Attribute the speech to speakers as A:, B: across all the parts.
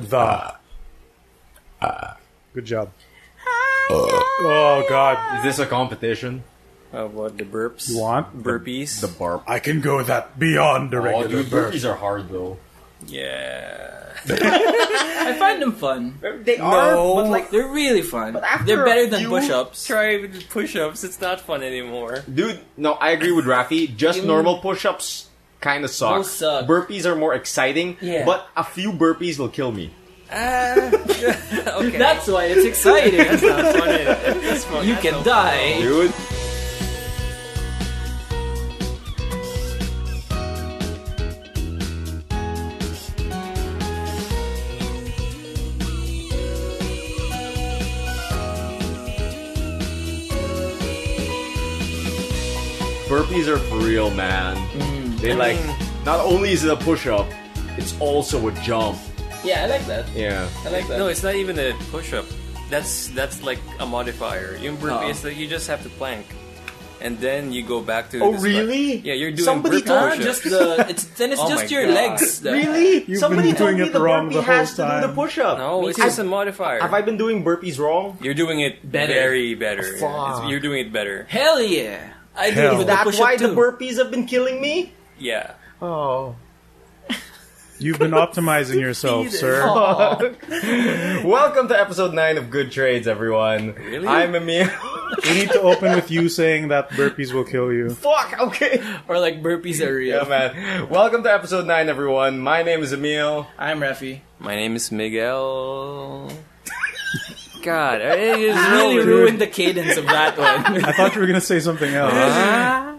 A: The.
B: uh,
A: Good job. Oh God!
B: Is this a competition?
C: Of what? The burps?
A: You want?
C: Burpees?
B: The barp.
A: I can go that beyond the
B: Oh,
A: regular
B: dude,
A: burp.
B: burpees are hard though.
C: yeah. I find them fun.
D: They are,
B: No.
D: but like,
C: They're really fun.
D: But after
C: They're better
D: you
C: than push ups.
E: Try with push-ups. It's not fun anymore.
B: Dude, no, I agree with Rafi. Just normal push-ups kind of suck.
C: Those suck.
B: Burpees are more exciting.
C: Yeah.
B: But a few burpees will kill me.
E: Okay.
C: That's why it's exciting.
E: not fun. It's fun.
C: you
E: That's
C: can
E: no fun.
C: die.
B: Dude. Burpees are for real, man.
E: Mm-hmm.
B: They like not only is it a push-up, it's also a jump.
C: Yeah, I like that.
B: Yeah.
C: I like that.
E: No, it's not even a push-up. That's that's like a modifier. In burpee,
C: Oh.
E: it's like you just have to plank, and then you go back to.
B: Oh,
E: this-
B: really?
E: Yeah, you're doing
B: Somebody
E: burpee
B: told
C: Ah,
E: push-ups.
C: just the it's then it's
E: Oh my
C: just your
E: God.
C: legs. that-
B: Really?
A: been
B: Somebody told
A: doing
B: me
A: it
B: the
A: wrong
B: burpee
A: the whole
B: has to do the
A: time.
B: push-up.
E: No, it's
B: I've-
E: just a modifier.
B: Have I been doing burpees wrong?
E: You're doing it
C: Better.
E: very better.
B: Fuck.
E: It's- You're doing it better.
C: Hell yeah! I do
A: Hell.
C: it with the
B: That's
C: push up
B: why
C: too.
B: the burpees have been killing me?
E: Yeah.
B: Oh.
A: You've been optimizing yourself, sir.
E: Oh.
B: Welcome to episode 9 of Good Trades, everyone.
E: Really?
B: I'm Amir.
A: We need to open with you saying that burpees will kill you.
B: Fuck, okay.
C: or like burpees are real.
B: Yeah, man. Welcome to episode 9, everyone. My name is Emil.
C: I'm Rafi.
E: My name is Miguel. God, it is
C: Really
E: really
C: ruined the cadence of that one.
A: I thought you were gonna say something else.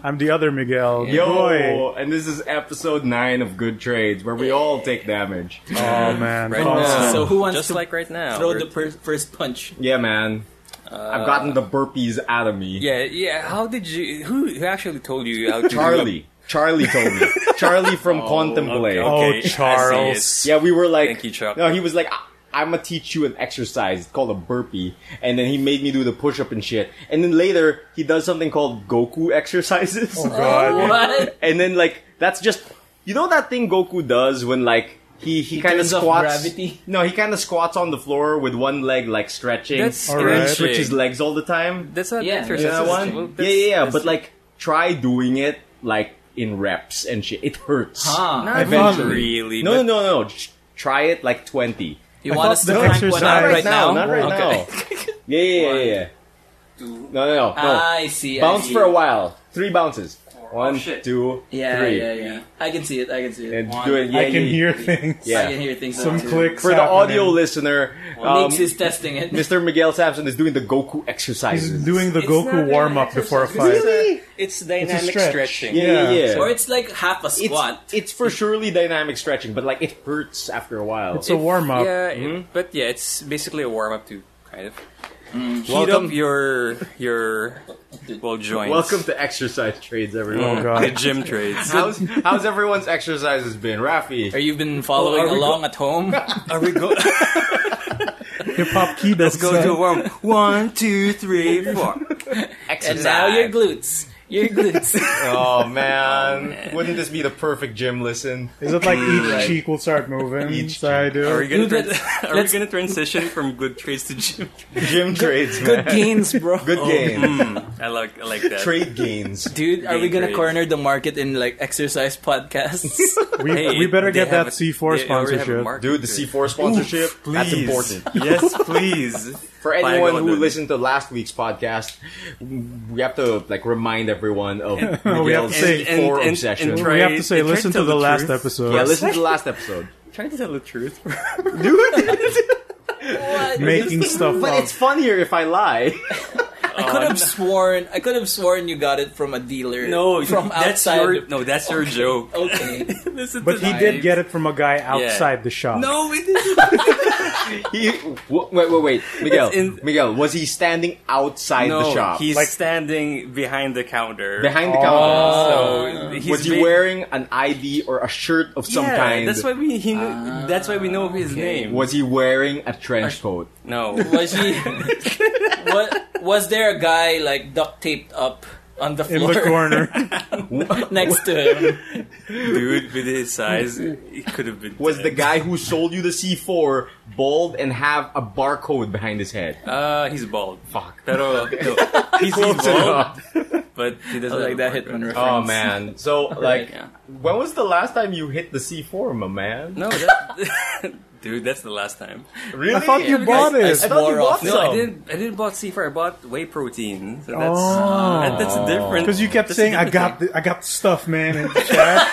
A: I'm the other Miguel.
B: Yo,
A: Boy.
B: and this is episode 9 of Good Trades, where we all take damage.
A: Oh man.
E: Right
A: Awesome.
E: now.
C: so who wants
E: just
C: to
E: like right now.
C: throw
E: We're-
C: the per- first punch?
B: Yeah, man. I've gotten the burpees out of me.
E: yeah, yeah. How did you? Who, who actually told you how to? do a-
B: Charlie. Charlie told me. Charlie from Contemplate.
E: okay.
A: Oh,
E: I see it.
A: Charles.
B: Yeah, we were like,
E: Thank you, Chuck.
B: No, he was like, I- I'm gonna teach you an exercise called a burpee, and then he made me do the push up and shit. And then later, he does something called Goku exercises.
A: Oh, God.
C: What?
B: And then like, that's just, you know that thing Goku does when like. He, he, kind of
C: turns off
B: squats.
C: gravity?
B: No, he kind of squats on the floor with one leg like stretching,
E: That's
B: and
A: Alright.
B: then
E: stretching.
B: switches legs all the time.
E: That's not
C: Yeah,
E: exercise.
B: You know that
E: That's-
B: one?
E: well,
B: yeah,
E: that's-
B: yeah, yeah.
E: that's-
B: But like, try doing it like in reps and shit. It hurts.
C: Huh.
E: Not
A: Eventually.
E: really.
B: No,
E: but-
B: no, no, no. Just try it like twenty.
C: You want
A: thought
C: us to
A: the
C: crank one
A: Not
C: out
A: exercise-
C: right now?
B: Not right
C: okay.
B: now. Yeah, yeah, yeah, yeah. No, no, no. no.
C: I see. I
B: Bounce
C: see.
B: for a while. Three bounces. One,
E: shit.
B: two,
C: Oh, Yeah,
B: three.
C: yeah, yeah. I can see it. I can see it.
B: And do it. Yeah,
A: I can
B: yeah,
A: hear things.
B: Yeah.
C: I can hear things.
A: Some
C: now, too.
A: clicks.
B: For the audio
A: happening.
B: listener, um,
C: Nix is testing it.
B: Mr. Miguel Sampson is doing the Goku
A: He's
B: exercises.
A: doing the
E: It's not
A: Goku
E: really
A: warm up
E: exercise.
A: before a fight.
B: Really?
E: It's dynamic
A: stretch.
E: stretching.
B: Yeah, yeah,
A: Yeah.
B: yeah.
C: Or it's like half a
B: It's-
C: squat.
B: It's, for surely dynamic stretching, but like it hurts after a while.
A: It's a warm up.
E: Yeah, it- but yeah, it's basically a warm up to kind of heat
B: Welcome-
E: up your your well joints.
B: Welcome to exercise trades, everyone.
A: Oh
E: the
A: god.
E: gym trades.
B: How's, how's everyone's exercises been, Rafi?
C: Or you've been following
E: Are we
C: along at home?
E: Are we go?
A: Hip hop key
E: Let's go to warm. One, two, three, four.
C: and now
B: Exercise.
C: your glutes. Your glutes.
B: Oh man. wouldn't this be the perfect gym listen?
A: Is it like each cheek will start moving?
B: Each
A: Side
E: Are we
A: do.
E: gonna
C: Dude,
E: tran-
C: let's-
E: are we
C: let's-
E: gonna transition from good trades to gym?
B: Gym trades, man.
C: Good gains, bro.
B: Good gains.
E: Mm, I like I like that.
B: Trade gains.
C: Oh, Dude, are
E: Gain
C: we gonna
E: grades.
C: corner the market in like exercise podcasts?
A: We,
E: Hey,
A: we better
E: they
A: get
E: have
A: that
E: a-
A: C4
E: they already have a
A: sponsorship.
E: market
B: Dude, the
E: to it.
B: C4 sponsorship, that's
E: Please.
B: important.
E: Yes, please.
B: For anyone who
E: Bygone.
B: listened to last week's podcast, we have to like remind everyone of
A: we have
B: Miguel's
A: to say-
B: C4
E: And- and- and-
B: obsession.
E: and
A: We have to
E: Right,
A: say,
E: it tried
A: listen to
E: to tell
A: the
E: the
A: last
E: truth.
A: episode.
B: yeah, listen to the last episode.
E: Trying to tell the truth.
A: Making stuff
B: But
A: up.
B: it's funnier if I lie.
C: I could have sworn I could have sworn you got it from a dealer.
E: No,
C: from
E: that's
C: outside.
E: Your, no, that's your joke.
C: Okay.
E: Listen
A: But
E: to
A: he
E: that.
A: did get it from a guy outside the shop.
E: No, it isn't.
B: He, wait, wait, wait, Miguel.
E: It's in-
B: Miguel, was he standing outside the
E: no,
B: shop?
E: he's
A: Like-
E: standing behind the counter.
B: behind the counter.
C: Oh,
E: so Oh. he's
B: was he
E: be-
B: wearing an ID or a shirt of some
E: yeah,
B: kind?
E: That's why we he knew, that's why we know
C: Ah,
E: his name.
B: Was he wearing a trench coat?
E: No,
C: Was he? what was there a guy like duct taped up on the
A: in
C: floor
A: the corner.
C: next to him.
E: Dude, with his size, it could have been.
B: was
E: dead.
B: the guy who sold you the C4 bald and have a barcode behind his head.
E: Uh, he's bald.
B: Fuck.
E: Pero, no, he's, he's bald, but he doesn't
C: I like that
E: have a barcode.
C: Hitman reference.
B: Oh man. So like
C: yeah.
B: when was the last time you hit the C4, my man?
E: No, that, dude, that's the last time.
B: Really?
A: I thought you
E: because
A: bought
E: I- I
A: it.
B: I thought you
C: Swore off.
B: bought
E: No,
B: some.
E: I didn't. I didn't bought C4. I bought whey protein. So that's
A: Oh.
E: that- that's a different.
A: Because you kept
E: that's a
A: saying, "I
E: different
A: got,
E: thing.
A: the, I got the stuff, man." In the chat.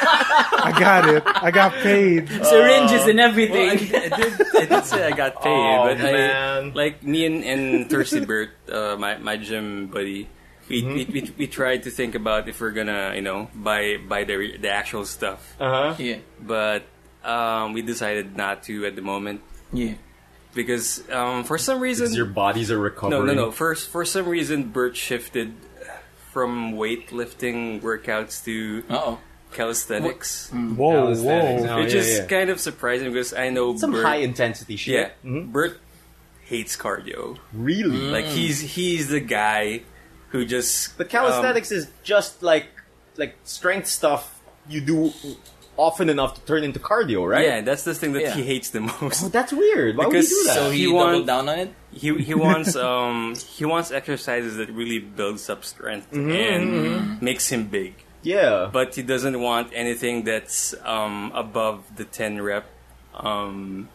A: I got it. I got paid.
C: Syringes and
E: Well, I,
C: everything.
E: did, I did. I did say I got paid,
B: Oh,
E: but I-
B: man.
E: like me and, and Thirsty Bert, uh, my my gym buddy, we,
B: Mm-hmm.
E: we, we we tried to think about if we're gonna you know buy buy the re- the actual stuff,
B: Uh-huh.
C: yeah,
E: but um, we decided not to at the moment
C: yeah.
E: because um, for some reason
B: Because your bodies are
E: No,
B: recovering.
E: no, no. First, for some reason, Bert shifted from weightlifting workouts to
C: Uh oh.
E: calisthenics,
A: Whoa,
B: Calisthenics.
A: whoa.
B: Mm. Oh,
E: which
B: yeah,
E: is
B: yeah.
E: kind of surprising because I know
B: Some
E: Bert.
B: high intensity shit.
E: yeah,
C: Mm-hmm.
E: Mm-hmm. Bert hates cardio.
B: Mm-hmm. Really?
C: Mm.
E: Like he's he's the guy who just
B: The calisthenics is just like like strength stuff you do often enough to turn into cardio,
E: Um,
B: right?
E: yeah, that's the thing that
C: Yeah.
E: he hates the most.
B: Oh, that's weird. Why
E: Because
B: would you do that?
C: So
E: He
C: he,
E: want-
C: doubled down on it.
E: he he wants um he wants exercises that really builds up strength
C: Mm-hmm,
E: and makes him big.
B: yeah.
E: but he doesn't want anything that's um, above the 10 rep um,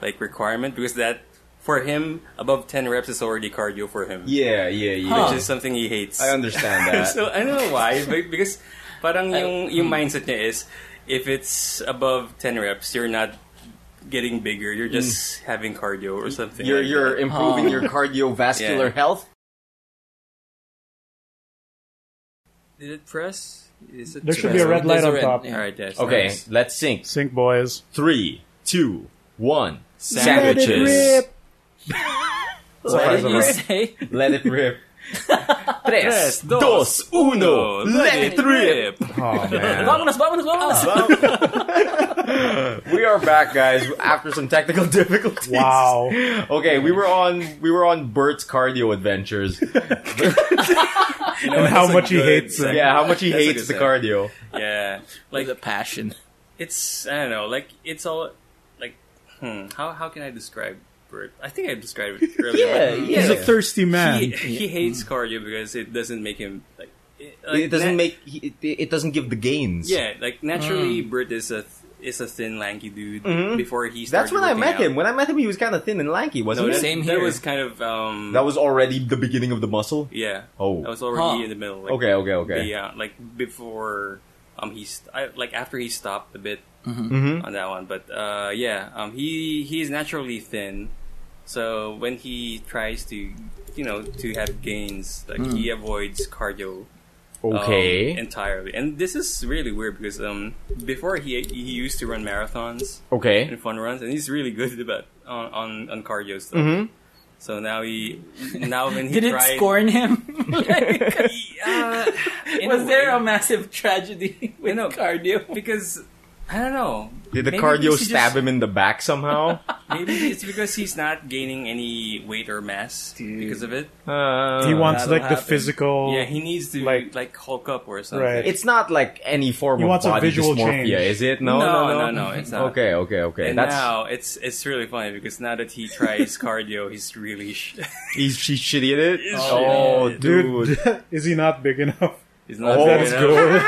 E: like requirement because that for him above 10 reps is already cardio for him
B: yeah, yeah, yeah.
C: Huh.
E: which is something he hates
B: I understand that. Hmm.
E: so I don't know why but because parang yung, yung mindset niya is if it's above 10 reps you're not getting bigger you're just having cardio or something
B: Hmm. you're
E: like
B: you're
E: that.
B: improving
C: Huh.
B: your cardiovascular
E: Yeah.
B: health.
E: did it press is it
A: There should be a
E: press?
A: red light
C: There's a
A: on
C: red,
A: top.
C: yeah.
E: all right that's
B: Okay,
E: nice.
B: let's sync.
A: Sink boys.
B: Three, two,
A: Let
B: one.
A: it
E: Sandwiches.
A: rip.
C: What
A: Surprise,
C: did you
A: surprise.
C: say?
B: Let it rip. Tres,
E: dos,
B: dos,
E: Oh,
B: uno. Oh, Let it rip.
A: Oh man.
C: Vámonos, vámonos, vámonos.
B: we are back, guys, after some technical difficulties.
A: Wow.
B: Okay, we were on we were on Bert's cardio adventures.
E: You know,
A: And how
E: that's a
A: much he
E: good
A: hates it.
E: segment.
B: Yeah, how much he
E: That's a
B: hates
E: good
B: the
E: segment.
B: cardio.
E: Yeah,
C: Like
E: like
C: the passion.
E: it's I don't know, like it's all like hmm, how how can I describe Bert? I think I described it earlier.
B: Yeah,
E: but
B: yeah.
A: He's a thirsty
E: He,
A: man.
E: he hates cardio because it doesn't make him like it, like,
B: It doesn't
E: na-
B: make he- it, it doesn't give the gains.
E: yeah like naturally
B: Mm.
E: Bert is a is a thin lanky dude before he started
B: Mm-hmm. that's when I
E: working
B: met
E: out.
B: him. When I met him, he was kind of thin and lanky, wasn't
E: No,
B: he?
E: that,
C: Same
E: that
C: here.
E: was kind of um
B: That was already the beginning of the muscle.
E: yeah
B: Oh.
E: that was already
C: Huh.
E: in the middle like,
B: Okay, okay, okay.
E: yeah like before um he's I, like after he stopped a bit
B: Mm-hmm.
E: on that one. But uh, yeah, um, he he's naturally thin, so when he tries to, you know, to have gains, like he avoids cardio. um,
B: Mm. Okay.
E: entirely. And this is really weird because um, before he he used to run marathons
B: okay.
E: and fun runs, and he's really good about on on, on cardio stuff.
B: Mm-hmm.
E: So now he now when he
C: Did it
E: tried,
C: scorn him? Like,
E: Uh, in
C: was there
E: way,
C: a massive tragedy with
E: know.
C: cardio?
E: because I don't know.
B: Did the
E: Maybe
B: cardio
E: because he
B: stab
E: just-
B: him in the back somehow?
E: Maybe it's because he's not gaining any weight or mass because of it.
B: Uh,
A: He wants
C: that'll
A: like the
C: happen.
A: physical.
E: Yeah, he needs to
A: Like-
E: like, hulk up or something.
A: Right.
B: It's not like any form
A: He
B: of
A: wants a
B: body
A: visual
B: dysmorphia,
A: change.
B: is it? No, no,
E: No,
B: no,
E: no, no, it's not.
B: Okay, okay, okay.
E: And
B: That's
E: now it's it's really funny because now that he tries cardio, he's really sh-
B: he's she's shitty at it.
E: shitty
B: Oh,
E: at it.
B: dude.
A: Dude, is he not big enough?
E: he's not.
B: Oh,
E: big
A: That's
E: enough.
A: good.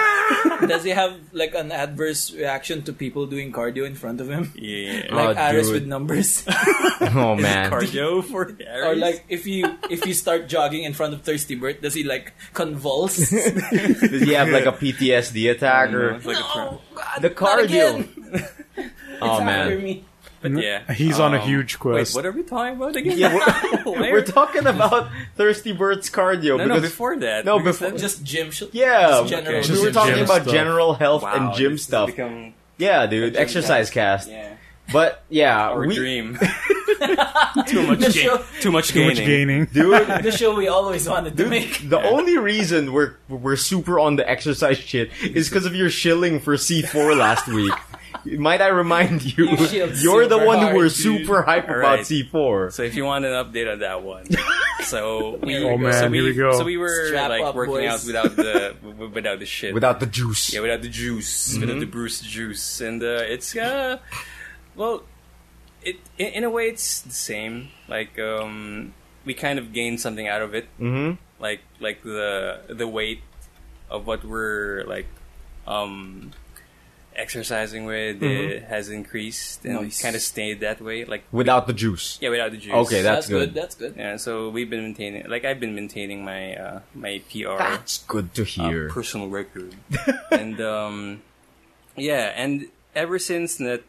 C: Does he have like an adverse reaction to people doing cardio in front of him?
E: Yeah.
B: Oh,
C: Like Iris
B: dude.
C: with numbers,
B: Oh
E: Is it
B: man.
E: cardio for Aries?
C: or like if you if you start jogging in front of Thirsty Bert, does he like convulse?
B: Does he have like a PTSD attack or
E: It's like a
C: oh, God,
B: the
C: not
B: cardio?
C: again.
B: Oh
C: It's after
B: man.
C: me.
E: but yeah,
A: He's on a
E: Um,
A: huge
E: Wait,
A: quest.
E: what are we talking about again?
B: Yeah, we're,
E: Where?
B: we're talking about Thirsty Bird's cardio
E: no, no,
B: because
E: before that.
B: No,
E: because
B: before-
E: that
C: Just gym. sh-
B: yeah,
C: Just general-
B: we
A: Just
B: were talking
A: gym
B: about
A: stuff.
B: general health
E: wow,
B: and gym
E: this has
B: stuff.
E: Become,
B: Yeah, dude,
E: gym
B: exercise cast.
E: yeah,
B: But yeah,
E: our
B: we,
E: dream. too much.
C: The
E: gain-
C: show-
E: too much
A: Too much gaining.
E: gaining.
B: dude,
C: The show we always wanted to make.
B: The only reason we're we're super on the exercise shit is because of your shilling for C four last week. Might I remind you,
C: You shilled
B: you are the
C: super
B: one who
C: hard,
B: were
C: dude.
B: super hype about
E: Alright.
B: C four.
E: So if you want an update on that one, So we,
C: Oh,
E: so
C: man,
E: we,
D: here we go.
E: So we were
C: Strap
E: like
C: up,
E: working
C: boys.
E: out without the w- w- without the shit.
B: without the juice.
E: yeah, without the juice, without the Bruce juice, and uh, it's uh, well, it in, in a way it's the same. Like um, we kind of gained something out of it.
B: Mm-hmm.
E: like like the the weight of what we're like um exercising with
B: Mm-hmm.
E: it has increased and
C: Nice.
E: kind of stayed that way like
B: Without the juice.
E: yeah without the juice
B: Okay, that-
E: that
B: That's good.
C: That's good.
E: yeah so we've been maintaining like i've been maintaining my uh my pr
B: That's good to
E: uh,
B: hear.
E: personal record and um yeah and ever since that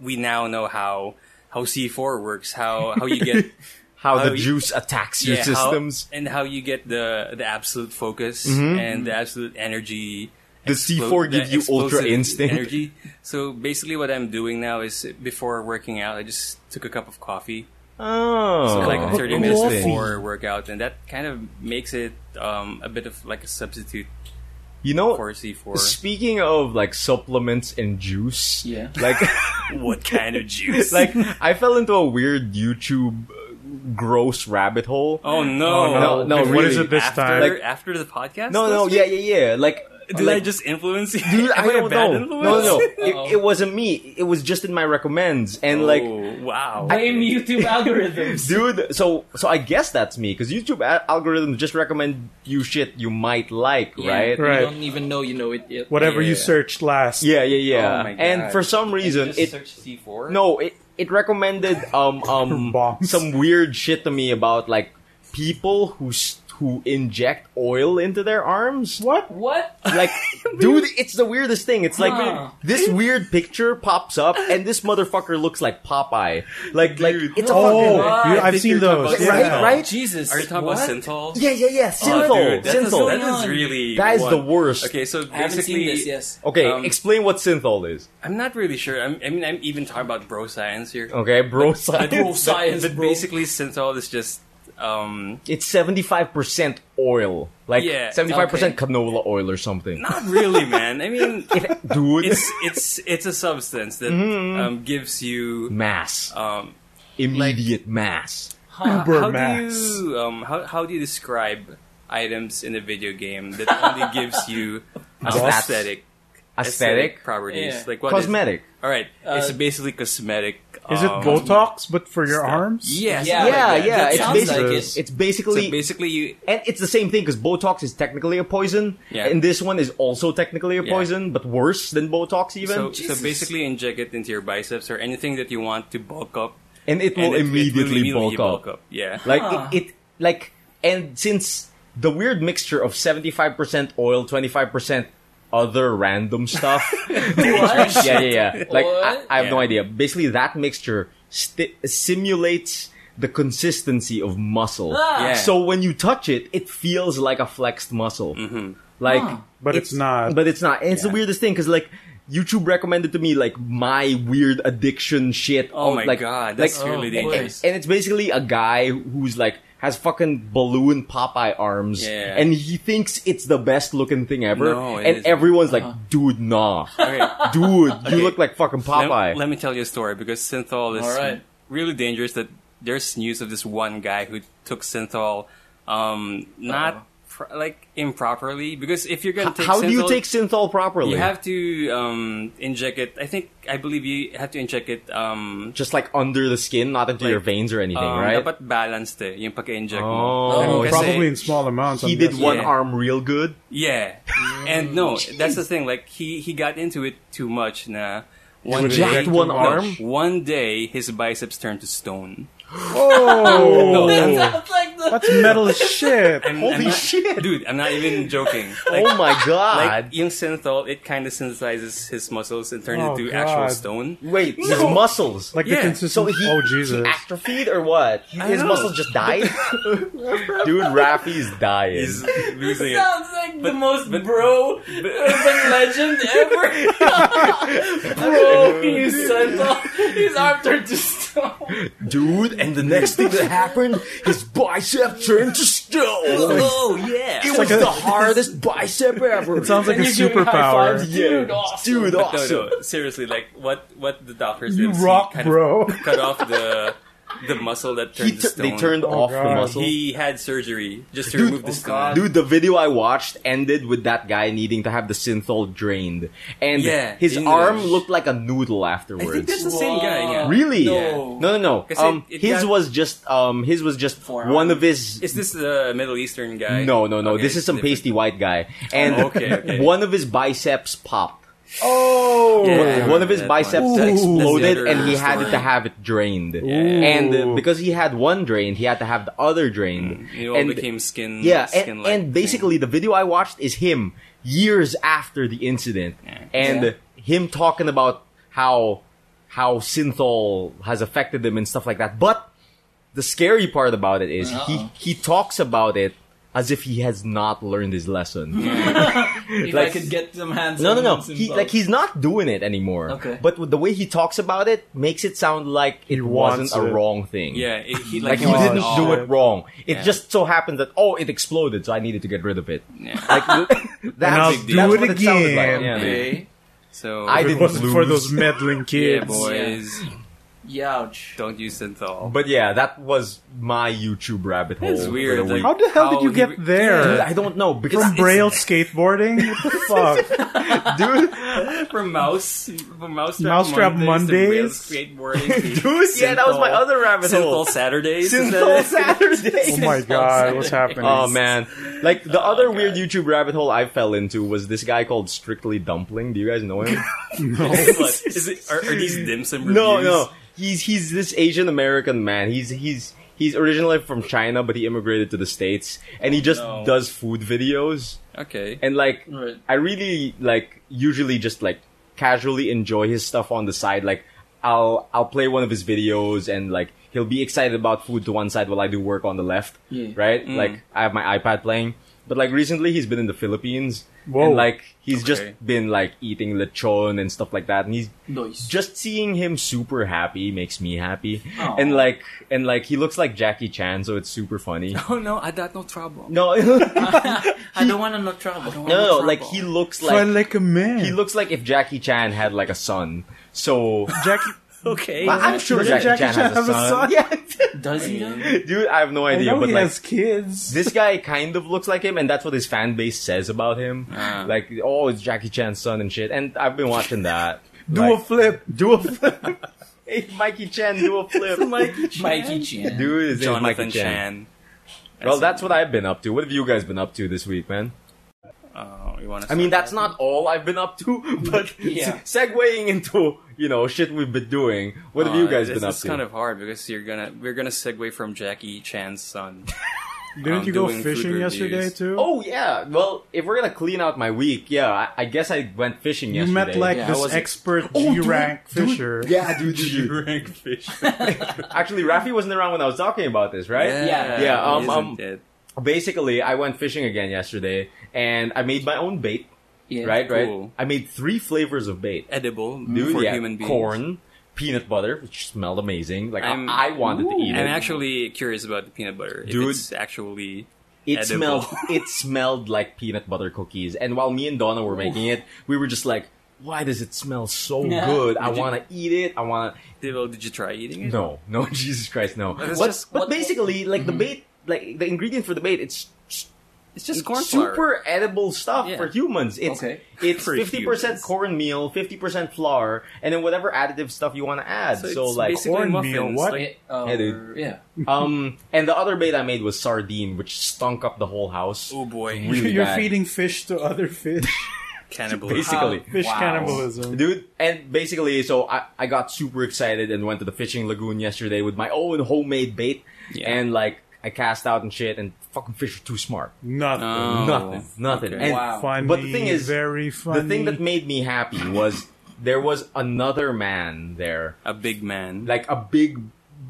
E: we now know how how c4 works how how you get
B: how the
E: how Oh, you-
B: juice attacks your
E: Yeah, how-
B: systems.
E: and how you get the the absolute focus and the absolute energy.
B: The C4
E: the
B: give you ultra
E: explosive
B: instinct.
E: energy. So basically, what I'm doing now is before working out, I just took a cup of coffee,
B: oh,
E: for like 30 minutes
A: coffee.
E: before workout, and that kind of makes it um, a bit of like a substitute
B: You know,
E: for C4.
B: speaking of like supplements and juice,
C: Yeah.
B: like
E: what kind of juice?
B: like I fell into a weird YouTube uh, gross rabbit hole.
E: oh no,
B: No, no,
D: Wait, what is
B: really.
D: it this
E: after,
D: time?
B: Like-
E: after the podcast?
B: no, no,
E: last
B: yeah,
E: week?
B: yeah, yeah. Like,
E: Did
B: like,
E: I just influence you?
B: Dude,
E: Am
B: I don't
E: a bad
B: know.
E: influence?
B: No, no, no.
C: Uh-oh.
B: It, it wasn't me. It was just in my recommends, and like,
E: Oh, wow.
C: Blame YouTube algorithms.
B: dude. So, so I guess that's me because YouTube a- algorithms just recommend you shit you might like,
D: Right.
B: right?
C: You don't even know you know it yet.
D: Whatever you
E: Yeah.
D: searched last.
B: Yeah, yeah, yeah.
E: Oh my
B: and
E: God.
B: for some reason,
E: Just
B: it
E: search C4.
B: no, it it recommended um um
D: Bombs.
B: some weird shit to me about like people who s- who inject oil into their arms.
D: What?
C: What?
B: Like, dude, it's the weirdest thing. It's like
C: Huh.
B: this weird picture pops up, and this motherfucker looks like Popeye. Like, like it's a
D: Oh,
B: fucking.
D: you-
E: I
D: I've
E: think
D: seen
E: you're talking
D: those.
E: about
D: yeah.
B: Right, right?
C: Jesus.
E: Are you talking
C: what?
E: about Synthol?
B: Yeah, yeah, yeah. Synthol,
E: Dude, that is,
B: synthol.
E: that is
C: Going on.
E: really
B: That is
E: one.
B: the worst.
E: Okay, so basically,
C: I haven't seen this. Yes.
B: Okay,
E: Um,
B: explain what synthol is.
E: I'm not really sure. I'm, I mean, I'm even talking about bro science here.
B: Okay, bro.
C: Bro science,
E: But
C: bro.
E: basically, synthol is just um,
B: It's seventy five percent oil, like
E: Yeah,
B: seventy five percent canola oil or something.
E: not really, man. I mean,
B: Dude,
E: it's it's it's a substance that
B: Mm-hmm.
E: um, gives you
B: mass,
E: um,
B: immediate mass.
C: Huh.
D: Uber
E: how
D: mass.
E: do you um, how how do you describe items in a video game that only gives you aesthetic
B: Aesthetic,
E: properties?
C: Yeah.
E: Like what is-
B: cosmetic.
E: all right,
C: Uh,
E: it's basically cosmetic.
D: Is it
E: um,
D: Botox but for your
E: stuff.
D: arms?
E: Yeah,
C: Yeah,
E: something like
B: Yeah,
E: that.
B: yeah.
E: That
B: It's
E: sounds
B: basically,
D: like
B: it's
D: it.
B: basically,
E: So basically, you
B: and it's the same thing because Botox is technically a poison,
E: Yeah.
B: and this one is also technically a
E: Yeah.
B: poison, but worse than Botox even.
E: so, so
C: Jesus.
E: basically inject it into your biceps or anything that you want to bulk up,
B: and it will
E: and it- it will
B: immediately, bulk, up.
E: Yeah,
B: Like
C: Huh.
B: it, it, like, and since the weird mixture of seventy five percent oil, twenty five percent other random stuff.
C: What?
B: yeah, yeah, yeah. Like I,
C: What?
B: I have no
E: Yeah.
B: idea. Basically, that mixture sti simulates the consistency of muscle.
C: Ah.
E: Yeah.
B: So when you touch it, it feels like a flexed muscle.
E: Mm-hmm.
B: Like,
C: Huh.
D: But it's not.
B: But it's not. And it's the
E: Yeah.
B: weirdest thing because like. YouTube recommended to me like my weird addiction shit.
E: Oh
B: all-
E: my
B: like,
E: God,
B: like,
E: that's
C: Oh,
E: really
B: and-
E: dangerous.
B: And, it's basically a guy who's like has fucking balloon Popeye arms,
E: Yeah.
B: and he thinks it's the best looking thing ever.
E: No,
B: and
E: it isn't. Uh-huh.
B: everyone's like, "Dude, nah."
E: okay.
B: Dude, you look like fucking
E: Lem-
B: Popeye.
E: Let, me tell you a story because synthol is
C: All right.
E: really dangerous. That there's news of this one guy who took synthol, um, not pr- like improperly. Because if you're gonna take
B: How do you
E: synthol,
B: take synthol properly?
E: you have to um, inject it. I think I believe you have to inject it. Um,
B: just like under the skin, not into
E: Like,
B: your veins or anything,
E: um,
B: right?
E: Dapat balanced eh, yung pagka-inject
B: Oh,
E: mo.
D: Oh,
E: Kasi-
D: probably in small amounts.
B: he
D: I'm
B: did
D: guessing.
B: one
E: Yeah.
B: arm real good.
E: Yeah,
D: Mm.
E: and no, that's the thing. Like he he got into it too much. Nah, one
D: would
E: day,
D: inject one
E: no,
B: arm?
E: One day his biceps turned to stone.
D: Oh,
E: No,
C: That's like the.
D: that's metal as shit.
B: Holy
E: I'm not-
B: shit!
E: dude, I'm not even joking. Like,
B: oh my god!
E: like yung synthol, it kind of synthesizes his muscles and turns
D: Oh,
E: into
D: God.
E: actual stone.
B: Wait, his muscles.
D: Like
E: Yeah.
D: the
B: so
D: consistency.
B: he,
D: oh
B: he
D: Jesus!
B: atrophied or what? His
E: know.
B: muscles just died. Dude, Rafi's dying.
E: He's losing it.
C: Sounds like the most bro urban legend ever. bro, you Synthol. His arm turned to stone.
B: Dude, and the next thing that happened, his bicep turned to stone.
E: Oh yeah.
B: It was the hardest bicep ever.
D: It sounds like a
C: And you're giving high
D: superpower.
C: fives.
B: Yeah.
C: Dude, awesome.
B: Dude,
E: No,
B: awesome.
E: no, seriously, like what what the doctors
D: You
E: did was he
D: rock,
E: kind of
D: bro.
E: cut off the the muscle that
B: He
E: turned the
B: tu-
E: stone. Oh,
B: they turned off the
D: God.
B: muscle.
E: He had surgery just to
B: Dude, oh,
E: remove the stone.
B: Dude, the video I watched ended with that guy needing to have the synthol drained, and
E: Yeah,
B: his
E: in the-
B: arm looked like a noodle
E: I
B: afterwards.
E: think that's the same guy.
C: Wow.
E: Yeah.
B: Really?
C: No.
B: No, no, no.
E: Kasi
B: Um,
E: it
B: his
E: got-
B: was just um, his was just
C: Forearm.
B: one of his.
E: Is this the Middle Eastern guy?
B: no, no, no.
E: Okay,
B: this is some
E: different.
B: pasty white guy, and
E: Oh, okay, okay.
B: one of his biceps popped.
D: Oh,
E: Yeah, I
B: one
E: remember
B: of his
E: that
B: biceps
E: one.
D: That's- that's the
B: exploded,
E: other
B: and he had
E: story.
B: to have it drained.
E: Yeah.
B: And uh,
D: Ooh.
B: because he had one drained, he had to have the other drained.
E: It Mm. all
B: and
E: became skin.
B: yeah,
E: skin
B: and, and basically the video I watched is him years after the incident, and
C: Yeah.
B: him talking about how how synthol has affected him and stuff like that. But the scary part about it is
C: Uh-oh.
B: he he talks about it as if he has not learned his lesson.
C: If
B: Like-
C: I could get some hands.
B: No, no,
C: on
B: no.
C: him
B: He like he's not doing it anymore.
C: Okay.
B: But with the way he talks about it makes it sound like it wasn't
D: wants
B: a
D: it.
B: wrong thing.
E: Yeah, it, he
B: Like
E: like,
B: he
E: was
D: Oh,
B: didn't
E: off.
B: do
D: shit.
B: it wrong. It
E: Yeah.
B: just so happened that oh, it exploded, so I needed to get rid of it.
E: Yeah.
B: Like that's,
D: I'll
B: that's
D: do
B: what
D: it
B: sounded like.
D: again.
B: Yeah.
C: Okay.
E: So
B: I
D: if
B: didn't
D: it wasn't for
B: lose.
D: those meddling
E: yeah,
D: kids.
E: boys,
C: Youch.
E: don't use synthol.
B: But yeah, that was my YouTube rabbit hole.
E: That's weird,
B: for the
E: like-
B: week.
D: How the hell
E: How
D: did you
E: he
D: get
E: re-
B: Oh, Dude,
D: there?
B: I don't know because
D: From braille skateboarding? What the fuck?
B: dude,
E: from mouse, from mousetrap,
D: Mousetrap Mondays?
E: to rail skateboarding, to
B: dude, yeah, that was my
E: Synthol.
B: other rabbit
E: synthol
B: hole.
E: Saturdays, is that
B: Synthol
E: it?
D: Oh
B: Saturday.
D: my god, what's happening?
B: Oh man, like the other weird YouTube rabbit hole I fell into was this guy called Strictly Dumpling. Do you guys know him?
E: What? Is it, are, are these dim sum reviews?
B: No, no. He's he's this Asian American man. He's he's he's originally from China, but he immigrated to the states, and he just
E: no.
B: does food videos.
E: Okay.
B: And like,
C: Right.
B: I really like usually just like casually enjoy his stuff on the side. Like, I'll I'll play one of his videos, and like he'll be excited about food to one side while I do work on the left.
C: Yeah.
B: Right? Like, I have my iPad playing. But like recently, he's been in the Philippines,
D: Whoa.
B: and like he's
E: Okay.
B: just been like eating lechon and stuff like that, and he's
C: Nice.
B: just seeing him super happy makes me happy
C: Aw.
B: and like and like he looks like jackie chan so it's super funny
E: Oh no, I got no trouble.
B: no no
C: I don't want to know trouble.
B: no like he looks
D: Fly like
B: like
D: a man.
B: he looks like if jackie chan had like a son so
D: Jackie.
E: Okay.
B: I- i'm sure
D: Doesn't
B: jackie,
D: Jackie
B: chan, has,
D: Chan
B: a son,
D: have
C: does he? though?
B: yeah dude i have no
D: I
B: idea
D: know
B: but
D: he
B: like
D: has kids.
B: this guy kind of looks like him, and that's what his fan base says about him.
E: Ah.
B: Like, oh, it's Jackie Chan's son and shit. And I've been watching that.
D: Do
B: Like,
D: a flip.
B: do a flip. hey, Mikey Chan, do a flip.
E: Mikey
C: Mikey Chan.
B: Dude, his name's Mikey
E: Jonathan
B: Chan.
E: Chan.
B: Well, that's what I've been up to. What have you guys been up to this week, man?
E: Oh, you want to?
B: I mean, that's not all I've been up to, but
C: Yeah.
B: segueing into you know shit we've been doing. What have you guys been up
E: It's
B: to?
E: Uh, Oh, kind of hard because you're gonna we're gonna segue from Jackie Chan's son.
D: Didn't
E: I'm
D: you go
E: doing food
D: fishing
E: reviews.
D: yesterday too?
B: oh yeah. Well, if we're gonna clean out my week, yeah, I, I guess I went fishing
D: you
B: yesterday.
D: met like
C: Yeah, I
D: this
C: wasn't-
D: expert G rank fisher.
B: yeah, dude, dude, dude.
E: rank fish.
B: Actually, Rafi wasn't around when I was talking about this, right?
E: Yeah,
B: Yeah, um,
E: he isn't
B: um,
E: dead.
B: Basically, I went fishing again yesterday, and I made my own bait.
C: Yeah.
B: right, right.
E: cool.
B: I made three flavors of bait.
E: edible
B: Dude,
E: for
B: yeah,
E: human beings.
B: corn, peanut butter, which smelled amazing. Like
E: I'm-
B: I, I wanted to eat
E: I'm
B: it.
E: actually curious about the peanut butter.
B: Dude.
E: if it's actually
B: it
E: edible.
B: smelled it smelled like peanut butter cookies. And while me and Donna were making it, we were just like, "Why does it smell so
C: Yeah.
B: good? I
E: Did you-
B: want to eat it. I want to."
E: did, well, did you try eating it?
B: No, no, Jesus Christ, no.
E: But it's
B: What-
E: just- Mm-hmm.
B: but
C: what-
B: basically, like the bait, like the ingredient for the bait, it's
E: it's just
B: it's
E: corn flour.
B: super edible stuff
E: Yeah.
B: for humans. It's
C: Okay.
B: it's
E: For
B: fifty percent
E: humans.
B: cornmeal, fifty percent flour, and then whatever additive stuff you want to add.
E: So
B: So,
E: it's
B: like
E: basically
D: cornmeal,
E: muffins,
D: what?
E: like-
C: It, uh,
B: Hey, dude.
C: Yeah.
B: Um, and the other bait I made was sardine, which stunk up the whole house.
E: oh boy,
B: Really
D: You're
B: bad.
D: feeding fish to other fish.
E: cannibalism.
B: Basically.
D: Fish
C: Wow.
D: cannibalism.
B: Dude, and basically, so I, I got super excited and went to the fishing lagoon yesterday with my own homemade bait.
E: Yeah.
B: And, like, I cast out and shit, and fucking fish are too smart.
D: Nothing.
E: Oh,
B: nothing. Nothing.
E: okay.
B: And
C: Wow.
D: funny.
B: But the thing is,
D: very funny.
B: the thing that made me happy was there was another man there,
E: a big man.
B: like a big,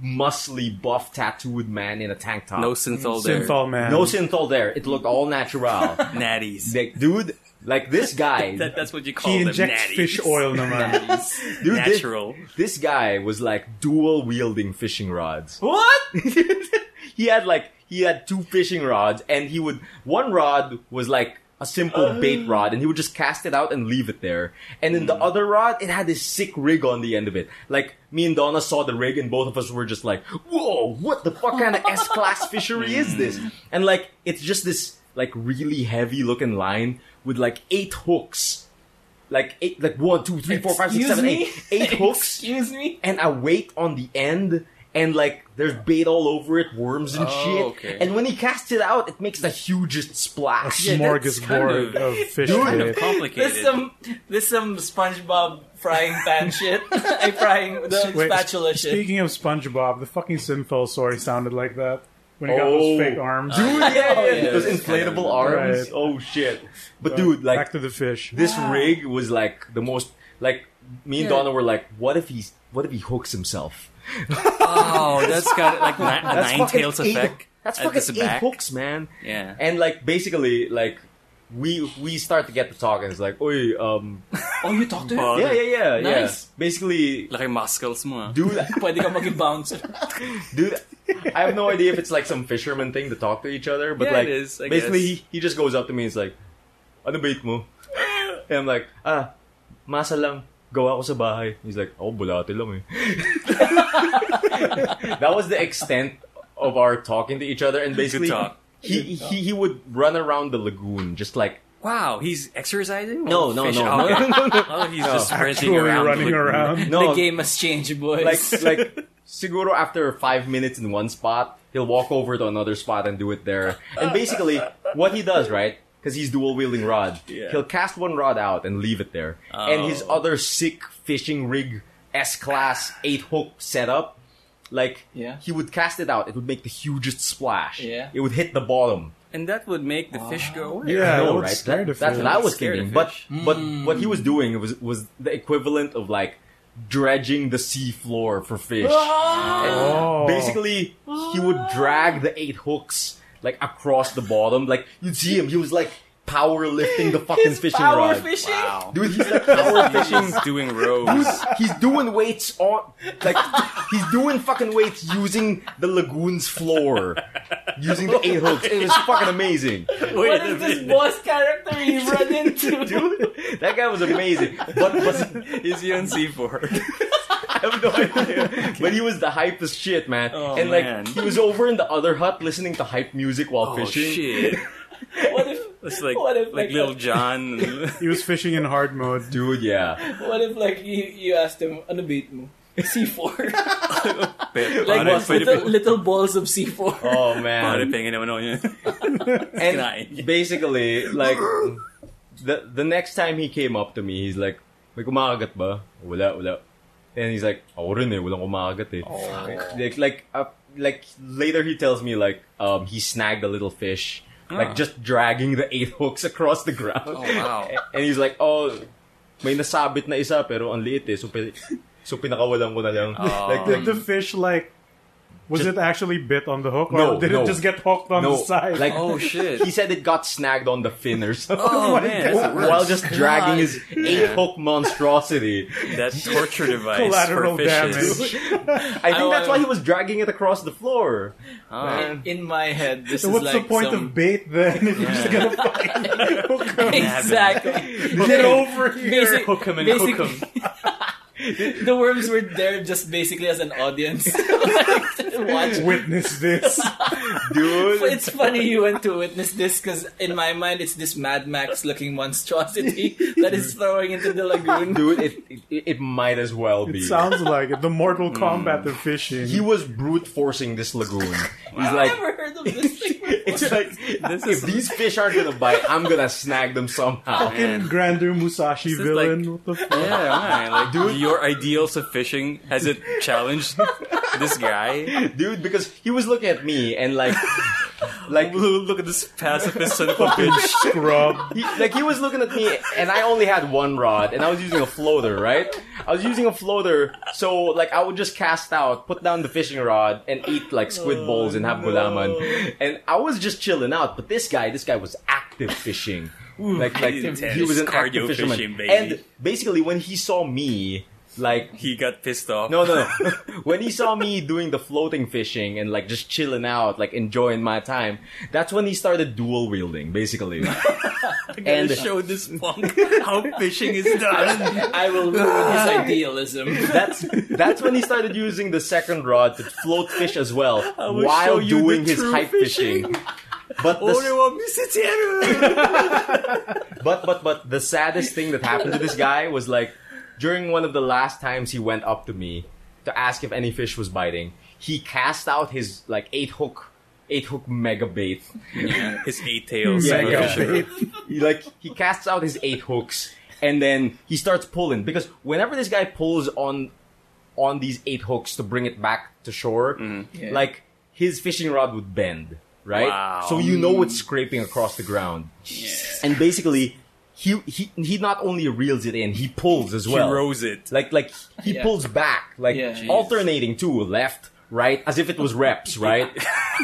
B: muscly, buff, tattooed man in a tank top.
E: no synthol there.
D: Synthol man.
B: no synthol there. It looked all natural.
E: natties.
B: like, dude, like this guy.
E: That, that's what you call
D: he
E: them.
D: injects
E: natties.
D: fish oil naman.
B: dude, this-
E: Natural.
B: This guy was like dual wielding fishing rods.
C: What?
B: he had like he had two fishing rods, and he would one rod was like a
C: Uh.
B: simple bait rod, and he would just cast it out and leave it there. And then the
C: Hmm.
B: other rod, it had this sick rig on the end of it. Like me and Donna saw the rig, and both of us were just like, "Whoa, what the fuck kind of S class fishery is this?" And like, it's just this like really heavy looking line with like eight hooks. Like eight, like one, two, three, four, five, six,
C: Excuse
B: seven,
C: me?
B: eight. Eight hooks
C: Excuse me.
B: and a weight on the end, and like there's bait all over it, worms and
E: Oh,
B: shit.
E: okay.
B: And when he casts it out, it makes the hugest splash.
C: Yeah, that's
A: smorgasbord
E: kind
A: of,
E: of-
A: fish
E: kind
A: bait.
E: of complicated.
C: This some this some SpongeBob frying pan shit. I frying the
D: Wait,
C: spatula shit.
D: Speaking of SpongeBob, the fucking Synthol sorry sounded like that when he got
B: Oh.
D: those fake arms.
B: Dude, yeah, yeah,
C: yeah.
B: those
E: It's kind of-
B: inflatable arms.
D: Right.
B: Oh shit! But dude, like
D: Uh, back to the fish.
B: this rig was like the most. Like me and
C: Yeah.
B: Donna were like, what if he's what if he hooks himself?
E: oh, that's got like ni- a
B: That's
E: nine
B: fucking
E: tails
B: eight-
E: effect.
B: That's
E: at
B: fucking
E: the
B: eight
E: back.
B: hooks, man.
E: Yeah.
B: And like basically, like we we start to get to talk, and it's like, oi, um,
C: Oh, you talked to him?
E: Bug.
B: yeah, yeah, yeah,
C: Nice.
B: yeah. Basically,
E: Laki muscles mo. ah.
B: dude,
C: Pwede ka maging bouncer.
B: dude i have no idea if it's like some fisherman thing to talk to each other but
E: Yeah,
B: like
E: it is, I
B: basically
E: guess.
B: He, he just goes up to me and is like ano bait mo and i'm like ah masa lang gawa ko sa bahay he's like oh bulate lang eh that was the extent of our talking to each other and basically
E: Good talk.
B: He, he he would run around the lagoon just like
E: Wow, he's exercising?
B: No,
E: Oh,
B: no,
E: fish-
B: no,
E: oh,
B: no,
E: okay.
B: no, no,
E: Oh, he's just sprinting
D: Actually
E: around.
D: running
E: looking-
D: around.
B: no
C: The game has changed, boys.
B: like like Siguro after five minutes in one spot, he'll walk over to another spot and do it there. And basically, what he does, right? Because he's dual wielding rod,
E: Yeah.
B: he'll cast one rod out and leave it there. And his
E: Oh.
B: other sick fishing rig S class eight hook setup, like
C: Yeah.
B: he would cast it out. It would make the hugest splash.
C: Yeah.
B: It would hit the bottom.
E: And that would make the fish go away.
D: Yeah,
B: I know,
D: it would
B: right?
D: scare the
B: That- that's
D: fish.
B: what I was
E: Scare the
B: thinking. But
E: fish. Hmm.
B: but what he was doing was was the equivalent of like dredging the sea floor for fish. And
D: Oh.
B: Basically, he would drag the eight hooks like across the bottom. Like you'd see him, he was like power lifting the fucking
C: He's
B: fishing
C: power
B: rod.
C: fishing?
E: Wow.
B: Dude, he's like power fishing.
E: He's doing rows.
B: He's doing weights on, like he's doing fucking weights using the lagoon's floor, using the eight hooks. It was fucking amazing.
C: What is this boss character you run into?
B: Dude, that guy was amazing. But, but
E: Is he on C4?
B: I have no idea. But he was the hypest shit, man.
E: Oh,
B: and like
E: man.
B: he was over in the other hut listening to hype music while
E: Oh,
B: fishing.
E: shit.
C: What if
E: It's like,
C: What if, like,
E: like, Little
C: a-
E: John.
D: He was fishing in hard mode.
B: Dude, yeah.
C: what if like you, you asked him ano bait mo? C4. like
E: Like,
C: what, little, little balls of C4.
B: Oh man.
E: pingin naman ako yun.
B: And basically, like the the next time he came up to me, he's like, "May kumakagat ba?" Wala, wala. And he's like, "Ako rin eh, walang kumakagat eh."
E: Oh.
B: Like like uh, like later he tells me like um he snagged a little fish. Like
E: Ah.
B: just dragging the eight hooks across the ground.
E: Oh, wow.
B: And he's like, oh, may nasabit na isa pero ang liit eh. So, pin- so pinakawalan ko na lang.
E: Oh.
B: Like,
D: Did the fish like? Was
B: Just-
D: it actually bit on the hook, or
B: No,
D: did
B: no.
D: it just get hooked on
B: no,
D: the side?
B: like,
E: oh, shit.
B: he said it got snagged on the fin or something.
E: Oh, man. That's the worst.
B: While just dragging his eight
E: Yeah.
B: hook monstrosity.
E: that torture device for
D: collateral damage.
E: fishes.
B: I think
C: I
B: that's why
C: wanna-
B: he was dragging it across the floor.
E: Oh,
C: In my head, this
D: So
C: is
D: what's
C: like
D: the point
C: some...
D: of bait then? If you're just
E: Yeah.
D: gonna fucking hook 'em?
C: Exactly.
D: Get over here.
C: Basic- basic- the worms were there just basically as an audience. Like, to watch.
D: Witness this.
B: Dude.
C: It's funny you went to witness this because in my mind it's this Mad Max looking monstrosity that is throwing into the lagoon.
B: Dude, it, it, it might as well be.
D: It sounds like it. The Mortal Kombat of fishing.
B: he was brute forcing this lagoon. He's
C: I've
B: like,
C: never heard of this thing before.
B: it's like, if these fish aren't gonna bite, I'm gonna snag them somehow.
D: fucking Grander Musashi
E: This is
D: villain.
E: like-
D: what the fuck?
E: Yeah, why? Like, dude, your ideals of fishing has it challenged this guy?
B: dude because he was looking at me and like like
E: Look at this pacifist son of a bitch.
D: Scrub.
B: he, like he was looking at me and I only had one rod and I was using a floater, right? I was using a floater, so like I would just cast out, put down the fishing rod and eat like
E: Oh,
B: squid balls and have gulaman. And I was just chilling out, but this guy, this guy was active fishing. Like like
E: Intense
B: he was an
E: cardio
B: active fisherman.
E: fishing, baby.
B: And basically when he saw me Like
E: He got pissed off.
B: no, no, no. when he saw me doing the floating fishing and like just chilling out, like enjoying my time, that's when he started dual wielding, basically.
E: and
B: and
E: show this punk how fishing is done.
C: I will ruin his idealism.
B: that's that's when he started using the second rod to float fish as well
E: will show
B: while
E: you the
B: doing his
E: true
B: hype fishing. But the, s- but but but the saddest thing that happened to this guy was like during one of the last times he went up to me to ask if any fish was biting, he cast out his like eight hook eight hook mega bait
E: His eight tails.
A: Yeah,
E: were
A: yeah.
E: fishing.
B: he like he casts out his eight hooks and then he starts pulling because whenever this guy pulls on on these eight hooks to bring it back to shore like his fishing rod would bend right
E: Wow.
B: so you know it's scraping across the ground and basically he, he he not only reels it in he pulls as
E: He
B: well
E: rose it.
B: like like he
C: Yeah.
B: pulls back like
C: Yeah. Jeez.
B: alternating too left right as if it was reps right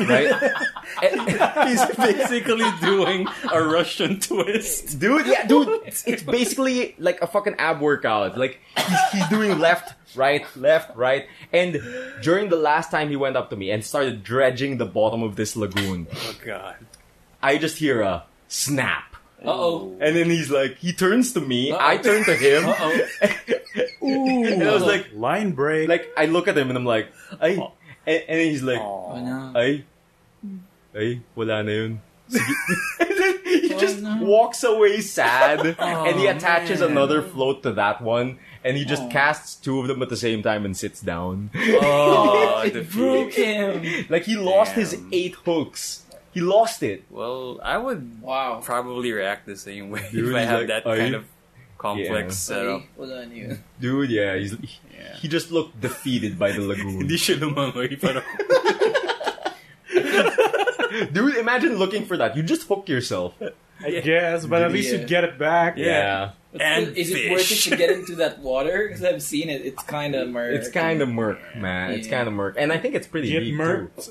B: right
E: He's basically doing a Russian twist.
B: dude. Yeah, dude. It's, it's basically like a fucking ab workout. Like he's, he's doing left, right, left, right. And during the last time he went up to me and started dredging the bottom of this lagoon,
E: Oh god.
B: I just hear a snap.
C: Uh oh.
B: And then he's like, he turns to me.
C: Uh-oh.
B: I turn to him.
C: Uh oh.
B: and I was like,
D: Line break.
B: like I look at him and I'm like, I. And, and he's like,
C: Oh no.
B: ay,
E: Hmm.
B: ay, wala na yun. Sige. And then he
C: Oh,
B: just
C: no.
B: walks away sad, and he attaches
E: man.
B: another float to that one, and he just casts two of them at the same time and sits down.
E: Oh,
C: Broke
E: defeat.
C: him.
B: like he lost his
E: Damn.
B: eight hooks. He lost it.
E: Well, I would
C: Wow.
E: probably react the same way
B: Dude,
E: if I
B: he's
E: have
B: like,
E: that
B: "Are
E: kind
B: you-"
E: of complex setup.
C: Sorry, Wala na yun.
B: Dude, yeah, he's, he-
E: Yeah.
B: he just looked defeated by the lagoon.
E: Hindi siya lumangoy, pero
B: Dude, imagine looking for that. You just hook yourself.
D: I guess, but at least
C: Yeah.
D: you get it back.
E: Yeah.
C: But
E: And
C: still, is it worth it
E: fish.
C: to get into that water? Because I've seen it. It's kind of murky.
B: It's kind of murk, man. It's
C: Yeah.
B: kind of murk. And I think it's pretty
D: Get
B: deep, too.
D: murked.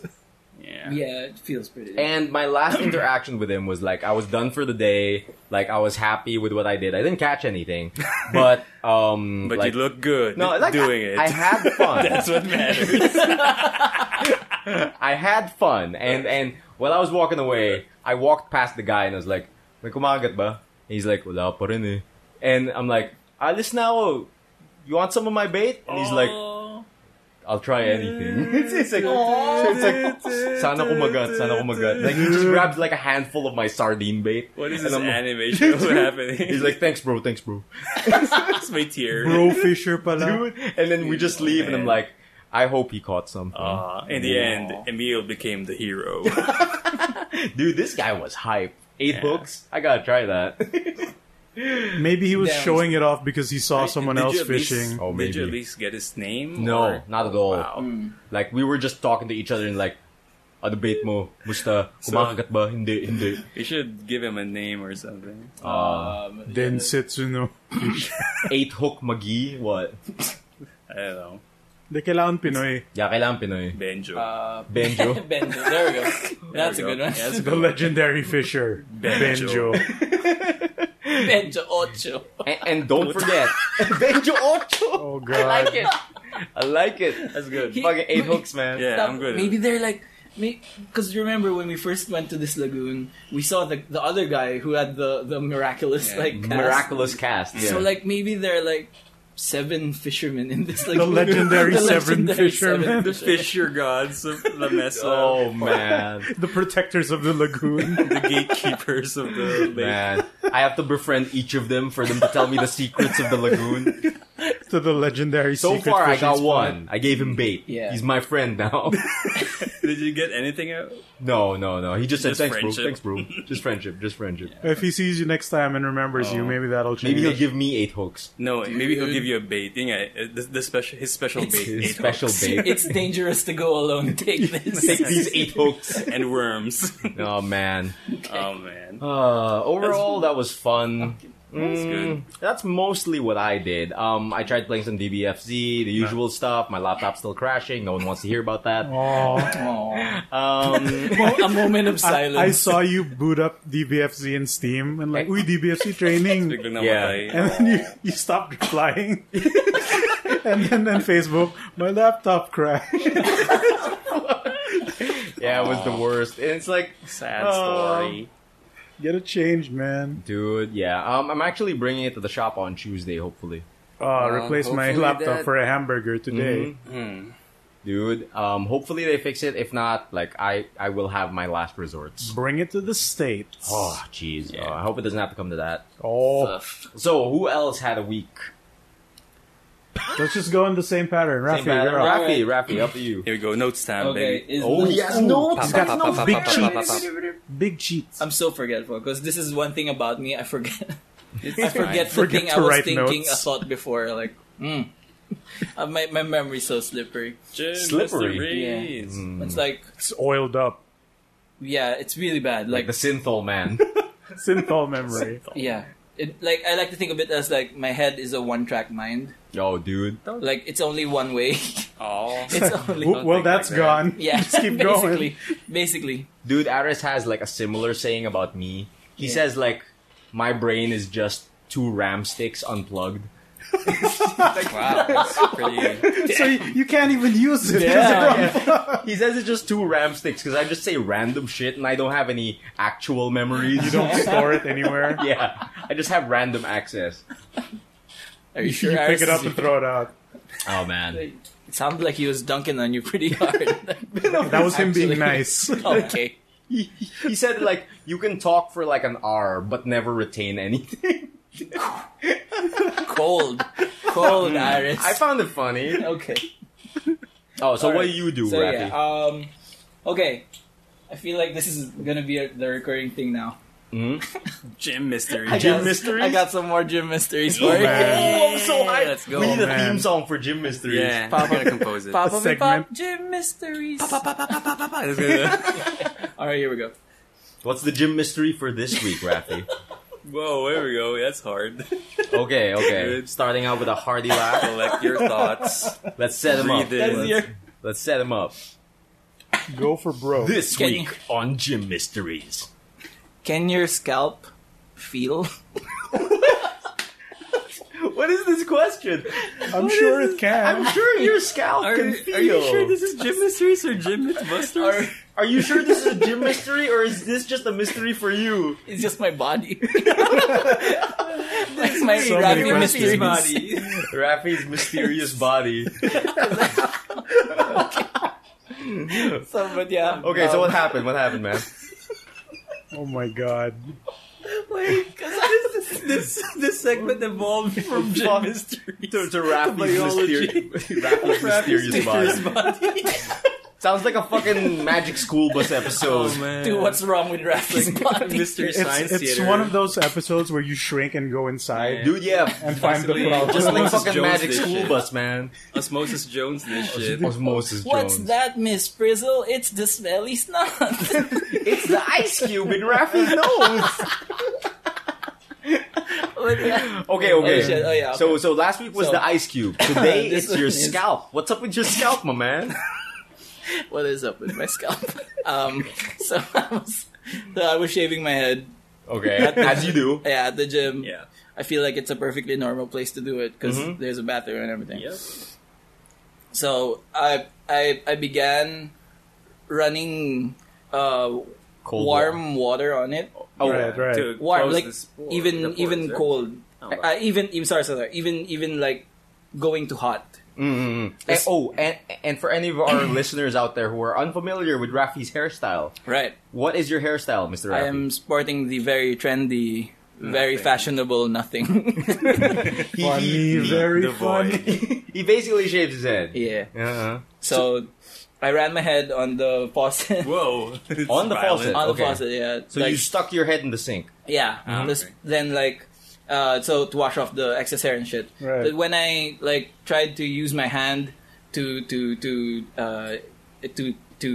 E: yeah.
C: Yeah, it feels pretty.
B: And my last interaction with him was like I was done for the day. Like I was happy with what I did. I didn't catch anything, but um,
E: But
B: like,
E: you look good
B: no, like,
E: doing
B: I,
E: it.
B: I had fun.
E: That's what matters.
B: I had fun, and and while I was walking away, I walked past the guy and I was like, "May kumagat ba?" And he's like, "Wala pa rin eh." And I'm like, "Alis na ako. You want some of my bait?" And he's
E: Oh.
B: like, "I'll try anything." it's, it's like,
E: Oh.
B: so it's like, "Sana kumagat, sana kumagat." Like he just grabs like a handful of my sardine bait.
E: what is
B: and
E: this
B: I'm-
E: animation What's happening?
B: He's like, thanks, bro. Thanks, bro.
E: it's my tear.
D: Bro Fisher pala.
B: Dude. And then we just leave, and I'm
E: man.
B: like, I hope he caught something.
E: Aw, Ah, Uh, in the end, Emil became the hero.
B: Dude, this guy was hype. Eight
E: Yeah.
B: hooks. I gotta try that.
D: Maybe he was
C: Damn.
D: showing it off because he saw someone
E: Did you
D: else
E: at least-
D: fishing.
B: Oh,
E: Did you at
B: maybe.
E: least get his name?
B: no,
E: or-
B: not at all.
E: Wow.
B: Like we were just talking to each other and like, ano bait mo? Musta? Kumakagat ba? Hindi, hindi.
E: You should give him a name or something.
B: Uh,
C: um,
D: Then Setsuno.
B: eight hook magi? What?
E: I don't know.
D: Hindi kailangan Pinoy.
B: Yeah, kailangan Pinoy.
E: Benjo.
C: uh,
B: Benjo.
C: Benjo. There we go. That's a
E: we
C: good
E: go.
C: one.
E: Yes.
D: The legendary Fisher. Benjo.
E: Benjo.
C: Benjo Ocho.
B: and, and don't forget, Benjo Ocho.
D: Oh,
C: I
D: God.
C: like it.
B: I like it. That's good.
C: He-
B: Fucking eight hooks, man.
E: Yeah,
C: Now,
E: I'm good.
C: Maybe they're like, because remember when we first went to this lagoon, we saw the the other guy who had the the miraculous
E: Yeah,
C: like cast.
B: Miraculous cast. Yeah.
C: So like maybe they're like seven fishermen in this
D: The
C: lagoon.
D: legendary
C: The
D: Severin
C: legendary
D: Fisherman.
E: the fisher gods of La Mesa.
B: oh man.
D: The protectors of the lagoon.
E: The gatekeepers of the lake.
B: Man, I have to befriend each of them for them to tell me the secrets of the lagoon.
D: to the legendary
B: So
D: secret
B: far, I
D: fishing
B: got
D: spot.
B: one. I gave him bait.
C: Yeah.
B: He's my friend now.
E: Did you get anything out?
B: no, no, no. He just said,
E: Just
B: thanks,
E: friendship.
B: bro. Thanks, bro. Just friendship. Just friendship.
D: If he sees you next time and remembers you,
E: Oh.
D: maybe that'll change.
B: Maybe he'll give me eight hooks.
E: No, maybe he'll
C: Dude.
E: give you a bait. Yung nga, uh, the, the special, his special
C: It's-
E: bait.
B: His
E: eight
B: special
E: hooks.
B: bait.
C: It's dangerous to go alone. Take this.
B: Take these eight hooks.
E: And worms.
B: Oh, man.
E: oh, man.
B: Uh, overall, that was fun.
E: That's
C: Mm.
E: good.
B: That's mostly what I did. Um, I tried playing some DBFZ, the usual stuff. My laptop's still crashing. No one wants to hear about that.
D: Aw.
C: Aw.
B: Um,
C: A moment of
D: I, I
C: silence.
D: saw you boot up DBFC in Steam and like, we DBFC training.
E: Biglang
B: Yeah.
E: namatay.
D: And then you, you stopped replying. and then then Facebook, my laptop crashed.
B: yeah, it was the worst. And it's like,
E: Sad
B: Oh.
E: story.
D: Get it changed, man.
B: dude, yeah. Um, I'm actually bringing it to the shop on Tuesday, hopefully.
D: Uh, replace my
E: hopefully
D: laptop
E: that-
D: for a hamburger today.
E: Hmm.
B: Dude, um, hopefully they fix it. If not, like, I, I will have my last resorts.
D: Bring it to the states.
B: Oh, jeez.
E: Yeah.
B: Oh, I hope it doesn't have to come to that.
D: Oh,
C: Ugh.
B: So, who else had a week?
D: let's just go in the same pattern. Rafi,
B: Same bad-
D: you're up.
B: Rafi, Rafi, up to you.
E: Here we go. Notes time,
C: Okay.
E: baby.
C: Is
B: Oh,
C: this-
B: he has notes.
D: He's got
E: Pa, pa,
D: no
E: pa, pa,
D: big
E: pa, pa, pa,
D: cheats.
E: pa, pa.
D: Big cheats.
C: I'm so forgetful because this is one thing about me. I forget. I
E: It's
C: forget the
D: Forget
C: thing I
D: to
C: was
D: write
C: thinking
D: notes.
C: a thought before. Like, mm. uh, my my memory's so slippery.
E: Jim,
B: Slippery.
E: Mr. Reeds.
C: It's like,
D: It's oiled up.
C: yeah, it's really bad.
B: Like
C: Like,
B: the synthol man.
D: Synthol memory.
C: yeah, it like I like to think of it as like my head is a one-track mind.
B: Yo, dude.
C: Like it's only one way.
E: Oh.
C: it's only
D: Oop, well,
E: think like
D: that's
E: that.
D: gone.
C: yeah.
D: Just keep
C: basically,
D: going.
C: basically,
B: Dude, Aris has like a similar saying about me. He
C: Yeah.
B: says like, my brain is just two RAM sticks unplugged. Like,
E: Wow, that's pretty.
D: So you, you can't even use it.
B: Yeah, yeah. He says it's just two RAM sticks because I just say random shit and I don't have any actual memories.
D: You don't store it anywhere.
B: yeah, I just have random access.
C: are you sure?
D: You pick
C: Aris
D: it
C: is-
D: up and throw it out.
B: Oh man,
C: It sounded like he was dunking on you pretty hard.
D: That was him being
C: Actually.
D: nice.
C: okay.
B: he, he said like you can talk for like an hour but never retain anything.
C: Cold. Cold,
D: Hmm.
C: Iris.
B: I found it funny.
C: okay.
B: Oh, so what
C: Alright.
B: do you do,
C: So,
B: Rafi?
C: yeah. Um, okay. I feel like this is gonna be a, the recurring thing now.
B: Mhm.
E: Jim Mystery.
C: I
B: Gym
C: got-
B: mysteries?
C: I got some more gym mysteries for
D: Oh,
C: you.
D: man.
B: Oh, I'm so hyped.
E: Let's go,
B: we need a
D: man.
B: theme song for Gym Mysteries.
E: Yeah,
C: Pop
E: I'm gonna compose it.
C: Pop
D: A
C: up and pop
D: segment.
C: gym mysteries.
E: That's good.
C: All right, here we go.
B: What's the gym mystery for this week, Rafi?
E: Whoa, there we go. That's hard.
B: okay, okay.
E: Good.
B: Starting out with a hearty laugh.
E: Collect your thoughts.
C: Oh,
B: Let's set him up.
E: Breathe in.
C: That's your
B: Let's set him up.
D: Go for broke.
B: This
C: Can
B: week on Gym Mysteries.
C: Can your scalp feel?
B: What is this question?
D: I'm sure it can.
B: I'm sure your scalp
E: Are, are
B: can
E: you
B: feel.
E: sure this is Jim Mysteries or Jim Mythbusters?
B: Are you sure this is a gym mystery or is this just a mystery for you?
C: It's just my body. That's my
D: So
C: Rafi
D: many questions.
C: mysteries.
E: body.
B: Rafi's mysterious body.
C: So, but yeah.
B: Okay, so
C: um,
B: what happened? What happened, man?
D: Oh my god.
C: Wait, 'cause I- this, this this segment evolved from
B: Fuck.
C: Jim Mysteries
B: To, to Rafi's,
C: biology.
B: mysteri- Rafi's mysterious body.
C: body
B: Sounds like a fucking Magic School Bus episode.
E: Oh man.
C: to what's wrong with Rafi's body.
E: Mystery Science
D: It's, it's
E: Theater.
D: one of those episodes where you shrink and go inside.
B: Dude, yeah.
D: And find the
E: Possibly.
D: problem.
B: Just like
E: Osmosis
B: fucking
E: Jones
B: Magic
E: did
B: School
E: shit.
B: Bus, man.
E: Osmosis Jones this
C: Oh,
E: shit.
B: Osmosis
C: What's that, Miss Frizzle? It's the smelly snot.
B: It's the ice cube in Rafi's nose. Okay, okay.
C: Oh, shit. Oh, yeah, okay.
B: So, so last week was
C: So-
B: the ice cube. Today
C: This
B: it's your
C: one is-
B: scalp. What's up with your scalp, my man?
C: what is up with my scalp? Um, so I was so I was shaving my head.
B: Okay, as you do.
C: Yeah, at the gym.
E: Yeah. Mm-hmm.
C: I feel like it's a perfectly normal place to do it because there's a bathroom and everything.
E: Yep.
C: So I I I began running uh,
B: Cold
C: warm water on it.
B: Oh,
D: Right, right.
E: To
C: Warm,
E: close
C: like
E: this port-
C: even
E: the port,
C: even
E: is it?
C: cold.
E: Oh,
C: Uh, even even sorry, sorry, sorry. even even like going to hot.
B: Mm-mm. And, oh, and and for any of our listeners out there who are unfamiliar with Rafi's hairstyle,
C: Right.
B: what is your hairstyle, Mister Rafi?
C: I am sporting the very trendy, very
E: Nothing.
C: fashionable nothing.
B: He,
D: Funny,
B: he-
D: very
E: the
D: funny.
E: void.
B: he basically shaves his head.
C: yeah.
B: Uh-huh.
C: So I ran my head on the faucet.
E: Whoa. It's
B: On the
E: violent.
B: faucet.
C: on the
B: Okay.
C: faucet, yeah.
B: So
C: Like-
B: you stuck your head in the sink.
C: Yeah.
E: Ah,
C: Just
E: okay.
C: then like uh so to wash off the excess hair and shit.
D: Right.
C: But when I like tried to use my hand to to to uh to to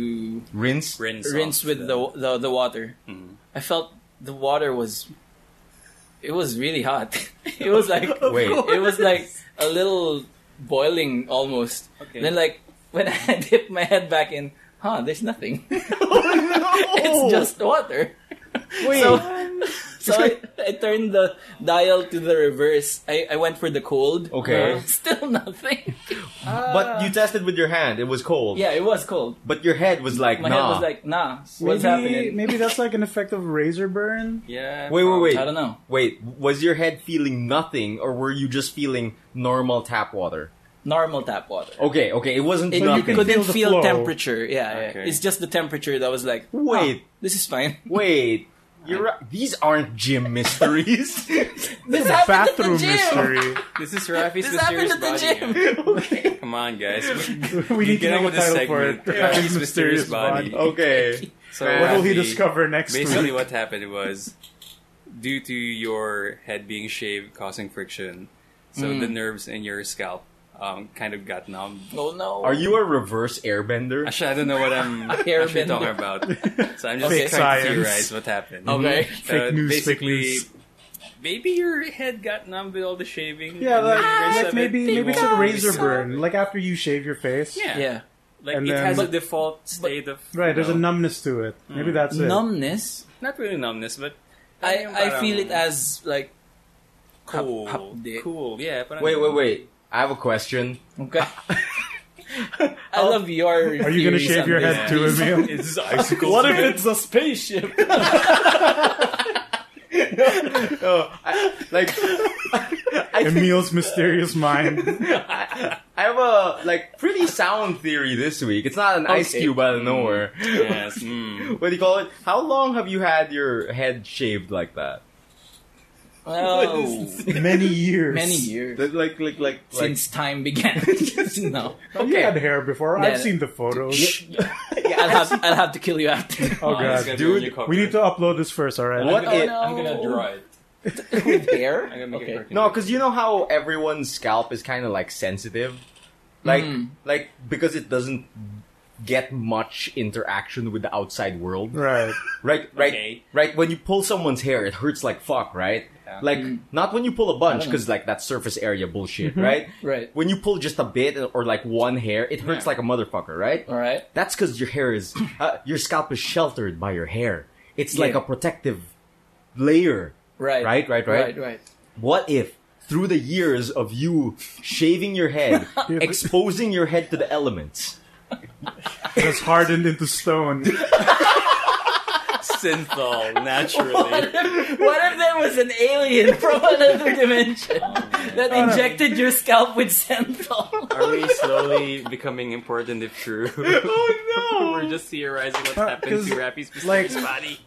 B: Rinse.
E: Rinse,
C: rinse
E: off
C: with the the, the water,
E: Mhm.
C: I felt the water was it was really hot. it was like
B: Wait.
C: it was like a little boiling almost.
E: Okay.
C: Then like when I dipped my head back in, huh, there's nothing.
B: Oh, no!
C: it's just water.
B: Wait.
C: So, So I, I turned the dial to the reverse. I, I went for the cold. Uh,
B: Okay.
C: Still nothing.
B: but you tested with your hand. It was cold.
C: Yeah, it was cold.
B: But your head was like,
C: My
B: nah.
C: head was like, nah, what's
D: maybe,
C: happening?
D: Maybe that's like an effect of razor burn.
E: Yeah.
B: wait, wait, wait.
C: I don't know.
B: Wait, was your head feeling nothing, or were you just feeling normal tap water?
C: Normal tap water.
B: Okay, okay, it wasn't
C: It
B: nothing.
C: couldn't
D: feel the
C: feel,
D: flow.
C: temperature. Yeah, yeah.
E: Okay.
C: It's just the temperature that was like,
B: Wait.
C: "Ah, this is fine.
B: Wait, you're right. These aren't gym mysteries.
C: This
D: Bathroom
C: at the gym.
D: mystery.
E: This is Rafi's
C: This happened
E: mysterious
C: at the
E: body.
C: gym.
B: okay.
E: Come on, guys.
D: we need to
E: Get
D: know a
E: on with this
D: title for it.
E: segment. Rafi's
D: Rafi's
E: mysterious body.
B: okay.
E: So
D: What will he
E: Rafi-
D: discover next
E: Basically,
D: week?
E: what happened was due to your head being shaved causing friction, so
D: Mm.
E: the nerves in your scalp um, kind of got numb.
C: Oh no.
B: Are you a reverse airbender?
E: Actually, I don't know what I'm actually
C: Airbender.
E: talking about, so I'm just
C: Fake
E: trying
D: science.
E: to theorize what happened. Uh,
C: okay?
D: Fake news, fake
E: basically,
D: news.
E: maybe your head got numb with all the shaving.
D: Yeah,
E: and
D: like,
E: the
D: like
E: rest of it
D: maybe maybe it's a
E: won't
D: razor
E: resolve
D: burn.
E: it.
D: Like after you shave your face.
E: yeah,
C: Yeah.
E: like
D: And
E: it
D: then-
E: has a
D: But-
E: default state of
D: Right, there's
E: you
D: a
E: know,
D: numbness to it. Maybe
E: Mm.
D: that's it.
C: Numbness.
E: not really numbness, but
C: I, I feel it
E: as.
C: as like
E: cool,
C: Hap- hapdi.
E: cool. Yeah. Parang
B: Wait, wait, wait. I have a question.
C: okay. I love your.
D: Are you gonna shave your head too, Emil?
E: It's icicles.
D: What if
E: man.
D: it-
C: It's a spaceship.
B: Oh, I, like, I think
D: Emil's mysterious mind.
B: I, I have a like pretty sound theory this week. It's not an ice
C: Okay.
B: cube out of nowhere.
E: Yes. Mm.
B: What do you call it? How long have you had your head shaved like that?
C: Oh,
D: Many years.
C: many years
B: Like, like, like, like
C: since time began. no,
D: Oh, You
B: okay.
D: had hair before.
C: Yeah.
D: I've seen the photos.
C: I'll have I'll have to kill you after.
D: Oh
E: it's
D: god.
E: gonna be
B: dude,
E: on your cover.
D: We need to upload this first, alright?
B: What
C: Oh,
B: if?
C: no.
E: I'm gonna draw it.
C: With hair?
E: I'm gonna make it
C: okay.
E: work.
B: No, because you know how everyone's scalp is kind of like sensitive, like
C: Mm.
B: like because it doesn't get much interaction with the outside world.
D: Right.
B: Right, right,
E: Okay.
B: right. When you pull someone's hair, it hurts like fuck, right?
E: Yeah.
B: Like not when you pull a bunch
C: Hmm. I don't
B: because like that surface area bullshit, right?
C: Right.
B: When you pull just a bit or like one hair, it hurts
E: Yeah.
B: like a motherfucker, right?
C: All right.
B: That's because your hair is uh, your scalp is sheltered by your hair. It's like
C: Yeah.
B: a protective layer.
C: Right.
B: Right, right, right.
C: Right. Right.
B: What if through the years of you shaving your head, exposing your head to the elements?
D: It's hardened into stone.
E: Synthol naturally.
C: What if there was an alien from another dimension that injected your scalp with synthol?
E: Are we slowly becoming important if true? Oh no! We're just theorizing what happened
D: Uh, 'cause,
E: to Rappy's
D: like-
E: mysterious body.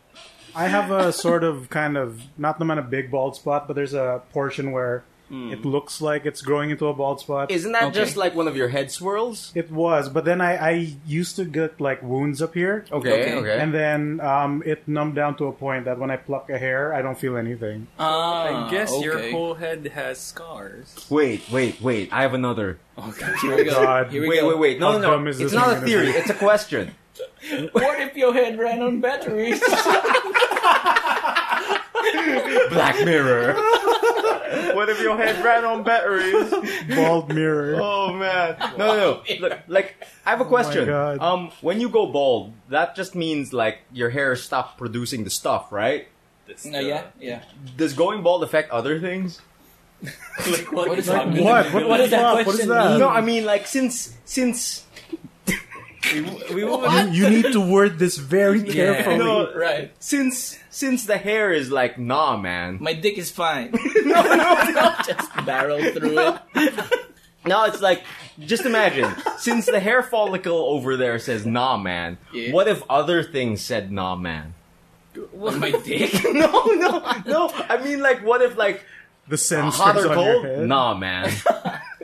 D: I have a sort of kind of not the man a big bald spot, but there's a portion where it looks like it's growing into a bald spot.
B: Isn't that
C: Okay.
B: just like one of your head swirls?
D: it was, but then I, I used to get like wounds up here.
B: Okay, okay.
C: Okay.
D: And then um, it numbed down to a point that when I pluck a hair, I don't feel anything.
C: Ah,
E: I guess your
C: okay.
E: whole head has scars.
B: Wait, wait, wait. I have another.
E: Okay.
C: Here we go.
D: God.
C: Here we
B: Wait,
C: go.
B: wait, wait. No,
D: How
B: no,
D: dumb
B: no.
D: is
B: It's
D: this
B: not
D: thing
B: a
D: gonna
B: theory.
D: be?
B: It's a question.
C: What if your head ran on batteries?
B: Black Mirror. what if your head ran on batteries?
D: Bald mirror.
B: Oh man. No, no, no. Look, like I have a question.
D: God.
B: Um, when you go bald, that just means like your hair stopped producing the stuff, right?
E: This,
C: no,
E: uh,
C: yeah, yeah.
B: Does going bald affect other things?
E: Like, what,
C: What is
E: like,
C: happening?
D: What? What,
C: What
D: what
C: does
D: is
C: that
D: that? What is
C: question
D: that?
C: mean?
B: No, I mean like since since
E: We will
D: You, you need to word this very carefully.
B: No.
C: Right.
B: since since the hair is like nah, man.
C: My dick is fine. Just barrel through it.
B: Now it's like just imagine since the hair follicle over there says nah, man.
C: Yeah.
B: What if other things said nah, man?
C: What, my dick?
B: No, no, no. I mean like what if like
D: The sensors
B: hot or
D: on your
B: cold?
D: head.
B: Nah, man.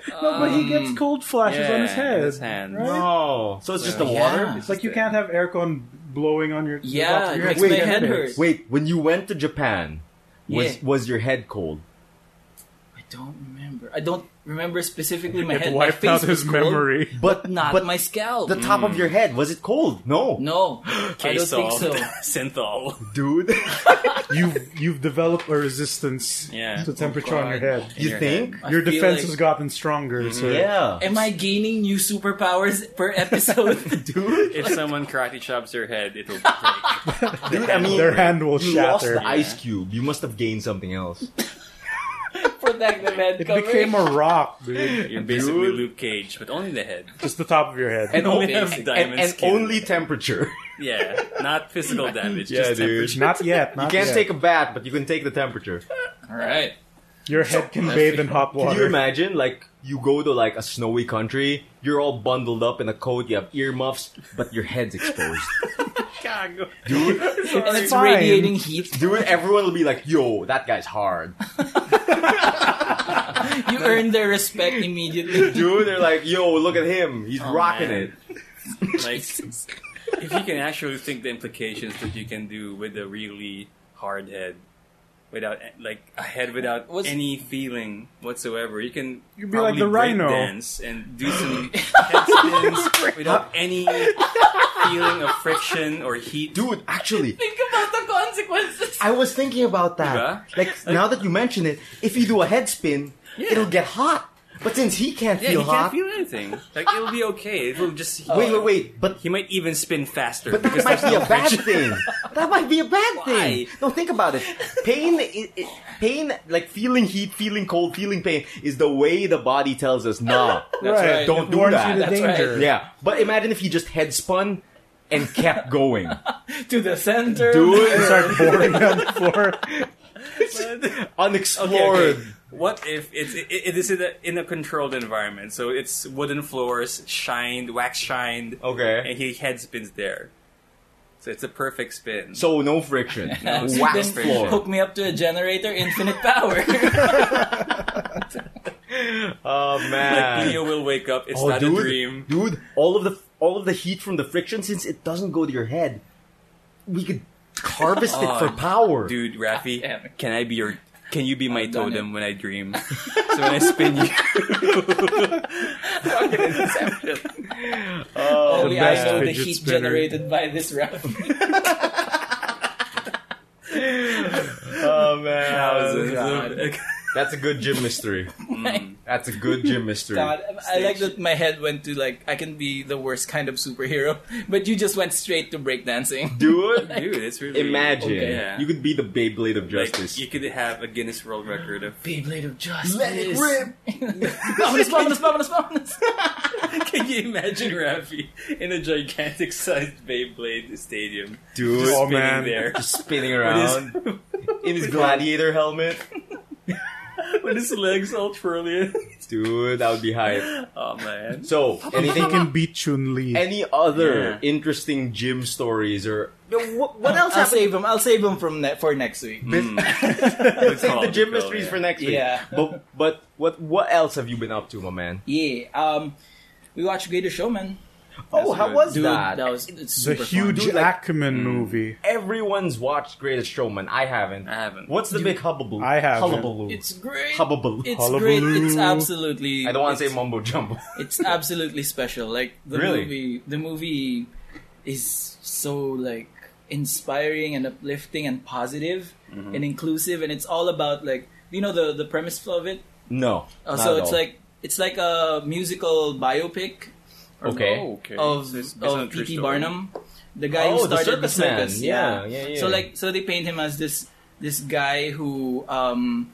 D: No, but he gets cold flashes on his
E: Yeah,
D: head.
E: in his hand.
D: right?
B: Oh, so it's just the
C: Yeah.
B: water.
D: It's like you can't have aircon blowing on your the
C: Yeah,
D: top of your
C: it
D: head.
C: makes my head hurt.
B: Wait, when you went to Japan, was
C: Yeah.
B: was your head cold?
C: My don't remember. I don't remember specifically my head.
D: It
C: My
D: wiped out
C: face
D: his
C: was cold,
D: memory.
C: but not
B: but
C: my scalp.
B: the top of your head was it cold? Mm. No,
C: no, I don't think so.
E: Synthol.
B: dude.
D: You've you've developed a resistance
E: Yeah.
B: Oh,
D: to temperature on your
C: God.
D: head.
E: In
B: you
E: your
B: think?
C: I
D: Your
C: feel
D: defense
C: like-
D: has gotten stronger. So
B: Mm-hmm. Yeah.
C: Am I gaining new superpowers per episode?
B: dude,
E: If someone karate chops your head, it'll break.
B: dude, I mean,
D: their hand will
B: you lost
D: shatter.
B: the ice cube. You must have gained something else.
C: Protect the head
D: It
C: covering.
D: became a rock, dude.
E: You're basically
B: Dude.
E: Luke Cage, but only the head.
D: Just the top of your head.
E: And only
C: Okay.
E: have
C: And-
E: diamond
B: and and
E: skin.
B: only temperature.
E: Yeah, not physical damage.
B: Yeah,
E: just
B: dude.
E: temperature.
D: not yet. Not
B: You can't
D: yet.
B: take a bath, but you can take the temperature.
C: All right.
D: Your head can bathe in hot
B: Can you
D: water.
B: imagine? Like you go to like a snowy country, you're all bundled up in a coat, you have earmuffs, but your head's exposed.
C: And it's
D: Fine.
C: radiating heat.
B: Dude, everyone will be like, "Yo, that guy's hard."
C: You earn their respect immediately.
B: Dude, they're like, "Yo, look at him, he's
E: Oh,
B: rocking
E: man.
B: it."
E: Like, if you can actually think the implications that you can do with a really hard head, without like a head without
C: What's-
E: any feeling whatsoever, you can
D: You'd be like
E: probably
D: the
E: break
D: rhino.
E: dance and do some head spins without any feeling of friction or heat.
B: Dude, actually,
C: Think about the consequences.
B: I was thinking about that.
E: Diba?
B: Like now that you mention it, if you do a head spin,
E: Yeah.
B: it'll get hot. But since he can't
E: yeah,
B: feel
E: he
B: hot,
E: can't feel anything. Like it'll be okay. It'll just
B: wait, wait, wait. But
E: He might even spin faster
B: But that
E: because
B: might
E: there's
B: be
E: no
B: a bad
E: friction.
B: thing. That might be a bad
C: Why?
B: thing. No, think about it. Pain, i i pain, like feeling heat, feeling cold, feeling pain, is the way the body tells us, nah,
C: That's right.
B: don't
D: It
B: do
D: warns
B: that.
D: you to
C: That's right.
D: danger.
B: yeah, but imagine if he just head spun and kept going.
C: To the center.
B: Dude,
D: Start boring on the floor.
E: Okay,
B: unexplored.
E: okay. What if it's it, it is in a, in a controlled environment? So it's wooden floors, shined, wax shined,
B: Okay.
E: and he head spins there. So it's a perfect spin.
B: So no friction.
C: Now,
B: Wax
C: then
B: floor.
C: Hook me up to a generator, infinite power.
B: Oh
E: like
B: man.
E: Leo will wake up. It's
B: Oh,
E: not
B: dude,
E: a dream.
B: dude, all of the all of the heat from the friction, since it doesn't go to your head, we could harvest it for
E: Oh,
B: power.
E: Dude, Rafi,
C: Damn it.
E: can I be your? Can you be my
C: I've done
E: totem when I dream? so when I spin you,
C: Only I
D: best
C: know the
D: fidget
C: heat
D: spinner.
C: generated by this round.
B: Oh man,
E: thousands of-
B: that's a good gym mystery.
E: Mm.
B: That's a good gym mystery.
C: God, I like that my head went to like I can be the worst kind of superhero, but you just went straight to breakdancing.
B: Dude,
E: dude, it's really
B: imagine
E: Okay, yeah.
B: you could be the Beyblade of
E: Like,
B: justice.
E: you could have a Guinness World Record of
C: Beyblade of Justice.
B: Let it rip.
C: Vamonos, vamonos, vamonos, vamonos.
E: Can you imagine Rafi in a gigantic sized Beyblade stadium?
B: Dude,
D: Oh,
E: spinning
D: man.
E: there
B: just spinning
E: with
B: around in his gladiator helmet.
E: his, with his legs all twirling.
B: Dude, that would be hype.
E: Oh man.
B: So,
D: Anything
B: anything,
D: can beat Chun Li.
B: any other
E: Yeah.
B: interesting gym stories or what, what else
C: I'll
B: happened?
C: save him. I'll save him from ne- for next week.
B: Let's save the
E: call, good
B: gym
E: call,
B: mysteries
E: yeah.
B: for next week.
C: Yeah.
B: But but what what else have you been up to, my man?
C: Yeah. Um, we watched Greater Showman.
B: Oh, how
E: good.
B: was
C: Dude, that was it's
D: the
C: super
D: huge
C: fun.
B: Dude, like- mm.
D: Ackman movie.
B: Everyone's watched Greatest Showman. I haven't.
E: I haven't.
B: What's the
C: You-
B: big hubbub?
D: I haven't.
B: Hullabaloo.
C: It's great.
B: Hubbub.
C: It's great.
D: Hullabaloo.
C: It's absolutely.
B: I don't want to say
C: it's-
B: mumbo jumbo.
C: It's absolutely special. Like the
B: Really?
C: movie, the movie is so like inspiring and uplifting and positive
B: Mm-hmm.
C: and inclusive, and it's all about like you know the the premise of it.
B: No.
C: Uh,
B: not
C: so
B: at
C: it's
B: all.
C: like it's like a musical biopic
B: okay.
E: okay.
C: of
E: So it's based on a
C: of
E: true
C: E.T.
E: story.
C: Barnum, the guy who
B: Oh, the
C: started the
B: circus man.
C: circus.
B: Yeah, yeah, yeah.
C: So like, so they paint him as this this guy who um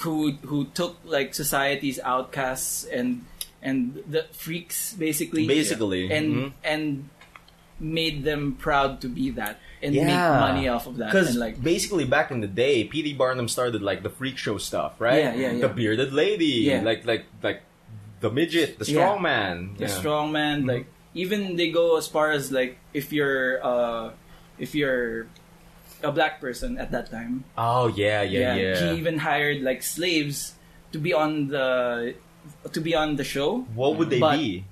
C: who who took like society's outcasts and and the freaks basically,
B: Basically.
C: and
B: mhm.
C: and made them proud to be that and make
B: Yeah.
C: money off of that
B: Because
C: and like
B: basically back in the day, P.D. Barnum started like the freak show stuff, right?
C: Yeah, yeah,
B: The
C: yeah.
B: bearded lady,
C: Yeah.
B: like like like the midget, the
C: Yeah.
B: strong man,
C: the
B: yeah. Mm-hmm.
C: strong man like even they go as far as like if you're uh if you're a black person at that time
B: Oh yeah, yeah, yeah.
C: he even hired like slaves to be on the to be on the show
B: What would they
C: But-
B: be?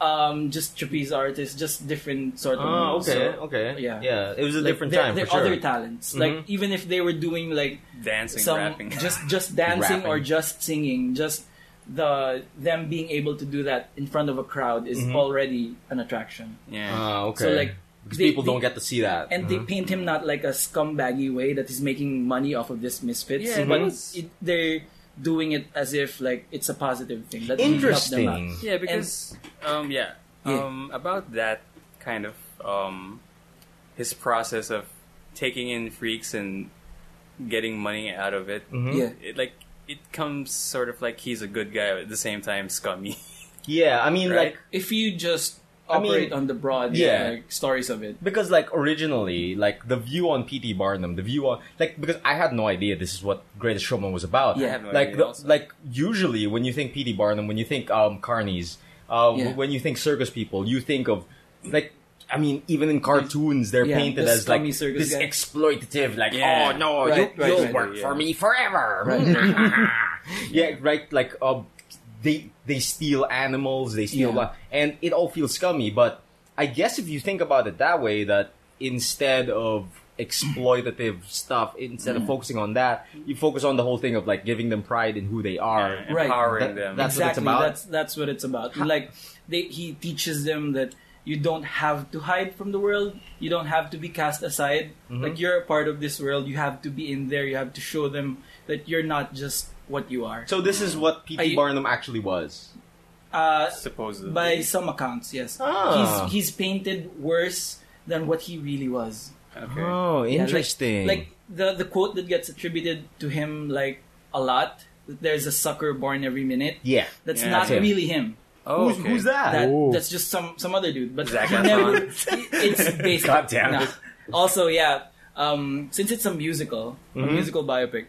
C: um, just trapeze artists, just different sort of.
B: Oh,
C: moves.
B: okay,
C: So,
B: okay.
C: yeah.
B: yeah. It was a
C: like,
B: different
C: they're-
B: time
C: they're
B: for sure.
C: other talents,
B: Mhm.
C: like even if they were doing like
E: dancing,
C: some
E: rapping.
C: just just dancing or
B: Rapping.
C: just singing, just the them being able to do that in front of a crowd is
B: Mhm.
C: already an attraction.
E: yeah.
B: Ah, okay. Mm-hmm.
C: So like
B: because
C: they-
B: people
C: they-
B: don't get to see that.
C: and they paint him not like a scumbaggy way that he's making money off of this misfits,
E: Yeah,
C: but
E: it was-
C: it, they're doing it as if like it's a positive thing. That he helped them out.
B: Interesting.
E: yeah, because um, yeah,
C: Yeah.
E: um, about that kind of um, his process of taking in freaks and getting money out of it.
B: Mhm.
C: Yeah.
E: It like it comes sort of like he's a good guy but at the same time scummy.
B: Yeah, I mean, like
E: Right?
C: If you just
B: I mean,
C: operate on the broad
B: yeah.
C: like, stories of it,
B: because like originally, like the view on P.T. Barnum, the view on like because I had no idea this is what Greatest Showman was about.
C: Yeah. I
E: have no
B: like
E: idea
B: the,
E: also.
B: like usually when you think P.T. Barnum, when you think um carnies, uh, w-
C: Yeah.
B: when you think circus people, you think of like. I mean, even in cartoons, they're
C: Yeah,
B: painted
C: the
B: as like
C: scummy
B: this
C: circus guy.
B: exploitative, like,
E: Yeah.
B: oh no,
C: Right,
B: you,
C: right,
B: you'll
C: right,
B: work
E: yeah.
B: for me forever. yeah, right. Like, uh, they they steal animals, they steal,
C: Yeah.
B: li- and it all feels scummy. But I guess if you think about it that way, that instead of exploitative stuff, instead
C: Mm.
B: of focusing on that, you focus on the whole thing of like giving them pride in who they are.
C: Right.
B: That-
E: Empowering
B: that's-
E: them.
B: what it's
C: exactly
B: about?
C: that's that's what it's about. like they, he teaches them that you don't have to hide from the world. You don't have to be cast aside.
B: Mm-hmm.
C: Like you're a part of this world. You have to be in there. You have to show them that you're not just what you are.
B: So this is what P.T.
C: I-
B: Barnum actually was.
C: Uh,
E: supposedly.
C: by some accounts, yes.
B: Ah.
C: He's he's painted worse than what he really was.
E: okay.
B: Oh,
C: Yeah, like- Like, the the quote that gets attributed to him like a lot. That there's a sucker born every minute.
B: yeah.
C: That's
E: Yeah,
C: not
B: that's him. Ah.
C: really him.
E: oh,
B: who's,
E: okay.
B: who's that?
C: That,
D: Oh.
C: that's just some some other dude. But
E: Zac
C: he
E: Efron.
C: never. it- It's based.
B: God damn
C: nah.
B: it.
C: Also, yeah. Um, since it's a musical, a
B: Mm-hmm.
C: musical biopic.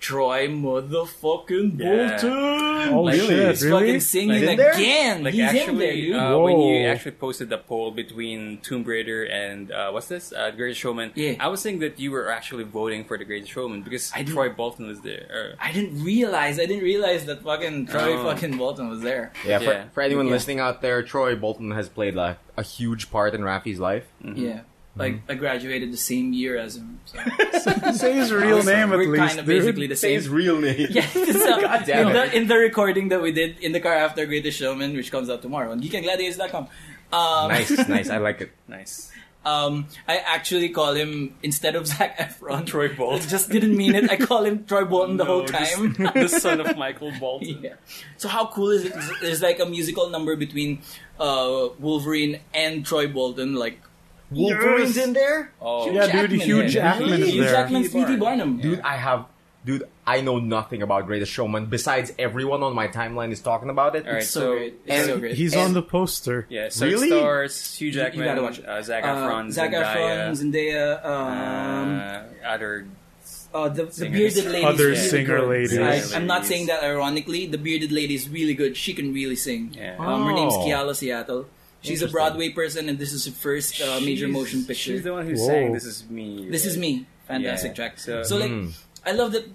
C: Troy motherfucking
E: Yeah.
C: Bolton.
D: Oh,
E: Like,
D: shit,
E: he's
C: He's
D: really?
C: fucking singing
B: He's in there?
C: again.
E: Like
C: He's in there,
E: actually,
C: dude.
E: uh, when you
D: Whoa.
E: actually posted the poll between Tomb Raider and uh, what's this, uh, Greatest Showman,
C: Yeah.
E: I was saying that you were actually voting for the Greatest Showman because
C: I didn't-
E: Troy Bolton was there. Uh,
C: I didn't realize. I didn't realize that fucking Troy
E: Oh.
C: fucking Bolton was there.
B: yeah, for,
E: Yeah.
B: for anyone
C: Yeah.
B: listening out there, Troy Bolton has played like a huge part in Rafi's life.
E: Mm-hmm.
C: Yeah. Like I graduated the same year as him. So
D: Say his real name at
C: we're
D: least.
C: kind of
D: dude.
C: basically the
B: Say
C: same.
B: his real name.
C: Yeah, so
B: God damn
C: in,
B: it.
C: the, in the recording that we did in the car after Greatest Showman, which comes out tomorrow on geekandgladiators.com, um,
B: nice, nice. I like it.
E: nice.
C: um, I actually call him instead of Zach Efron.
E: Troy
C: I
E: Bolton.
C: just didn't mean it. I call him Troy Bolton the
E: No,
C: whole
E: just-
C: time.
E: the son of Michael Bolton.
C: yeah. So how cool is it? There's like a musical number between uh, Wolverine and Troy Bolton, like
B: Wolverine's
D: Yes.
B: in there?
E: Oh,
D: Yeah, dude, Hugh
C: yeah.
D: Jackman is
C: Hugh
D: there.
C: Jackman's P.T. Barnum.
B: Dude, I have. Dude, I know nothing about Greatest Showman besides everyone on my timeline is talking about it.
E: All right.
C: It's so,
E: so-
C: great. It's
B: and
C: so great.
D: He's on the poster.
E: yeah. So
B: Really?
E: it stars Hugh
C: you
E: Jackman,
C: gotta watch it.
E: uh, Zac Efron,
C: uh, Zac Efron,
E: Zendaya,
C: Zendaya, um,
E: uh, other.
C: uh, the, the
E: singers.
C: bearded lady.
D: Other
C: really
D: singer
C: good.
D: ladies.
C: I, I'm not
E: Ladies.
C: saying that ironically. The bearded lady is really good. She can really sing.
E: Yeah.
C: Um, her name's
B: Oh.
C: Kiala Seattle. She's a
B: Interesting.
C: Broadway person, and this is her first uh, major
E: She's-
C: motion picture.
E: She's the one who
D: Whoa.
E: sang "This Is Me."
C: This is me. Fantastic
E: Yeah.
C: track.
E: So-
C: So, like,
B: Mm.
C: I love that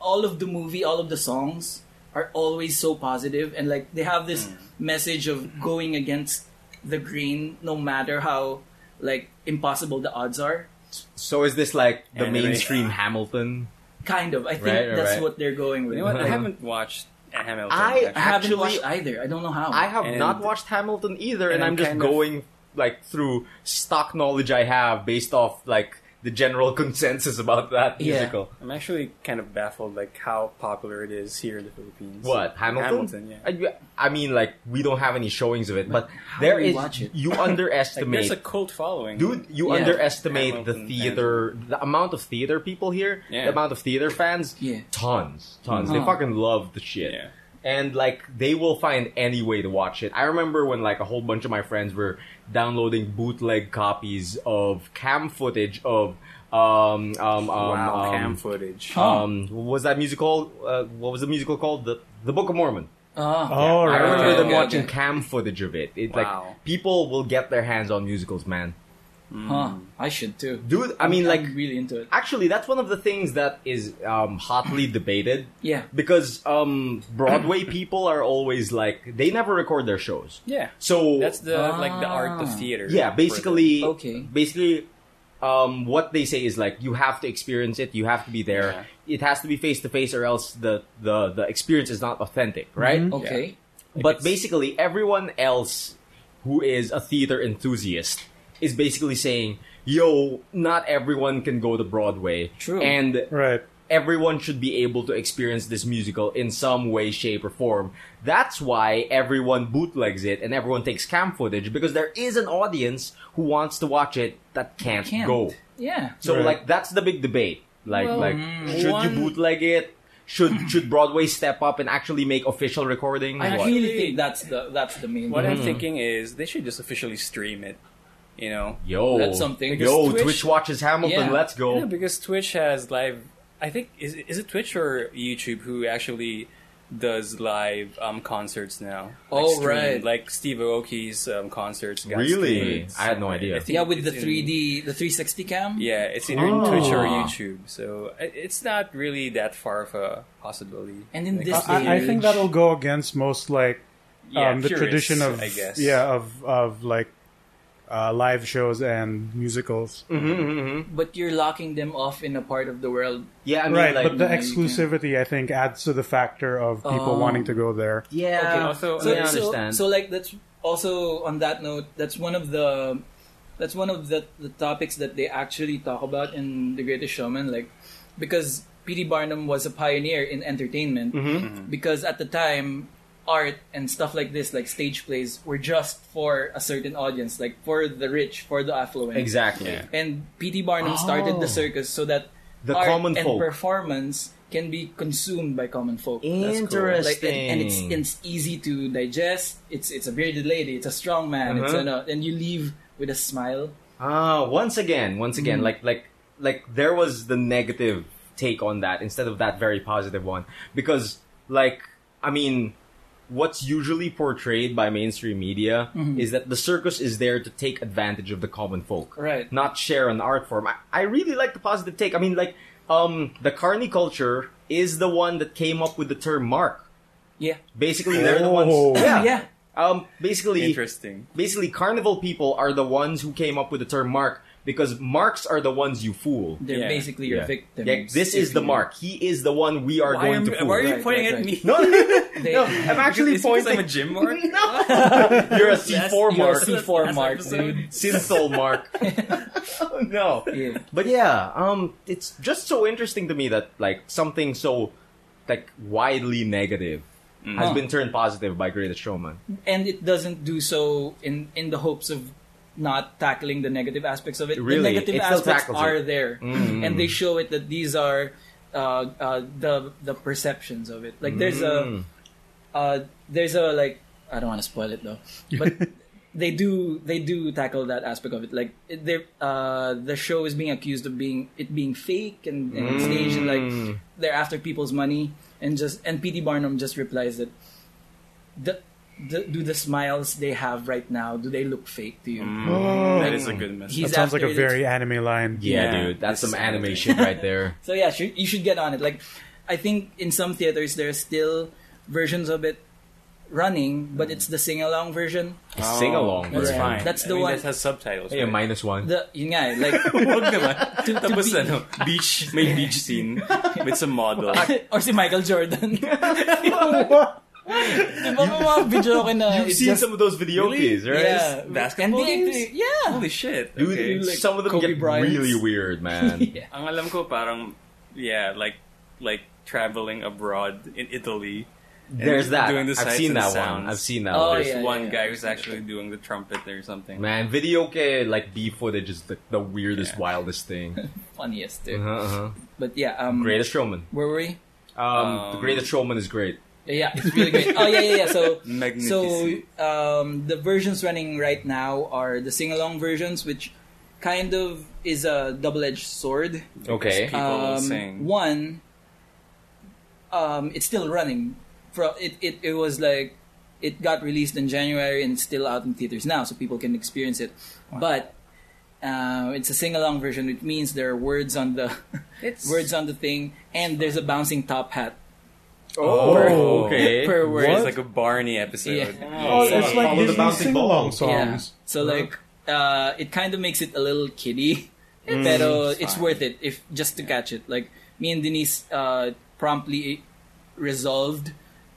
C: all of the movie, all of the songs are always so positive, and like they have this
B: Mm.
C: message of going against the grain, no matter how like impossible the odds are.
B: So is this like the
E: Anime.
B: mainstream Hamilton?
C: Kind of. I think
B: Right, right,
C: that's
B: right.
C: what they're going with.
E: You know what? I
C: Like,
E: haven't watched Hamilton.
B: I-
E: actually.
C: Uh-huh. I haven't
B: Actually-
C: watched either. I don't know how.
B: I have
E: And-
B: not watched Hamilton either, and,
E: and
B: I'm,
E: I'm
B: just
E: kind of-
B: going like through stock knowledge I have based off like the general consensus about that
C: Yeah.
B: musical.
E: I'm actually kind of baffled, like how popular it is here in the Philippines.
B: What Hamilton?
E: Hamilton, yeah.
B: I, I mean, like we don't have any showings of it, but
C: do
B: there
C: we
B: is
C: watch it?
B: you
E: Like,
B: underestimate
E: there's a cult following,
B: Dude, you
C: Yeah.
B: underestimate
E: Hamilton
B: the theater, the amount of theater people here,
E: Yeah.
B: the amount of theater fans.
C: Yeah.
B: Tons, tons. They
C: Mhm.
B: fucking love the shit.
E: Yeah.
B: And like they will find any way to watch it. I remember when like a whole bunch of my friends were downloading bootleg copies of cam footage of um um um,
E: Wow,
B: um,
E: cam footage.
B: um what was that musical uh, what was the musical called the the Book of Mormon.
C: Ah.
D: Oh,
B: I
D: right.
B: remember
E: Okay,
B: them
E: okay,
B: watching
C: okay.
B: cam footage of it. It
E: Wow.
B: like people will get their hands on musicals, man.
C: Huh. I should too.
B: Dude, I mean,
C: Mm. I'm
B: like,
C: really into it.
B: actually, that's one of the things that is um, hotly debated
C: Yeah.
B: because um, Broadway people are always like they never record their shows.
E: Yeah.
B: So
E: That's the like the art
C: Ah.
E: of theater.
B: Oh, yeah,
E: for
B: basically,
C: Okay.
B: basically, um, what they say is like you have to experience it. You have to be there. It has to be face to face, or else the, the the experience is not authentic,
C: Mm-hmm.
B: right?
C: Okay.
B: But
E: it's-
B: basically, everyone else who is a theater enthusiast is basically saying, "Yo, not everyone can go to Broadway,
C: True.
B: and
D: Right.
B: everyone should be able to experience this musical in some way, shape, or form. That's why everyone bootlegs it and everyone takes cam footage because there is an audience who wants to watch it that can't,
C: Can't.
B: go.
C: Yeah.
B: So
D: Right.
B: like that's the big debate. Like
E: Well,
B: like
C: mm-hmm.
E: mm,
B: should you
E: one-
B: bootleg it? Should should Broadway step up and actually make official recording?
C: I
B: What?
C: really think that's the that's the main.
E: What
C: one.
B: mm-hmm.
E: I'm thinking is they should just officially stream it. You know?
B: Yo,
C: That's
B: Yo,
C: something.
E: Because
B: Twitch,
E: Twitch-
B: watches Hamilton.
C: Yeah.
B: Let's go.
E: Yeah, because Twitch has live. I think is is it Twitch or YouTube who actually does live um concerts now? Like
C: Oh,
E: streamed,
C: right.
E: like Steve Aoki's um, concerts. Got
B: Really?
E: streamed.
B: I had no idea.
E: think
C: Yeah, with the
E: it's in-
C: 3D, the 360 cam.
E: Yeah, it's either
B: Oh.
E: Twitch or YouTube, so i- it's not really that far of a possibility.
C: And in
E: Like,
C: this
D: I, I think
C: Huge.
D: that'll go against most like
E: yeah,
D: um, the
E: purists,
D: tradition of
E: I guess.
D: yeah of of like uh, live shows and musicals.
B: Mm-hmm,
C: But you're locking them off in a part of the world.
B: Yeah, I mean,
D: right,
B: like,
D: but the
C: you know, you can-
D: exclusivity I think adds to the factor of people
C: Oh.
D: wanting to go there.
B: yeah.
C: Okay.
E: also,
B: Oh, I mean, I understand.
C: So, like that's also on that note, that's one of the that's one of the, the topics that they actually talk about in The Greatest Showman, like because P.D. Barnum was a pioneer in entertainment.
B: Mm-hmm.
C: Because at the time, art and stuff like this, like stage plays, were just for a certain audience, like for the rich, for the affluent.
B: exactly.
E: Yeah.
C: And P.D. Barnum started the
B: Oh.
C: circus so that
B: The
C: art
B: common
C: and
B: folk.
C: performance can be consumed by common folk.
E: That's cool.
C: Like, and, and it's
B: Interesting.
C: it's easy to digest. It's it's a bearded lady. It's a strong man. It's
B: Uh-huh.
C: an, uh, and you leave with a smile.
B: Ah, once again, once again, like like like there was the negative take on that instead of that very positive one because like I mean what's usually portrayed by mainstream media is that the circus is there to take advantage of the common folk
C: Right.
B: not share an art form I, I really like the positive take i mean like um the carney culture is the one that came up with the term mark
C: Yeah.
B: basically they're the
D: Oh.
B: ones yeah
C: Yeah.
B: um basically
E: interesting.
B: basically carnival people are the ones who came up with the term mark because marks are the ones you fool.
C: They're
E: Yeah.
C: basically your
B: Yeah.
C: victims.
B: Yeah, this
C: if
B: is the
C: you-
B: mark. He is the one we are
E: why,
B: going
E: am-
B: to fool.
E: why are you
C: Right,
E: pointing
C: right,
E: at
C: right.
E: me?
B: No,
C: They,
B: no, I'm actually
E: Is it because I'm a
B: pointing.
E: gym mark.
B: You're a C4
C: you are
B: mark,
E: That's-
C: C4
E: that's
C: mark,
E: episode.
C: dude.
B: Synthol mark. Oh, no,
C: Yeah.
B: but yeah, um, it's just so interesting to me that like something so like widely negative has
E: Mm.
C: Huh.
B: been turned positive by Greatest Showman.
C: and it doesn't do so in in the hopes of not tackling the negative aspects of it.
B: Really,
C: the negative
B: it still
C: aspects
B: tackles
C: are
B: it. Mm.
C: there, and they show it that these are uh, uh, the the perceptions of it. Like there's
B: Mm.
C: a uh, there's a like I don't want to spoil it though, but they do they do tackle that aspect of it. Like it- they uh, the show is being accused of being it being fake and, and staged,
B: Mm.
C: and like they're after people's money. And just and P.D. Barnum just replies that the, the do the smiles they have right now do they look fake to you?
B: Mm.
E: that is a good message.
C: He's
D: That sounds like a
C: after it.
D: very anime line.
B: Yeah,
E: Yeah.
B: dude, that's
E: This
B: some
E: is-
B: anime shit right there.
C: So yeah, should, you should get on it. Like, I think in some theaters there's still versions of it running, but it's the sing along version.
B: Sing along,
E: Oh, That's
C: Yeah.
E: fine.
C: That's the
E: I mean,
C: one-
E: that has subtitles.
B: Yeah, minus one.
C: The yun nga eh, like
E: Huwag naman.
C: to, to
E: Tapos
C: be-
E: ano, beach, may beach scene with some model.
C: or si Michael Jordan. Di ba may mga video ko na
B: You've
C: it's
B: seen
C: just-
B: some of those videotes, right?
C: yeah,
E: basketball
C: And they-
E: games?
C: Yeah.
E: Holy shit.
B: Dude,
E: Okay.
C: like
B: some of them
C: Kobe
B: get
C: Bryant's-
B: really weird, man.
C: Yeah.
E: Ang alam ko parang, yeah, like, like traveling abroad in Italy.
B: There's that.
E: Doing the
B: I've
E: sights
B: seen
E: and
B: that one.
E: sounds.
B: I've seen that one.
C: Oh,
E: There's
C: yeah,
E: one
C: yeah,
E: guy who's actually doing the trumpet or something.
B: Man, video ke, like B footage is the, the weirdest, wildest thing.
C: Funniest, dude.
B: Uh-huh, uh-huh.
C: But yeah, um,
B: Greatest Showman.
C: where were we?
B: Um, the
E: Um,
B: Greatest Showman is great.
C: Yeah, it's really great. Oh yeah, yeah, yeah. So so
E: Magnificent.
C: um, the versions running right now are the sing-along versions, which kind of is a double-edged sword.
B: Okay.
E: People
C: Um,
E: will sing.
C: One, um, it's still running. From it, it, it was like it got released in January and it's still out in theaters now, so people can experience it. But Uh, it's a sing-along version, which means there are words on the
E: It's
C: words on the thing, and there's a bouncing top hat.
B: Oh, okay.
C: Per word.
E: It's like a Barney episode.
C: Yeah.
A: Oh,
B: Yeah.
A: it's like
B: Follow the
A: Disney
B: bouncing
A: sing along
B: ball.
A: songs.
C: Yeah. So like uh, it kind of makes it a little kiddie, pero
E: Mm,
C: it's,
E: It's fine.
C: worth it if just to catch it. Like me and Denise uh, promptly resolved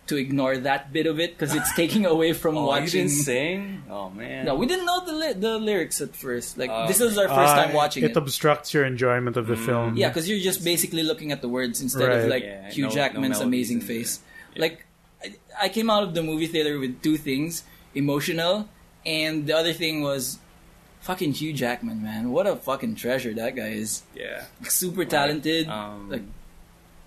C: to ignore that bit of it because it's taking away from
E: Oh, you
C: watching.
E: didn't sing? Oh man.
C: No, we didn't know the li- the lyrics at first. Like
E: Oh,
C: this is our first
D: Uh,
C: time watching
D: it.
C: it.
D: obstructs your enjoyment of the
B: Mm.
D: film.
C: Yeah, because you're just basically looking at the words instead of
D: Mm-hmm. Right.
C: like
E: Yeah,
C: Hugh
E: no- no
C: Jackman's
E: melodies
C: amazing
E: in there.
C: face. Like, I, I came out of the movie theater with two things: emotional, and the other thing was fucking Hugh Jackman, man. What a fucking treasure that guy is.
E: Yeah.
C: Super talented.
E: Um,
C: Like-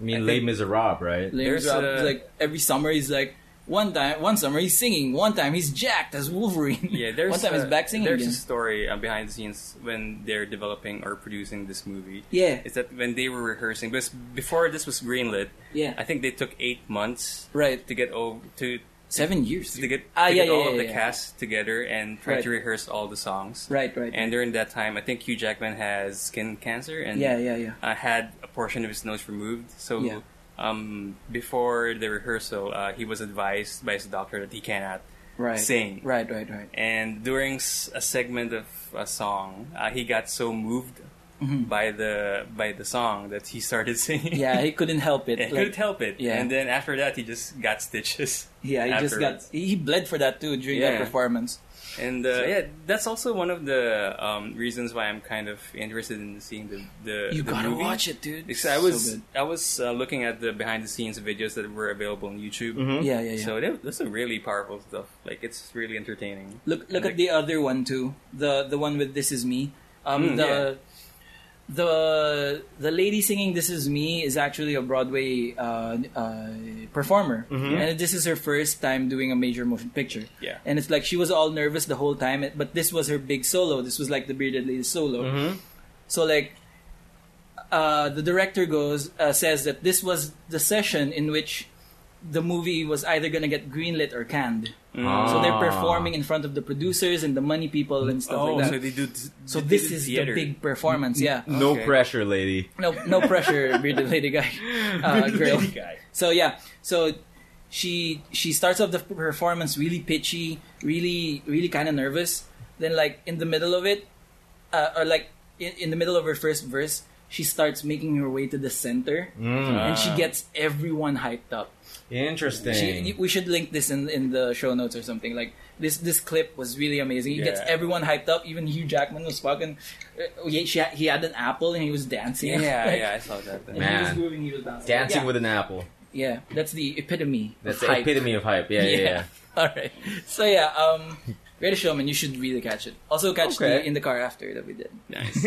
B: I mean, Les Miserables, right?
C: Like,
E: there's
C: Rob-
E: a-
C: like every summer he's like. One time, one summer he's singing. One time he's jacked as Wolverine.
E: yeah, there's
C: one time he's
E: a-
C: back singing
E: There's
C: again.
E: a story uh, behind the scenes when they're developing or producing this movie.
C: Yeah,
E: Is that when they were rehearsing? Because before this was greenlit,
C: yeah,
E: I think they took eight months
C: right.
E: to get over to
C: Seven years.
E: to get,
C: Ah,
E: to
C: yeah,
E: get
C: yeah,
E: all
C: yeah,
E: of the
C: yeah.
E: cast together and try
C: Right.
E: to rehearse all the songs.
C: Right, right.
E: And during that time, I think Hugh Jackman has skin cancer and
C: yeah, yeah, yeah.
E: uh, had a portion of his nose removed. So
C: Yeah.
E: um, before the rehearsal, uh, he was advised by his doctor that he cannot
C: Right.
E: sing.
C: Right, right, right.
E: And during s- a segment of a song, uh, he got so moved
C: Mhm.
E: by the by the song that he started singing.
C: yeah, he couldn't help it.
E: And he
C: Like,
E: couldn't help it.
C: yeah.
E: And then after that, he just got stitches.
C: yeah, he just got
E: afterwards.
C: he he bled for that too during that
E: Yeah.
C: performance.
E: And uh, yeah, that's also one of the um, reasons why I'm kind of interested in seeing the the
C: you
E: the
C: gotta
E: movie.
C: watch it, dude.
E: Because I was
C: So good.
E: I was uh, looking at the behind the scenes videos that were available on YouTube.
B: Mhm.
C: Yeah, yeah, yeah.
E: Hmm? So that, that's some really powerful stuff. Like it's really entertaining.
C: look, look
E: and
C: at the other one too. The the one with "This Is Me." Um,
E: Mm,
C: the
E: yeah.
C: the the lady singing "This Is Me" is actually a Broadway uh, uh, performer,
E: Mm-hmm.
C: and this is her first time doing a major motion picture.
E: Yeah.
C: and it's like she was all nervous the whole time, but this was her big solo. This was like the bearded lady solo.
E: Mm-hmm.
C: So like uh, the director goes uh, says that this was the session in which the movie was either going to get greenlit or canned.
E: Mm.
C: So they're
B: Ah.
C: performing in front of the producers and the money people and stuff
E: oh,
C: like
E: so
C: that.
E: they do. th-
C: So,
E: they
C: this
E: do
C: is
E: theater. Mm-hmm.
C: the big performance, yeah.
B: No
E: Okay.
B: pressure, lady.
C: No, no pressure, bearded lady guy, uh, girl. So yeah, so she she starts off the performance really pitchy, really really kind of nervous. Then like in the middle of it, uh, or like in, in the middle of her first verse, she starts making her way to the center,
B: Mm.
C: and she gets everyone hyped up.
B: Interesting.
C: She, you- we should link this in in the show notes or something. Like this this clip was really amazing. It gets
E: Yeah.
C: everyone hyped up. Even Hugh Jackman was fucking. Uh, he, she, he had an apple and he was dancing.
E: Yeah, yeah,
C: Like,
E: I saw that.
C: and
E: Then.
B: Man.
C: he was moving. He was dancing.
B: Dancing
C: yeah.
B: with an apple.
C: Yeah, that's the epitome.
B: That's
C: of
B: the
C: hype.
B: epitome of hype. Yeah, yeah, yeah.
C: All right. So yeah, um, Greatest Showman. You should really catch it. Also catch
B: Okay.
C: the in the car after that we did.
E: Nice.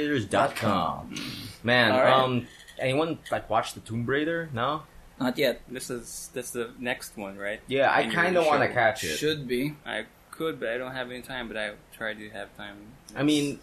B: geekandgladiators.com. Man,
C: All right.
B: um, anyone like watch the Tomb Raider? No.
C: Not yet.
E: This is that's the next one, right?
B: Yeah, I
E: Any
B: kind of
E: show.
B: want to catch it.
C: Should be.
E: I could, but I don't have any time. But I try to have time.
B: I mean,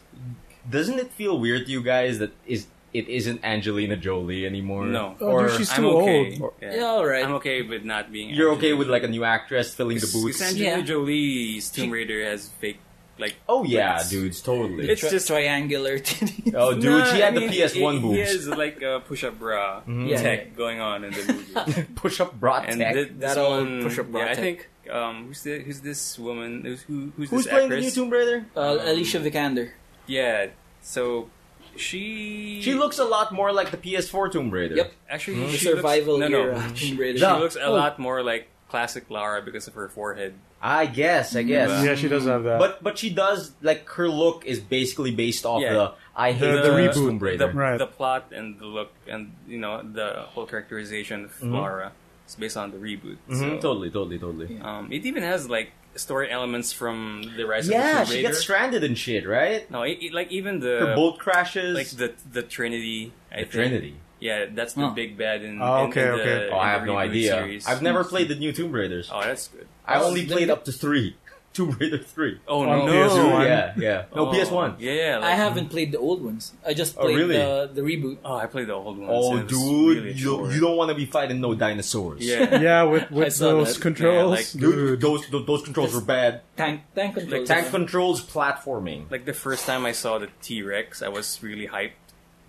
B: doesn't it feel weird to you guys that is it isn't Angelina Jolie anymore?
E: No.
D: Oh,
B: or
D: dude, she's
E: I'm
D: too
E: okay.
D: old.
E: Yeah.
C: Yeah, all right.
E: I'm okay with not being.
B: you're okay
E: Angelina
B: with like a
E: Jolie.
B: new actress filling the
E: Because- because
B: boots?
E: Angelina
C: Yeah.
E: Jolie's
C: She-
E: Tomb Raider has fake like.
B: Oh yeah,
E: boots.
B: dudes, totally.
E: It's
C: Tri-
E: just-
C: triangular. titties.
B: oh, dude, she had
E: I mean,
B: the PS1
E: he- He
B: boobs.
E: has like a push-up bra
B: Mhm.
C: Yeah.
E: tech going on in the movie.
B: Push-up bra
E: and
B: tech.
E: thi- this
C: That old
E: one,
C: push-up bra
E: yeah,
C: tech.
E: I think um, who's, the, who's this woman? Who's, who, who's,
B: Who's
E: this
B: playing
E: actress?
B: the new Tomb Raider?
C: Uh, Alicia Vikander.
E: Yeah, so she
B: She looks a lot more like the PS4 Tomb Raider.
C: Yep.
B: Mm,
E: actually
C: The
E: she
C: survival
E: looks, no, no,
C: era. Tomb Raider.
E: she
B: Yeah.
E: looks a
B: Oh.
E: lot more like classic Lara because of her forehead.
B: I guess. I guess.
E: Mm-hmm. Yeah.
D: Yeah, she does have that.
B: But but she does like her look is basically based off
E: Yeah.
B: the I hate the,
E: The- the
B: reboot
E: reboot.
B: Tomb Raider.
E: The,
D: Right.
E: the plot and the look and you know the whole characterization of
B: Mm-hmm.
E: Lara is based on the reboot.
B: Mhm,
E: So,
B: Totally, totally, totally. Yeah,
E: um, it even has like story elements from the Rise of the Tomb
B: she
E: Raider.
B: gets stranded and shit, right?
E: no, it, it- like even the
B: Her boat crashes.
E: like the the Trinity. I
B: The
E: think.
B: Trinity.
E: Yeah, that's the
C: Huh.
E: big bad in.
D: Oh,
E: in-
D: okay,
E: in the,
D: okay.
E: in
B: Oh, I
E: the
B: have no
E: reboot
B: idea.
E: Series.
B: I've never played the new Tomb Raiders.
E: Oh, that's good.
B: I
C: Oh,
B: only
C: then
B: played
C: you-
B: up to three. Tomb Raider 3.
E: Oh
D: On
E: no!
D: PS1.
B: Yeah, yeah. No,
E: Oh,
B: PS1.
E: Yeah,
C: I
E: like-
C: haven't played the old ones. I just
B: Oh,
C: played
B: really?
C: the, the reboot.
E: Oh, I played the old one.
B: Oh,
E: so it's
B: dude,
E: really
B: you,
E: short.
B: you don't want to be fighting no dinosaurs.
E: Yeah,
D: yeah, with,
C: I
D: with
C: saw
D: those
C: that.
D: controls.
E: Yeah,
B: Dude, those, those, those controls were bad.
C: Tank tank controls.
B: Tank controls, platforming.
E: like the first time I saw the T Rex, I was really hyped.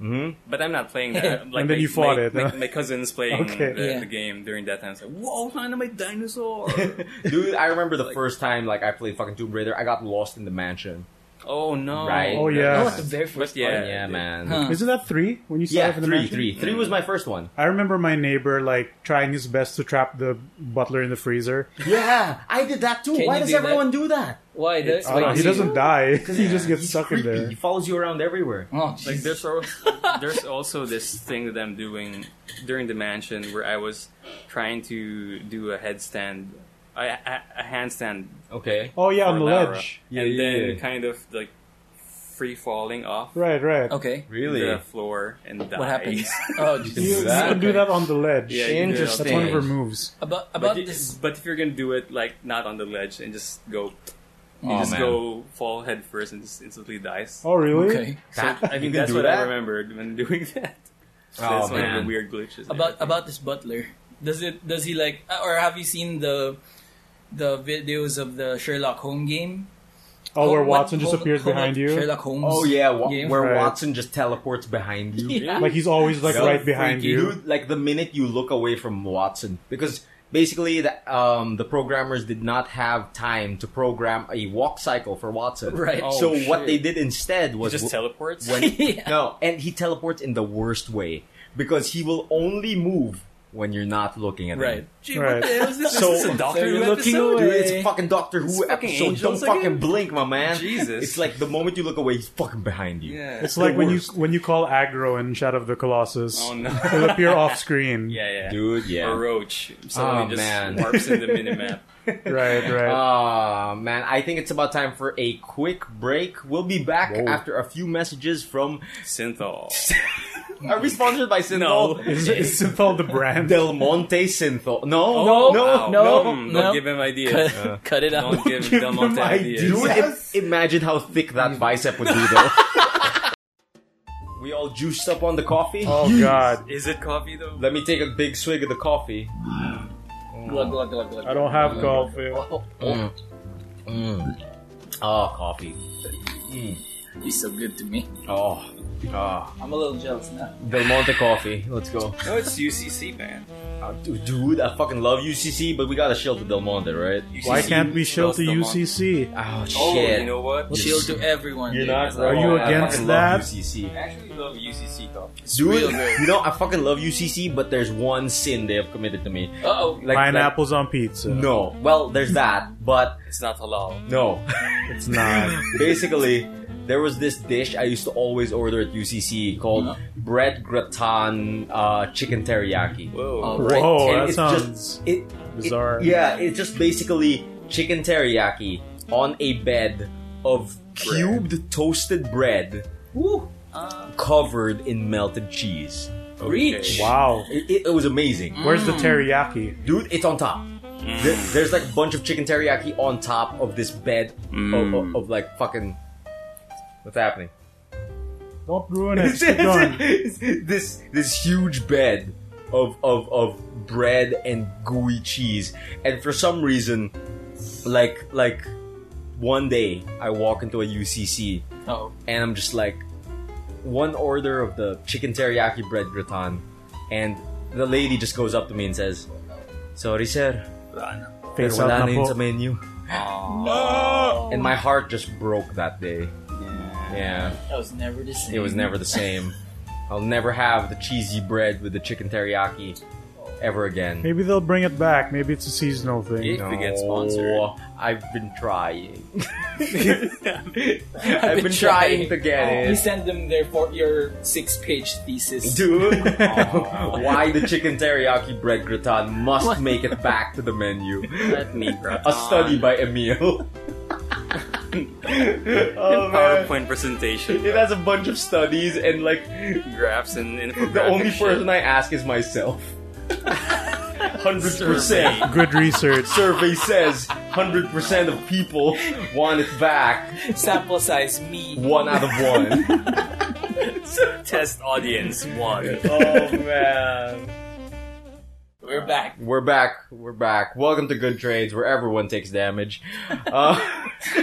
B: Mhm.
E: But I'm not playing that. Like
D: then
E: my,
D: you fought
E: my,
D: it,
E: My,
D: huh?
E: my cousin's playing
D: Okay.
E: the,
C: Yeah.
E: the game during that time. It's like, whoa, man, I'm a dinosaur.
B: Dude, I remember the
E: Like-
B: first time like I played fucking Tomb Raider. I got lost in the mansion.
E: oh no!
B: Right.
D: Oh, yeah.
C: Oh, it's the very
E: But
C: first
E: yeah,
B: Yeah, yeah
E: dude.
B: man.
C: Huh.
D: Isn't that three? When you saw
B: Yeah,
D: it for the
B: three,
D: mansion?
B: three, three was my first one.
D: I remember my neighbor like trying his best to trap the butler in the freezer.
B: Yeah, I did that too.
C: Can
B: Why
C: you
B: does
C: do
B: everyone do that?
C: Why? The,
E: It's
D: Uh,
E: like-
D: he doesn't die; he just gets
B: He's
D: stuck in
B: creepy.
D: there.
B: He follows you around everywhere.
C: Oh, jeez.
E: Like there's al- there's also this thing that I'm doing during the mansion where I was trying to do a headstand, a, a, a handstand,
B: Okay.
D: Oh yeah, on
E: for
D: the
E: an hour,
D: ledge.
B: Yeah,
E: and
B: yeah,
E: then
B: yeah.
E: kind of like free falling off
D: Right, right.
C: okay.
B: Really?
E: the floor and die.
C: What happens? Oh,
B: can
D: You,
B: do
D: you
C: jeez.
B: that?
D: can do
B: Okay.
D: that on the ledge.
E: Yeah, you can do it
D: That's
E: on
D: one of her
B: Interesting.
D: moves.
C: About
E: But,
C: about
E: you-
C: this.
E: but if you're gonna do it like not on the ledge and just go, you
B: Oh,
E: just
B: man.
E: go fall head first and just instantly dies.
D: Oh really?
C: Okay.
E: So
B: That- you
E: I
B: can
E: think that's
B: do
E: what
B: that?
E: I remembered when doing that. So
B: Oh,
E: it's one of
B: man.
E: the weird glitches. and
C: about
E: everything.
C: about this butler does it does he like uh, or have you seen the the videos of the sherlock holmes game
D: Oh, where
C: Hol- what-
D: Watson just
C: Hol-
D: appears
C: Hol-
D: behind you.
C: sherlock holmes
B: Oh yeah, wa-
C: game.
B: where
D: Right.
B: Watson just teleports behind you.
C: Yeah.
D: Like he's always like
B: So
D: right behind
B: freaky.
D: you.
B: Dude, like the minute you look away from Watson, because basically the um, the programmers did not have time to program a walk cycle for Watson.
C: Right. Oh,
B: so what
E: shit.
B: they did instead
E: He
B: was
E: just teleports.
B: when
C: Yeah.
B: no, and he teleports in the worst way because he will only move when you're not looking at
C: right
B: him.
E: Gee,
D: Right.
E: what the hell is this?
B: So-
E: is this a Doctor
C: So
E: Who
C: you're looking
E: episode?
C: away.
B: Dude, it's fucking Doctor Who
E: fucking
B: episode. Don't
E: angels
B: fucking
E: again?
B: blink, my man.
E: Jesus.
B: It's like the moment you look away, he's fucking behind you.
E: Yeah.
D: It's
B: the
D: like when you
B: worst.
D: when you call aggro in Shadow of the Colossus.
E: oh no.
D: It'll appear off screen.
E: yeah, yeah.
B: Dude, yeah.
E: Or Roach. Suddenly
B: Oh,
E: just
B: man.
E: warps in the minimap.
D: Right,
E: Uh,
D: right.
B: Ah man, I think it's about time for a quick break. We'll be back
D: Whoa.
B: after a few messages from.
E: Synthol.
B: Are we sponsored by Synthol?
D: is, is Synthol the brand?
B: Del Monte Synthol. No,
C: No,
B: no,
E: Wow.
C: no,
E: Mm,
C: no.
E: Don't give him ideas.
C: cut, cut it out
E: Don't give
D: give
E: Del
D: them
E: Monte
D: ideas.
E: ideas.
B: Dude,
D: Yes.
B: im- imagine how thick that bicep would be, though. we all juiced up on the coffee.
D: Oh god.
E: Is it coffee though?
B: Let me take a big swig of the coffee.
C: Glug, glug, glug, glug.
D: I don't have coffee.
C: oh,
B: Mm. Mm.
D: Ah,
B: Oh, coffee. Mm.
C: he's so good to me
B: Oh, oh.
C: i'm a little jealous now
B: Del Monte coffee. Let's go.
E: No, it's UCC, man.
B: Uh, dude, dude, I fucking love UCC, but we gotta shield to Del Monte, right?
D: Why
E: UCC
D: can't we shield
E: lost
D: to
E: the mon-
D: UCC?
B: Oh, shit.
E: Oh, you know what?
C: shield to everyone
B: You're
C: dude.
B: not
E: Are
B: wrong.
D: you
B: oh, I
D: against
B: fucking
D: that?
B: Love UCC.
E: I actually love UCC coffee.
B: Dude,
C: real good.
B: you know, I fucking love UCC, but there's one sin they have committed to me.
C: uh-oh
B: Like,
D: Pineapples on pizza.
B: like- no. Well, there's that, but
E: It's not halal.
B: no.
D: It's not.
B: Basically, there was this dish I used to always order at UCC called
D: Uh-huh.
B: bread gratin uh, chicken teriyaki.
E: Whoa.
C: Oh. Right.
D: Whoa,
B: And
D: that
B: it's
D: sounds
B: It
D: bizarre.
B: It, yeah, it's just basically chicken teriyaki on a bed of cubed toasted bread
C: Woo.
B: covered in melted cheese.
C: reach
D: Wow. Mm.
B: It, it, it was amazing.
D: Where's the teriyaki?
B: Dude, it's on top. There,
D: Mm.
B: there's like a bunch of chicken teriyaki on top of this bed
D: Mm.
B: of, of, of like fucking. What's happening?
D: Don't ruin it. Keep going.
B: this this huge bed of, of of bread and gooey cheese, and for some reason, like like one day I walk into a UCC
C: oh
B: and I'm just like one order of the chicken teriyaki bread gratin, and the lady just goes up to me and says, "Sorry, sir, pero
D: Face out na
B: wala na yun sa
D: po.
B: menu."
C: no
B: And my heart just broke that day. Yeah.
C: that was never the same
B: It was never the same. I'll never have the cheesy bread with the chicken teriyaki ever again.
D: Maybe they'll bring it back. Maybe it's a seasonal thing.
E: Yeah. If we get sponsored.
B: No, I've been trying.
C: I've,
B: I've been trying to get
C: Oh. you
B: it.
C: send them there for your six-page thesis
B: Dude, why the chicken teriyaki bread gratin must make it back to the menu.
E: Let me grab
B: A study by Emil. oh man.
E: PowerPoint presentation.
B: It has a bunch of studies and like
E: graphs and infographics.
B: the only person I ask is myself. 100%.
D: Good research.
B: survey says 100% of people want it back.
C: Sample size me.
B: One out of one.
E: Test audience one.
B: oh, man.
C: We're back.
B: We're back. We're back. Welcome to Good Trades, where everyone takes damage. Uh,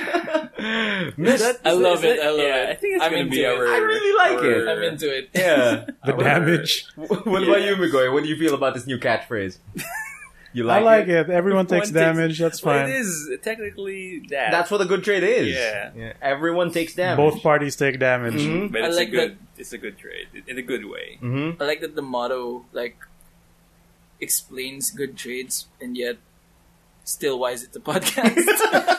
B: Miss-
C: I love it. I love
E: yeah,
C: it.
E: I think it's
C: I'm
E: gonna be
C: into it.
E: our.
B: I really like it.
E: our-
C: I'm into it.
B: yeah.
D: The damage.
B: What about you, Migoy? What do you feel about this new catchphrase? You like,
D: I like it. Everyone
E: Everyone
D: takes
E: takes-
D: damage. That's
E: Well,
D: fine.
E: it is technically that.
B: That's what a good trade is.
E: Yeah.
B: Everyone takes damage.
D: Both parties take damage.
B: Mhm.
E: but
C: I
E: it's
C: like
E: a good. It's a good trade in a good way.
B: Mhm.
C: I like that the motto like explains good trades and yet still why is it the podcast?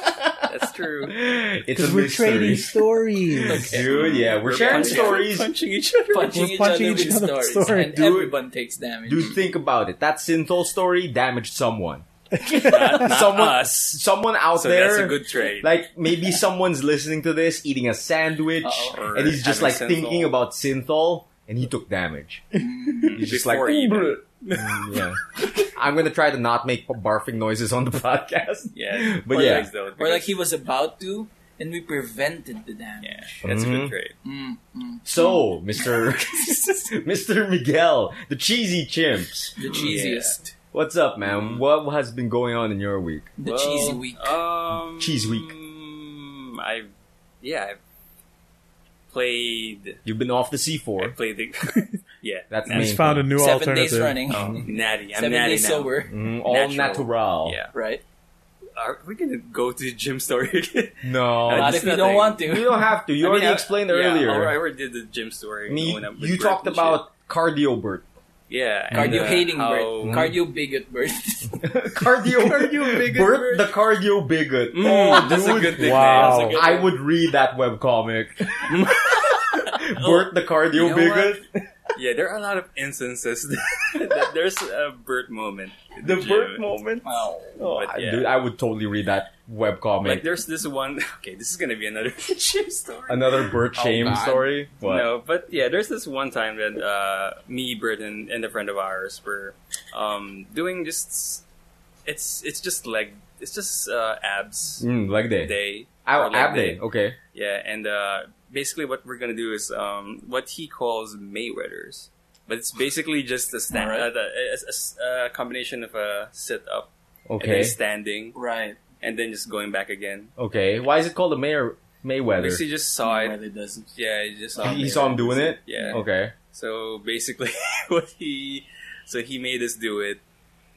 E: That's true.
B: It's a mystery.
D: stories.
B: Dude, yeah, we're, sharing
C: punching-
B: stories.
E: punching each other.
C: punching
D: We're
C: each
D: punching
C: other
D: each
C: with
D: other's
C: stories
D: story,
C: and
B: dude.
C: everyone takes damage.
B: Dude, think about it. That Synthol story damaged someone.
E: Not
B: Someone-
E: us.
B: Someone out
E: So
B: there.
E: that's a good trade.
B: like maybe someone's listening to this, eating a sandwich,
C: Uh-oh.
B: and he's just like
E: Oh, Having
B: thinking
E: Synthol.
B: about synthol, and he took damage. He's just like,
E: Before he did.
B: "Mm, yeah. I'm gonna try to not make barfing noises on the podcast.
E: yeah,
B: But
E: Or
B: yeah.
E: like though,
C: or like
E: because-
C: he was about to and we prevented the damage.
E: Yeah, that's a
B: Mhm.
E: good trade.
C: Mm, mm.
B: So, Mister Mister Miguel, the cheesy chimps,
C: The cheesiest.
B: what's up, man? What has been going on in your week?
C: The
E: Well,
C: cheesy week.
E: Um, mm,
B: Cheese week.
E: I yeah, I've played.
B: You've been off the
E: I
B: C4.
E: played the yeah.
B: That's
E: natty.
D: He's found a new
C: Seven
D: alternative.
C: days running.
E: Oh,
B: Um,
E: natty. I'm
C: Seven
E: natty
C: days
E: now.
C: sober.
B: Mm, all
E: Natural.
B: natural.
E: Yeah.
C: Right?
E: Are we gonna go to the gym story again?
B: No,
E: Uh,
C: Not
E: just
C: if you
E: nothing.
C: don't want
B: you
C: to.
B: don't have to. You
E: I mean,
B: already
E: I-
B: explained
E: yeah,
B: earlier.
E: I already did the gym story.
B: I mean,
E: when I was
B: you
E: with
B: talked
E: Bert and
B: about cardio Bert.
E: shit. yeah, and,
C: Cardio
E: uh,
C: hating
E: how-
C: bird. Cardio bigot bird.
B: cardio,
E: Cardio bigot
B: Bert
E: Bert.
B: the cardio bigot.
E: Mm, that's a
B: dude.
E: good nickname.
D: Wow.
E: That's a good
B: I would read that webcomic. Bert the cardio
E: Oh, You know
B: bigot.
E: Yeah, there are a lot of instances that, that there's a Bert moment. in
B: The
E: gym.
B: Bert moment.
C: Wow.
B: Oh,
E: But
B: I-
E: yeah.
B: Dude, I would totally read that webcomic.
E: Like there's this one. Okay, this is gonna be another gym story.
B: Another Bert
C: Oh,
B: shame
C: God.
B: story. What?
E: No, but yeah, there's this one time that uh, me, Bert, and, and a friend of ours were um, doing just it's it's just leg it's just uh, abs
B: Mm, leg day.
E: day.
B: Ow,
E: or leg
B: ab day. Okay.
E: Yeah, and uh, basically what we're gonna do is um, what he calls Mayweather's, but it's basically just a stand,
C: Alright.
E: uh, the- a, a- a- a combination of a sit up and
B: Okay.
E: then standing
C: Right.
E: and then just going back again.
B: Okay. Why is it called the Mayor Mayweather?
E: Basically, just saw it.
C: Rather doesn't.
E: Yeah, he just saw.
B: He
E: Mayweather.
B: he saw Oh. him doing it.
E: Yeah.
B: Okay.
E: So basically, what he so he made us do it.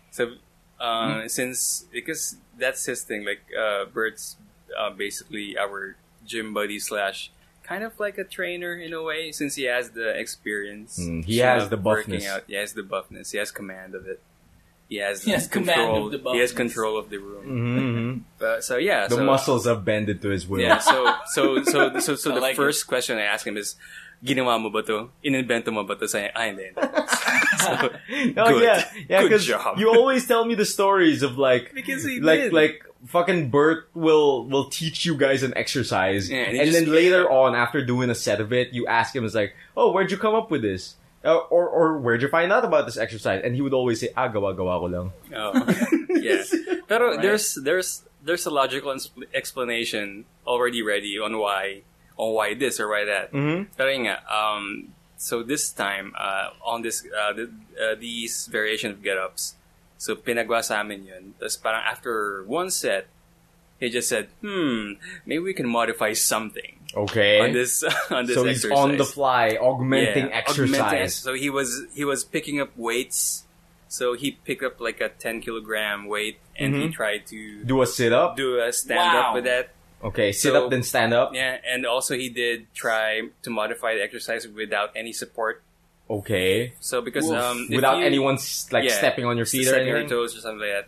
E: So
B: Hmm.
E: uh, since because that's his thing, like uh, Bert's uh, basically our gym buddy slash kind of like a trainer in a way, since he has the experience.
B: Mm, he has
E: of
B: the
E: working
B: buffness.
E: Out. He has the buffness. He has command of it. He has,
C: He has
E: control.
C: command of the
E: He has
C: buffness.
E: control of the room.
B: hmm
E: Uh, so yeah,
B: The
E: so,
B: muscles have bended to his will.
E: Yeah, so so so so, so
C: I
E: the
C: like
E: first question I ask him is, "Ginawa mo ba to? Inimbento mo ba to?" Saying, "Ah, hindi." hindi." So,
B: Oh
E: Good.
B: yeah, yeah.
E: Good
B: Because
E: job.
B: you always tell me the stories of like,
E: Because he
B: like,
E: did.
B: like fucking Bert will will teach you guys an exercise,
E: Yeah, and
B: and,
E: he just-
B: then later on, after doing a set of it, you ask him, "It's like, oh, where'd you come up with this?" Uh, or or where'd you find out about this exercise? And he would always say, "Ah, gawa gawa ko lang."
E: oh, yeah. Pero there's there's there's a logical ins- explanation already ready on why on why this or why that.
B: Mm-hmm.
E: Pero yun nga, um, so this time uh, on this uh, the, uh, these variation of get-ups, so pinagawa sa amin yun. Tapos parang after one set, he just said, "Hmm, maybe we can modify something
B: Okay.
E: on this on this
B: so he's
E: exercise."
B: on the fly, augmenting
E: Yeah,
B: exercise.
E: augmenting ex- so he was he was picking up weights. So he picked up like a ten kilogram weight, and he tried to
B: Mm-hmm.
E: do,
B: Do a sit up.
E: a stand
C: Wow.
E: up with that.
B: Okay, sit
E: So-
B: up then stand up.
E: Yeah, and also he did try to modify the exercise without any support.
B: Okay,
E: So
C: Oof.
E: because um, if
B: without
E: you-
B: anyone s- like
E: yeah,
B: stepping on your feet or
E: stepping on your
B: anything.
E: toes or something like that,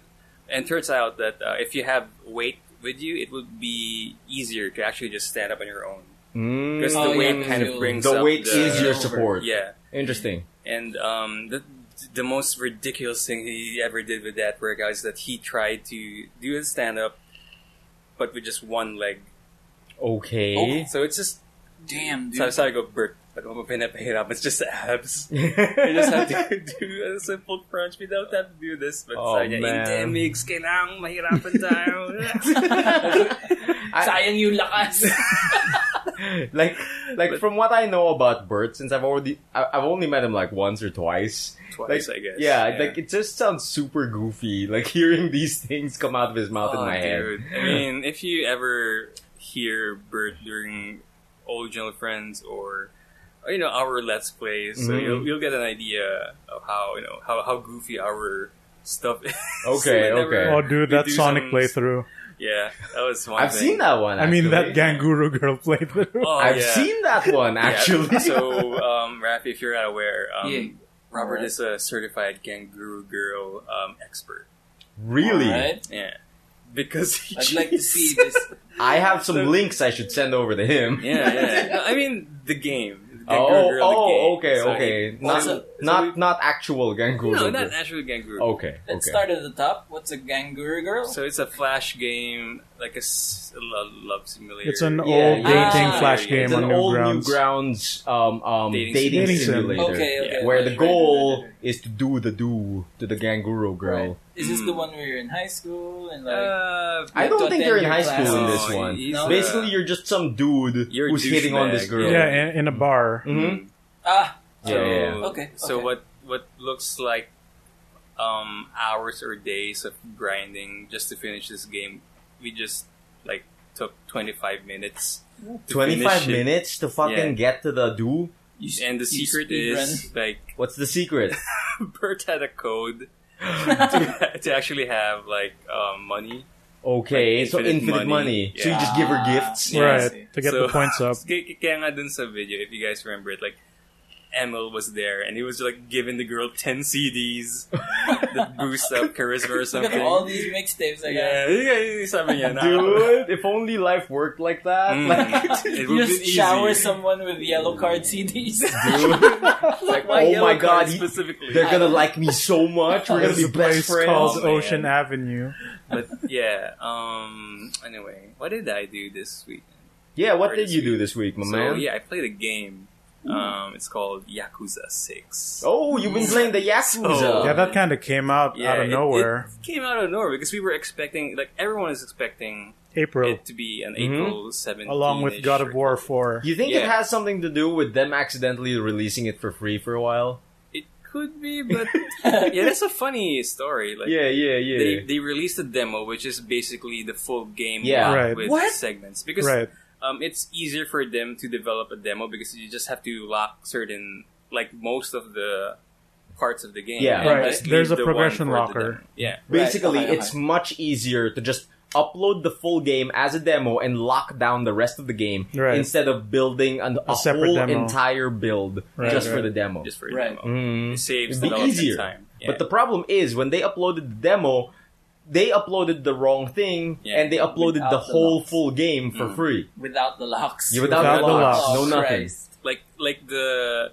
E: and turns out that uh, if you have weight with you, it would be easier to actually just stand up on your own
B: Mm.
E: because
C: Oh, yeah,
E: the weight
C: because
E: kind of
C: you-
E: brings
B: The
E: up
B: weight
E: the,
B: is your support.
E: yeah.
B: Interesting.
E: And um, the the most ridiculous thing he ever did with that workout is that he tried to do a stand up, but with just one leg. Oh,
B: Okay.
E: So it's just
C: Damn, dude.
E: sorry, sorry, go Bert. Pag ako pinapahirap, it's just abs. I just have to do a simple crunch without having to do this. But
B: Oh,
E: oh, sabi niya,
B: man.
E: endemics, kailangan mahirapan tayo.
C: Sayang yung lakas.
B: like like from what I know about Bert, since I've already I, I've only met him like once or twice.
E: Twice,
B: Like,
E: I guess.
B: Yeah, like it just sounds super goofy. Like hearing these things come out of his mouth in
E: Oh,
B: my
E: dude.
B: head.
E: I mean, if you ever hear Bert during Old General Friends or you know our Let's Plays, so
B: Mhm.
E: you'll, you'll get an idea of how you know how, how goofy our stuff is.
B: Okay,
E: Whenever
B: okay.
D: Oh, dude, that
E: we do
D: Sonic
E: some-
D: playthrough.
E: Yeah, that was one.
B: I've seen
E: thing.
B: that one.
D: I mean, that
B: actually.
D: Ganguru girl playthrough.
E: Oh,
B: I've
E: yeah.
B: seen that one
E: Yeah.
B: actually.
E: so, um, Rafi, if you're not aware, um,
C: Yeah.
E: Robert is a certified kangaroo girl um, expert.
B: really,
C: Alright.
E: Yeah, because he
C: I'd like to
E: cheats.
C: see this.
B: I have some links I should send over to him.
E: Yeah, yeah. No, I mean the game. The
B: Oh,
E: Gangaroo, the game.
B: oh, okay,
E: So
B: okay.
E: he-
B: Not,
E: so- so
B: not, not actual Gangu.
E: we- no, not actual Gangaroo.
B: Okay,
C: Let's
B: okay.
C: start at the top. What's a ganguru girl?
E: So it's a flash game, like a, s- a lo- love simulator.
D: It's an
B: Yeah,
D: old
B: yeah.
D: dating
C: Ah.
D: flash
E: It's
D: game
B: It's
D: on
B: an old
D: Newgrounds.
B: Newgrounds um, um, dating,
E: Dating
D: simulator.
B: simulator.
C: Okay, okay,
B: Where
C: right,
B: the
C: right,
B: goal
C: right, right,
B: is to do the do to the Ganguro girl.
C: Is this the
E: Hmm.
C: one where you're in high school and like?
E: Uh,
B: I don't
C: To
B: think you're in high
C: attend your
B: school in
E: class.
B: this
E: No,
B: one.
E: he's
C: No?
E: a- Mm-hmm.
B: Basically, you're just some dude
E: You're a
B: who's hitting on
E: douchebag.
B: this girl.
D: Yeah, in, in a bar.
B: Mhm.
C: ah,
B: Yeah, yeah, yeah.
C: Okay,
E: Mm-hmm. So
C: okay.
E: what what looks like um, hours or days of grinding just to finish this game, we just like took twenty five minutes. to
B: 25
E: finish it.
B: minutes to fucking get to the do.
C: you s-
E: And the
C: you
E: secret
C: speed
E: is like
B: What's the secret?
E: Bert had a code
C: run.
E: to, to actually have like um, money.
B: Okay,
E: Like
B: so
E: infinite
B: infinite money.
E: money.
B: So you just give her
C: Yeah.
B: gifts.
E: Yeah.
D: Right,
C: Yes.
D: to get
E: So-
D: the points up.
E: K- k- Kaya nga dun sa video, if you guys remember it, like Emil was there and he was like giving the girl ten CDs that boost up charisma or
C: Look at
E: something.
C: all these mixtapes I got.
E: yeah, yeah, sabi niya, na-
B: Dude, if only life worked like that.
E: Mm.
B: Like,
E: It
C: You
E: would've
C: just
E: been easy.
C: shower someone with yellow card CDs.
E: Like,
B: oh
E: yellow
B: my
E: card
B: God, he-
E: specifically.
B: they're gonna like me so much. We're gonna
D: There's a
B: be best
D: place called
B: friends.
E: man.
D: Ocean Avenue.
E: But yeah, um, anyway, what did I do this week?
B: Yeah, what did you do this week, my
E: so
B: man?
E: yeah, I played a game. Um, it's called Yakuza Six.
B: Oh, you've been playing the Yakuza.
E: Mm. So-
D: Yeah, that kind of came out
E: Yeah,
D: out of
E: it-
D: nowhere.
E: It, came out of nowhere because we were expecting, like, everyone is expecting
D: April,
E: it to be an
B: Mhm.
E: April 17th.
D: Mm-hmm. along with God of War 4.
B: You think it
E: Yeah.
B: has something to do with them accidentally releasing it for free for a while?
E: It could be, but yeah, that's a funny story. Like,
B: yeah, yeah, yeah.
E: They, they released a demo, which is basically the full game
B: Yeah.
D: Right.
E: with
C: What?
E: segments. Because
D: Right.
E: um, it's easier for them to develop a demo because you just have to lock certain, like most of the parts of the game.
B: Yeah.
E: and
D: Right.
E: just leave
D: There's a
E: the
D: progression
E: one for the
D: locker.
E: demo. yeah.
B: Basically,
C: Right, okay,
B: it's much easier to just upload the full game as a demo and lock down the rest of the game
D: Right.
B: instead of building an, a,
D: separate
B: whole
D: demo.
B: entire build
D: Right,
B: just for
D: right.
B: the demo.
E: Just for a
C: Right.
E: demo.
B: Mm.
E: It saves
B: It'd be
E: development
B: easier.
E: time. Yeah.
B: But the problem is when they uploaded the demo, they uploaded the wrong thing
E: Yeah.
B: and they uploaded
C: Without
B: the
C: the
B: whole
C: locks.
B: full game for
E: Mm.
B: free.
C: Without the locks.
B: Yeah, without,
D: Without
B: the
D: the
B: locks,
D: locks.
B: no nothing.
E: like like the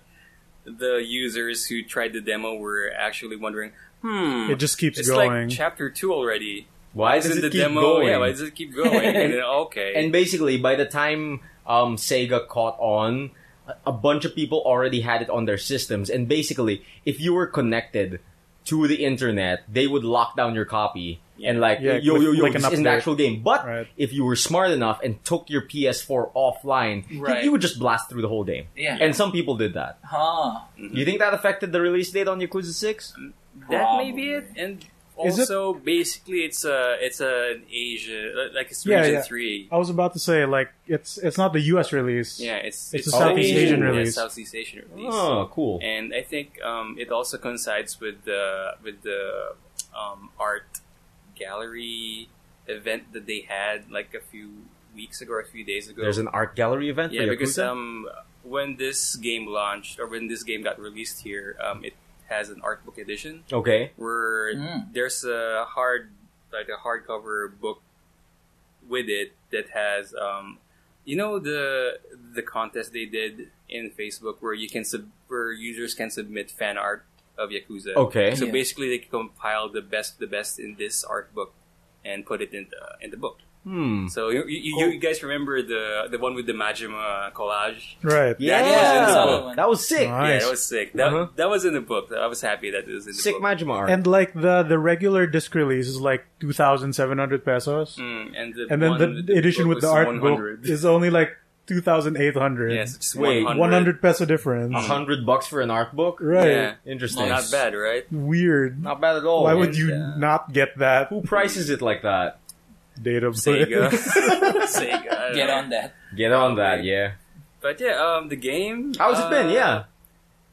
E: the users who tried the demo were actually wondering, hmm,
D: It just keeps
E: it's
D: going.
E: like chapter two already.
B: Why
E: Is
B: does
E: it
B: it
E: the
B: keep
E: demo?
B: going?
E: Yeah, why does it keep going? and then, okay,
B: and basically, by the time um, Sega caught on, a- a bunch of people already had it on their systems. And basically, if you were connected to the internet, they would lock down your copy and like,
D: Yeah,
B: yo,
D: with-
B: yo, yo,
D: like an
B: this is an
D: update.
B: actual game. But
D: Right.
B: if you were smart enough and took your PS4 offline,
C: Right.
B: you would just blast through the whole game.
C: Yeah.
B: And some people did that.
C: Huh.
B: You think that affected the release date on Yakuza 6?
E: that
B: um,
E: may be it. And
D: Is it-
E: also, basically, it's a it's a an Asia like it's
D: Yeah,
E: region
D: yeah.
E: three.
D: I was about to say, like, it's it's not the U.S. release.
E: Yeah, it's
D: It's a
B: Southeast
E: Asian-
B: Asian
E: yeah,
D: release.
E: Southeast Asian release.
B: Oh, cool.
E: And I think um, it also coincides with the with the um, art gallery event that they had like a few weeks ago or a few days ago.
B: There's an art gallery event
E: yeah,
B: for Yakuza?
E: because um, when this game launched or when this game got released here, um, it has an art book edition
B: okay.
E: where
C: Mm.
E: there's a hard like a hardcover book with it that has um you know the the contest they did in Facebook where you can sub where users can submit fan art of Yakuza.
B: Okay.
E: So
C: Yeah.
E: basically they compile the best the best in this art book and put it in the in the book.
B: Hmm.
E: So you, you, you- you guys remember the the one with the Majima collage?
D: Right.
B: Yeah,
E: was in the
C: book.
B: that was sick.
D: Nice.
E: Yeah, that was sick. That,
B: Uh-huh.
E: that was in the book. I was happy that it was in the
B: Sick
E: book.
B: Majima art.
D: And like the the regular disc release is like two thousand seven hundred pesos,
E: Mm, and, the
D: and then
E: one
D: the edition with
E: book
D: the
E: was
D: art
E: 100.
D: book is only like two thousand eight hundred.
E: Yes, it's
B: Wait,
E: 100.
D: one hundred peso difference.
B: A hundred bucks for an art book.
D: Right.
E: Yeah.
B: Interesting.
E: Not bad, right?
D: Weird.
B: Not bad at
E: Oh,
B: all.
D: Why would
B: And
D: you
E: yeah.
D: not get that
B: Who prices it like that?
D: data?
E: Sega. Sega. I don't
C: Get
E: know.
C: on that.
B: Get on that, yeah.
E: But yeah, um, the game.
B: How's
E: uh,
B: it been? Yeah.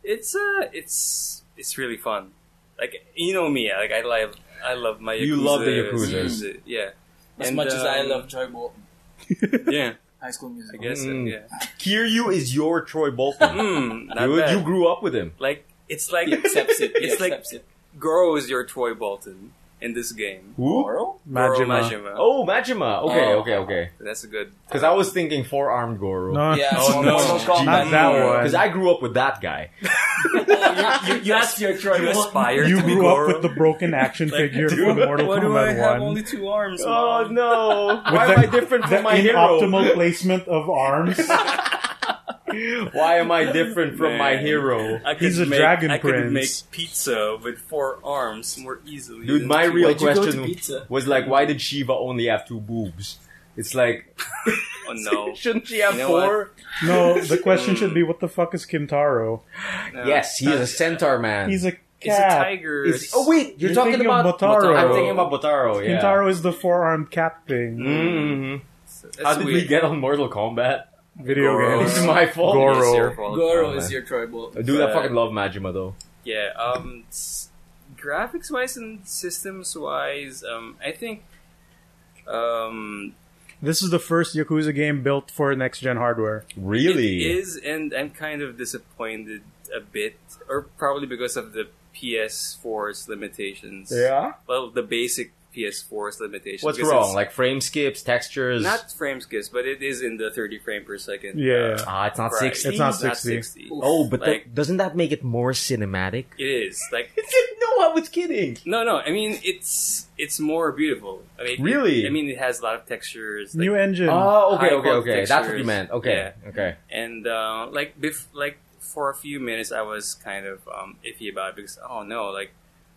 E: it's uh, it's it's really fun. Like you know me, like I love I love my
B: You love the
E: Yakuza's. Yeah,
C: As
E: And,
C: much as I
E: um,
C: love Joy Bolton,
E: yeah,
C: High School
E: I
C: Musical.
E: guess. uh,
B: Mm.
E: yeah,
B: Kiryu is your Troy Bolton.
E: mm, not
B: Dude,
E: bad.
B: you grew up with him.
E: like it's like
C: He accepts it. He
E: It's like
C: accepts it.
E: Goro is your Troy Bolton in this game.
B: Who?
C: Tomorrow?
E: Goro
D: Majima.
E: Majima.
B: Oh, Majima. Okay,
C: Oh.
B: okay, okay.
E: that's a good.
B: Because I was thinking four-armed Goro.
D: No.
C: Yeah.
E: Oh, no.
C: Mortal Kombat.
D: Not that one.
B: Because I grew up with that guy.
C: you, you asked your Troy
E: You
C: Bolton.
E: aspire
D: You
E: to be
D: grew up
E: Goro.
D: with the broken action figure from Mortal
E: Why do I
D: Kombat
E: have
D: One.
E: only two arms?
B: Oh no! Why
D: the-
B: am I different
D: The
B: from my hero?
D: inoptimal placement of arms.
B: Why am I different from my
E: Man.
B: hero?
E: I could
D: He's a
E: make,
D: dragon
E: I could
D: prince.
E: make pizza with four arms more easily.
B: Dude,
E: than
B: my
E: two
B: real
C: Why'd you go to
B: question
C: pizza?
B: was like, why did Shiva only have two boobs? It's like,
E: Oh no.
B: shouldn't she have
E: You know
B: four?
D: No, the question should be, what the fuck is Kintaro?
E: No.
B: Yes, he is a centaur man.
D: He's a cat.
E: It's a tiger.
B: Is- oh wait, you're,
D: You're
B: talking
D: thinking
B: about
D: of Botaro.
B: I'm thinking about Botaro. Yeah.
D: Kintaro is the four-armed cat thing.
B: hmm
E: That's
B: How did we
E: weird.
B: get on Mortal Kombat?
D: Video
E: Goro.
D: games.
B: It's my fault.
D: Goro.
E: It's your fault.
C: Goro
B: Oh,
C: is
B: man.
C: your Troy Bolton.
B: Dude, I
E: Uh,
B: fucking love Majima though.
E: Yeah. Um, s- graphics wise and systems wise, um, I think, um,
D: This is the first Yakuza game built for next-gen hardware.
B: Really?
E: it is, and I'm kind of disappointed a bit, or probably because of the PS4's limitations. Well, the basic PS4's limitations.
B: What's
E: because
B: wrong?
E: it's
B: Like frame skips, textures.
E: not frame skips, but it is in the 30 frame per second.
D: Yeah.
E: uh,
B: ah, it's not
E: price.
B: sixty.
D: It's not 60.
B: Oh, but
E: like-
B: that, doesn't that make it more cinematic?
E: It is like
B: no, I was kidding.
E: No, no. I mean, it's it's more beautiful. I mean, it-
B: Really?
E: I mean, it has a lot of textures. Like, uh,
D: New engine.
B: Oh, okay,
E: High
B: okay,
E: quality
B: okay. That's what you
E: textures.
B: meant. Okay, okay.
E: and uh, like, bef- like for a few minutes, I was kind of um, iffy about it because oh no, like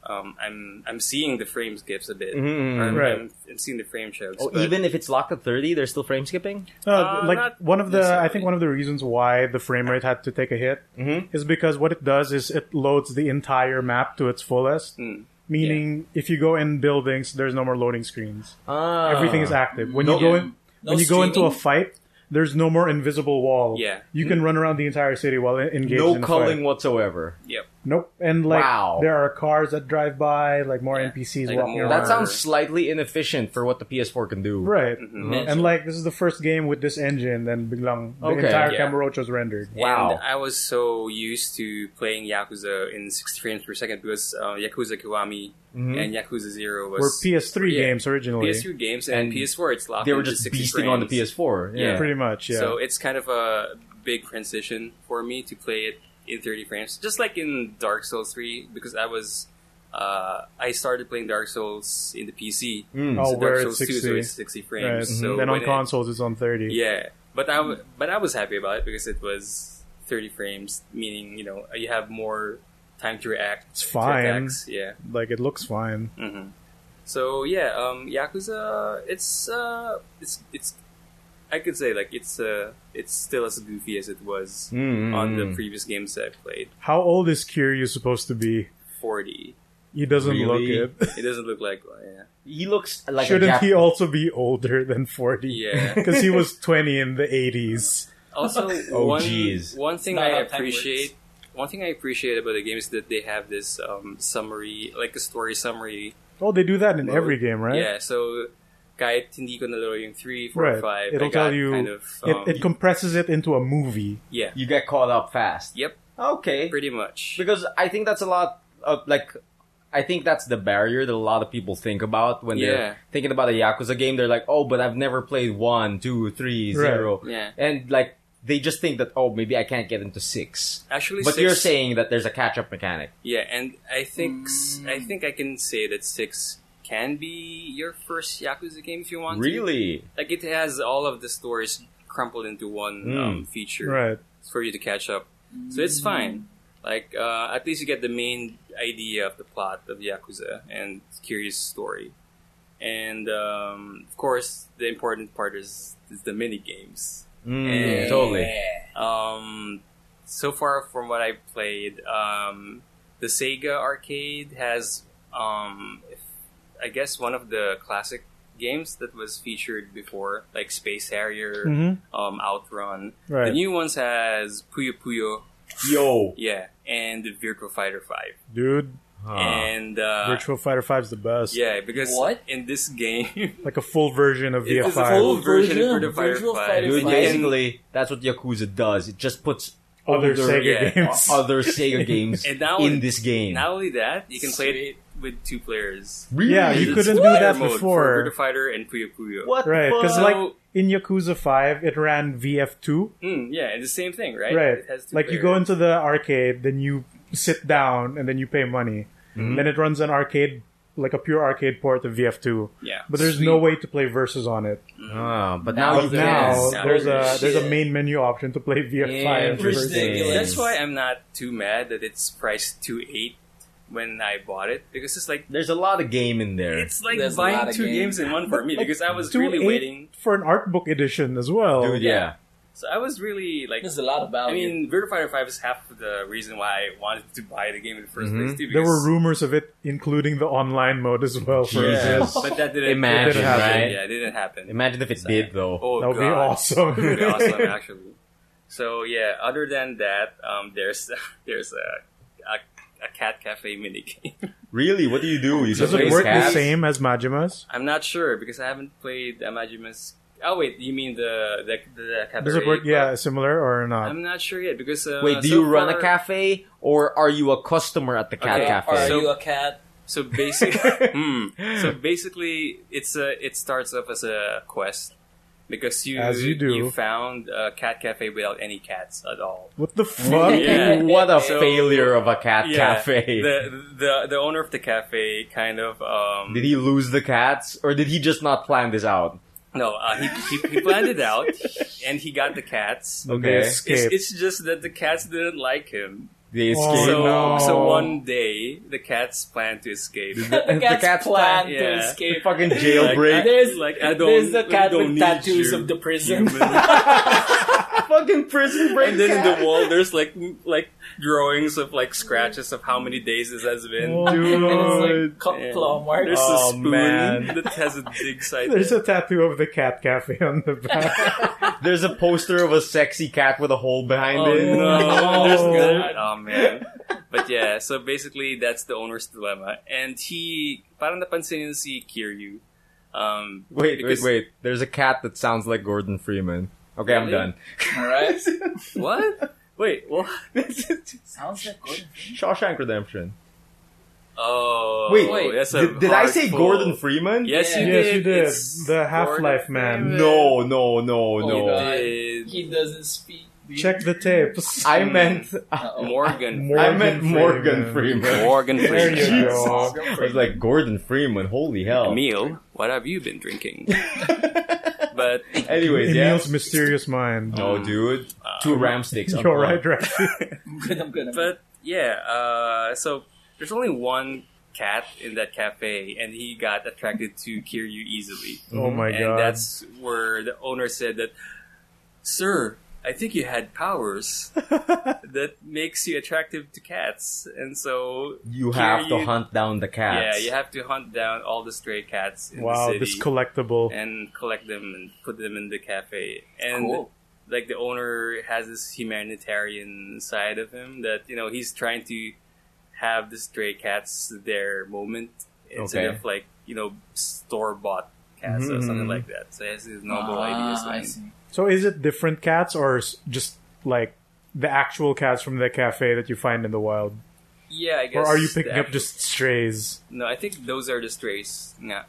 E: um, I'm I'm seeing the frame skips a bit.
B: Mhm.
E: Or I'm,
D: Mm-hmm. Right.
E: I'm, I'm seeing the frame chokes.
B: Oh,
E: but-
B: even if it's locked at thirty, they're still frame skipping.
D: No,
E: Uh,
D: like
E: not
D: one of the I think
E: necessarily.
D: one of the reasons why the frame rate had to take a hit
B: Mhm.
D: is because what it does is it loads the entire map to its fullest.
E: Mm.
D: Meaning, if you go in buildings, there's no more loading screens.
B: Ah.
D: Everything is active. When you
B: No-
D: go in,
C: Mm, No
D: when you go into a
C: streaming?
D: fight, there's no more invisible wall.
E: Yeah.
D: you can run around the entire city while en- engaged.
B: no
D: in a
B: culling
D: Fight.
B: whatsoever.
E: Yep.
D: Nope. And like,
B: Wow.
D: there are cars that drive by, like more
E: Yeah.
D: NPCs
E: Like
D: walking
E: more-
D: around.
B: That sounds slightly inefficient for what the PS4 can do.
D: right.
C: Mental.
D: And like, this is the first game with this engine, then biglang the
B: Okay.
D: entire
E: Yeah.
D: Kamurocho is rendered.
B: Wow.
E: And I was so used to playing Yakuza in 60 frames per second because uh, Yakuza Kiwami
B: Mm-hmm.
E: and Yakuza Zero
D: Mm-hmm. were
E: was
D: PS3
E: yeah.
D: games originally.
E: PS2 games and,
B: And
E: PS4. It's locked.
B: They were
E: into
B: just
E: 60
B: beasting
E: frames.
B: on the PS4. Yeah.
E: Yeah.
D: Pretty much, yeah.
E: So it's kind of a big transition for me to play it in 30 frames, just like in Dark Souls 3, because I was uh, I started playing Dark Souls in the PC.
B: Mm.
D: Oh,
E: so
D: where
E: Dark
D: it's
E: Souls 2, so
D: 60.
E: it's 60 frames.
D: right.
E: So
D: then
E: when
D: on
E: it-
D: consoles, it's on 30.
E: yeah, but I w- but I was happy about it because it was 30 frames, meaning you know you have more time to react.
D: It's
E: to
D: fine.
E: attacks. Yeah.
D: Like, it looks fine.
E: hmm So yeah, um, Yakuza, it's uh, it's it's, I could say like it's uh, it's still as goofy as it was
B: Mm,
E: on the
B: mm.
E: previous games I played.
D: How old is Kiryu supposed to be?
E: Forty,
D: He doesn't
B: Really?
D: look it.
E: it doesn't look like uh, yeah,
B: He looks like a
D: Shouldn't
B: Jap-
D: he also be older than 40?
E: yeah.
D: Because he was 20 in the 80s.
E: Also,
B: Oh,
E: one-
B: jeez.
E: one thing
C: Not
E: I
C: how time
E: appreciate. One thing I appreciate about the game is that they have this um, summary, like a story summary.
D: Oh, they do that in
E: mode.
D: every game, right?
E: Yeah, so kahit hindi ko nalaro yung 3, 4,
D: Right.
E: 5,
D: It'll
E: I got
D: tell you-
E: kind of...
D: It,
E: um,
D: it compresses it into a movie.
E: yeah,
B: You get caught up fast.
E: Yep.
B: Okay.
E: pretty much.
B: Because I think that's a lot of like I think that's the barrier that a lot of people think about when
E: Yeah.
B: they're thinking about a Yakuza game. They're like, oh, but I've never played one, two, three,
D: Right.
B: zero,
E: Yeah.
B: and like they just think that oh, maybe I can't get into six.
E: Actually,
B: But
E: six,
B: you're saying that there's a catch-up mechanic.
E: yeah, and I think s I I think I can say that six can be your first Yakuza game if you want. to.
B: Really?
E: Like it has all of the stories crumpled into one
B: Mm.
E: um, feature
D: Right.
E: for you to catch up. So it's fine. Like uh, at least you get the main idea of the plot of Yakuza and curious story. And um, of course, the important part is, is the mini games.
B: Mm,
E: Yeah.
B: Totally.
E: Um, so far, from what I've played, um, the Sega arcade has, um, if, I guess, one of the classic games that was featured before, like Space Harrier,
D: Mm-hmm.
E: um, Outrun. The
D: Right.
E: new ones has Puyo Puyo,
B: Yo.
E: yeah, and Virtua Fighter Five,
D: Dude,
B: Huh.
E: and uh,
D: Virtual Ah. Fighter 5 is the best.
E: yeah, because
C: What?
E: in this game.
D: Like a full version of
E: It is a
D: VF5.
E: full
C: Full
E: version of
C: version
E: Virtua
C: of
E: Fighter
C: Virtua
E: 5.
C: Fighter
B: Dude,
C: Fighter.
B: basically, that's what Yakuza does. It just puts
D: Other
B: older-
D: Sega
E: yeah.
D: games.
B: other Sega games
E: And now
B: in
E: it-
B: this game.
E: Not only that, you can play it with two players.
B: really?
D: Yeah, you
E: It's
D: couldn't do
E: fighter
D: that
E: mode
D: before.
E: For Virtua Fighter and Puyo Puyo.
B: What?
D: Right,
B: the
D: because
B: fuck?
D: like
E: So-
D: in Yakuza Five, it ran VF2.
E: Mm, yeah, it's the same thing, right?
D: Right,
E: It has two
D: like you go
E: players.
D: into the arcade, then you sit down, and then you pay money. Then it runs an arcade, like a pure arcade port of VF2.
E: Yeah.
D: But there's no way to play versus on it.
B: Ah, but
C: Now
B: now you
C: Yes,
D: now
E: yeah.
D: there's a there's a
C: Shit.
D: main menu option to play VF5 versus.
C: Interesting.
B: Interesting.
E: That's why I'm not too mad that it's priced two eight when I bought it because it's like
B: There's a lot of game in there.
E: it's like
C: There's a lot
E: buying
C: of
E: two
C: games.
E: games in one for me
D: Like,
E: because I was
D: two
E: really
D: eight
E: waiting.
D: for an art book edition as well.
B: Dude, yeah.
E: So I was really like.
C: There's a lot about
E: I mean, Virtua Fighter Five is half of the reason why I wanted to buy the game in the 1st
B: Mhm.
E: place. Too,
D: Mm-hmm. There were
E: because-
D: rumors of it, including the online mode as well. For
B: Yeah.
D: this.
E: but that didn't
B: Imagine,
E: it didn't happen.
B: right?
E: Yeah, it didn't happen.
B: Imagine if it did, though.
E: Oh,
D: that would be
E: God.
D: awesome.
E: It would be awesome, actually. So yeah, other than that, um, there's there's a, a a cat cafe mini game.
B: Really? What do you do? You
D: Does
B: just
D: it
B: raise
D: work the
B: cats?
D: same as Majima's?
E: I'm not sure because I haven't played Imagimus. Oh wait, you mean the the, the cabaret?
D: Does it work?
E: club?
D: Yeah, similar or not?
E: I'm not sure yet because uh,
B: Wait, do
E: so
B: you run a
E: far-
B: cafe or are you a customer at the cat
E: Okay,
B: cafe?
C: Are
E: So-
C: you a cat?
E: So basically, Hmm. so basically, it's a it starts off as a quest because you
D: As you do.
E: found a cat cafe without any cats at all.
D: what the fuck?
E: Yeah.
B: What a
E: So-
B: failure of a cat
E: Yeah,
B: cafe.
E: The the the owner of the cafe kind of um
B: did he lose the cats or did he just not plan this out?
E: no uh, he, he he planned it out and he got the cats.
D: Then
B: Okay.
D: They
B: It's-
E: It's,
D: escape.
E: it's just that the cats didn't like him.
B: They
D: Oh,
B: escaped.
E: so,
D: no.
E: so one day the cats plan to escape.
C: The cat's,
B: cat's
C: plan
E: plan,
C: to
E: yeah.
C: escape.
B: Fucking jailbreak.
C: There's
E: like I don't.
C: There's the
E: I
C: cat
E: don't
C: with
E: need
C: tattoos
E: you,
C: of the prison.
E: human.
B: fucking prison break.
E: and then
B: cat.
E: in the wall there's like like drawings of like scratches of how many days this has been.
C: Oh. and it's
D: Dude,
C: like cup
E: Yeah.
C: claw marks.
E: There's
B: Oh,
E: a spoon
B: man.
E: that has a big side.
D: there's a tattoo of the cat cafe on the back.
B: There's a poster of a sexy cat with a hole behind
E: oh,
B: it.
E: no.
D: There's
E: There's-
D: good.
E: oh man. But yeah, so basically that's the owner's dilemma, and he parang napansin niya si Kiryu. Um,
B: Wait, wait,
E: because-
B: wait. There's a cat that sounds like Gordon Freeman. Okay, I'm done.
E: Really?
C: Alright.
E: What? Wait, what?
C: Sounds like good.
B: Shawshank Redemption.
E: Oh,
B: Wait,
E: that's a
B: did, did I
E: hard
B: say
E: pull.
B: Gordon Freeman?
E: Yes,
C: Yeah.
E: you
D: yes,
E: did.
D: you did.
E: It's
D: The Half-Life
E: Gordon
D: man.
E: Freeman.
B: No, no, no,
C: Oh,
B: no.
C: God.
E: Did
C: He doesn't speak.
D: Check the tapes.
B: I meant,
C: Uh-oh.
E: Morgan.
B: I meant Morgan Freeman.
E: Morgan
D: There
E: Freeman.
D: you
C: Jesus.
D: go.
B: I was like Gordon Freeman. Holy hell.
E: Emil, what have you been drinking? but
B: Anyways, yeah.
D: Emil's mysterious
E: Oh,
D: mind.
B: No, dude. Two
E: Uh,
B: ram sticks.
D: You're right,
B: unplugged.
D: right?
C: I'm good, I'm good. I'm good.
E: but yeah, uh, so there's only one cat in that cafe, and he got attracted to Kiryu easily,
D: Oh my
E: and
D: god.
E: that's where the owner said that, "Sir, I think you had powers that makes you attractive to cats," and so
B: You have to
E: Kiryu-
B: hunt down the
E: Yeah,
B: cats.
E: you have to hunt down all the stray cats in
D: wow,
E: the city
D: this collectible.
E: and collect them and put them in the cafe. And
C: Cool.
E: like the owner has this humanitarian side of him that you know he's trying to have the stray cats their moment instead
B: Okay.
E: of like you know store bought cats or
B: Mhm,
E: something
D: Mm-hmm.
B: mhm.
E: like that. So he has these noble ideas.
C: ah, I
E: man.
C: see.
D: So is it different cats or s- just like the actual cats from the cafe that you find in the wild?
E: Yeah, I guess.
D: Or are you
E: the
D: picking up
E: act-
D: just strays?
E: No, I think those are the strays. Yeah.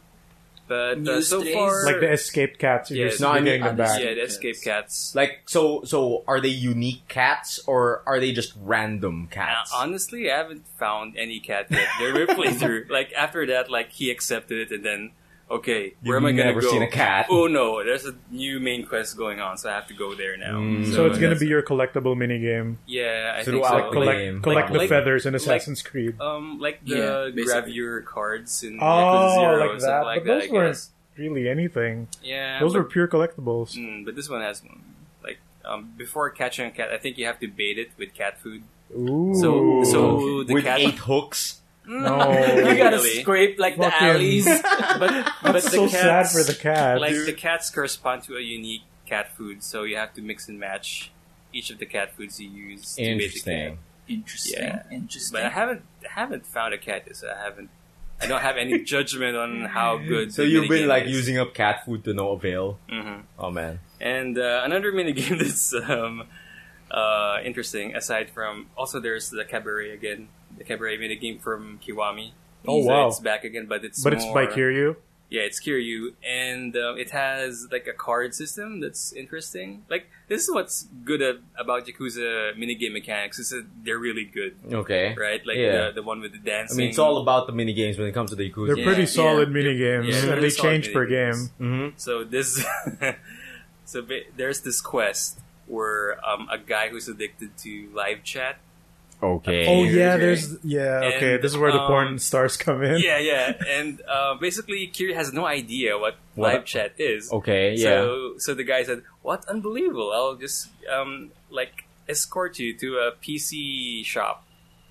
E: But uh,
C: News
E: so
C: trays.
E: far,
D: Like the escaped cats. You're
E: Yes.
D: just
E: No,
B: I mean,
D: getting
B: uh,
D: them back.
E: yeah, the escape cats.
B: Like so so are they unique cats or are they just random cats?
E: Uh, honestly, I haven't found any cat yet during my playthrough. Like after that, like he accepted it, and then okay, where
B: You've
E: am I gonna
B: never
E: go?
B: seen a cat.
E: Oh no, there's a new main quest going on, so I have to go there now.
B: Mm.
D: So it's gonna
E: that's-
D: be your collectible minigame.
E: yeah, I
B: Throughout
E: think so.
B: the
E: Like,
D: Collect
B: Game.
D: collect the
E: Like-
D: feathers in
E: like-
D: Assassin's Creed.
E: um, like
C: Yeah,
E: the
C: basically.
E: gravure cards in
D: Oh,
E: Yakuza Zero,
D: like
E: something
D: that.
E: like
D: But
E: that.
D: those
E: I
D: weren't-
E: guess.
D: Really, anything.
E: Yeah,
D: Those
E: but,
D: were pure collectibles.
E: mm, but this one has one. Like um, before catching a cat, I think you have to bait it with cat food.
D: Ooh.
E: So, so the
B: With
E: cat.
B: eight hooks.
D: no.
C: you gotta
E: Really?
C: scrape like the
D: Fucking-
C: alleys.
E: but but
D: That's so
E: the
D: sad
E: cats,
D: for the cats.
E: like the cats correspond to a unique cat food, so you have to mix and match each of the cat foods you use. to make the cat.
B: Interesting.
C: Interesting.
E: Yeah.
C: Interesting.
E: But I haven't haven't found a cat yet, so I haven't. I don't have any judgment on how good.
B: So
E: the
B: you've been
E: minigame
B: like
E: is.
B: using up cat food to no avail.
E: Mhm.
B: Oh man.
E: And uh, another minigame that's um, uh, interesting, aside from also there's the cabaret again, the cabaret minigame from Kiwami.
D: Oh,
E: So
D: wow.
E: It's back again, but it's
D: but it's
E: more-
D: by Kiryu.
E: Yeah, it's Kiryu, and um, it has like a card system that's interesting. Like this is what's good a- about Yakuza minigame mechanics is that they're really good,
B: Okay.
E: right? Like
B: Yeah.
E: the, the one with the
B: I
E: dancing.
B: mean, it's all about the mini games when it comes to the Yakuza.
D: They're
E: Yeah,
D: pretty
E: yeah.
D: solid minigames,
E: Yeah,
D: and
E: really
D: they
E: solid
D: change per
E: minigames.
D: game.
B: Mhm.
E: So this, so ba- there's this quest where um, a guy who's addicted to live chat.
B: Okay.
D: Oh
E: Okay.
D: yeah, there's yeah. Okay,
E: And,
D: this is where the
E: um,
D: porn stars come in.
E: Yeah, yeah, and uh, basically Kiryu has no idea what,
B: What?
E: live chat is.
B: Okay. Yeah.
E: So so the guy said, "What unbelievable! I'll just um like escort you to a PC shop,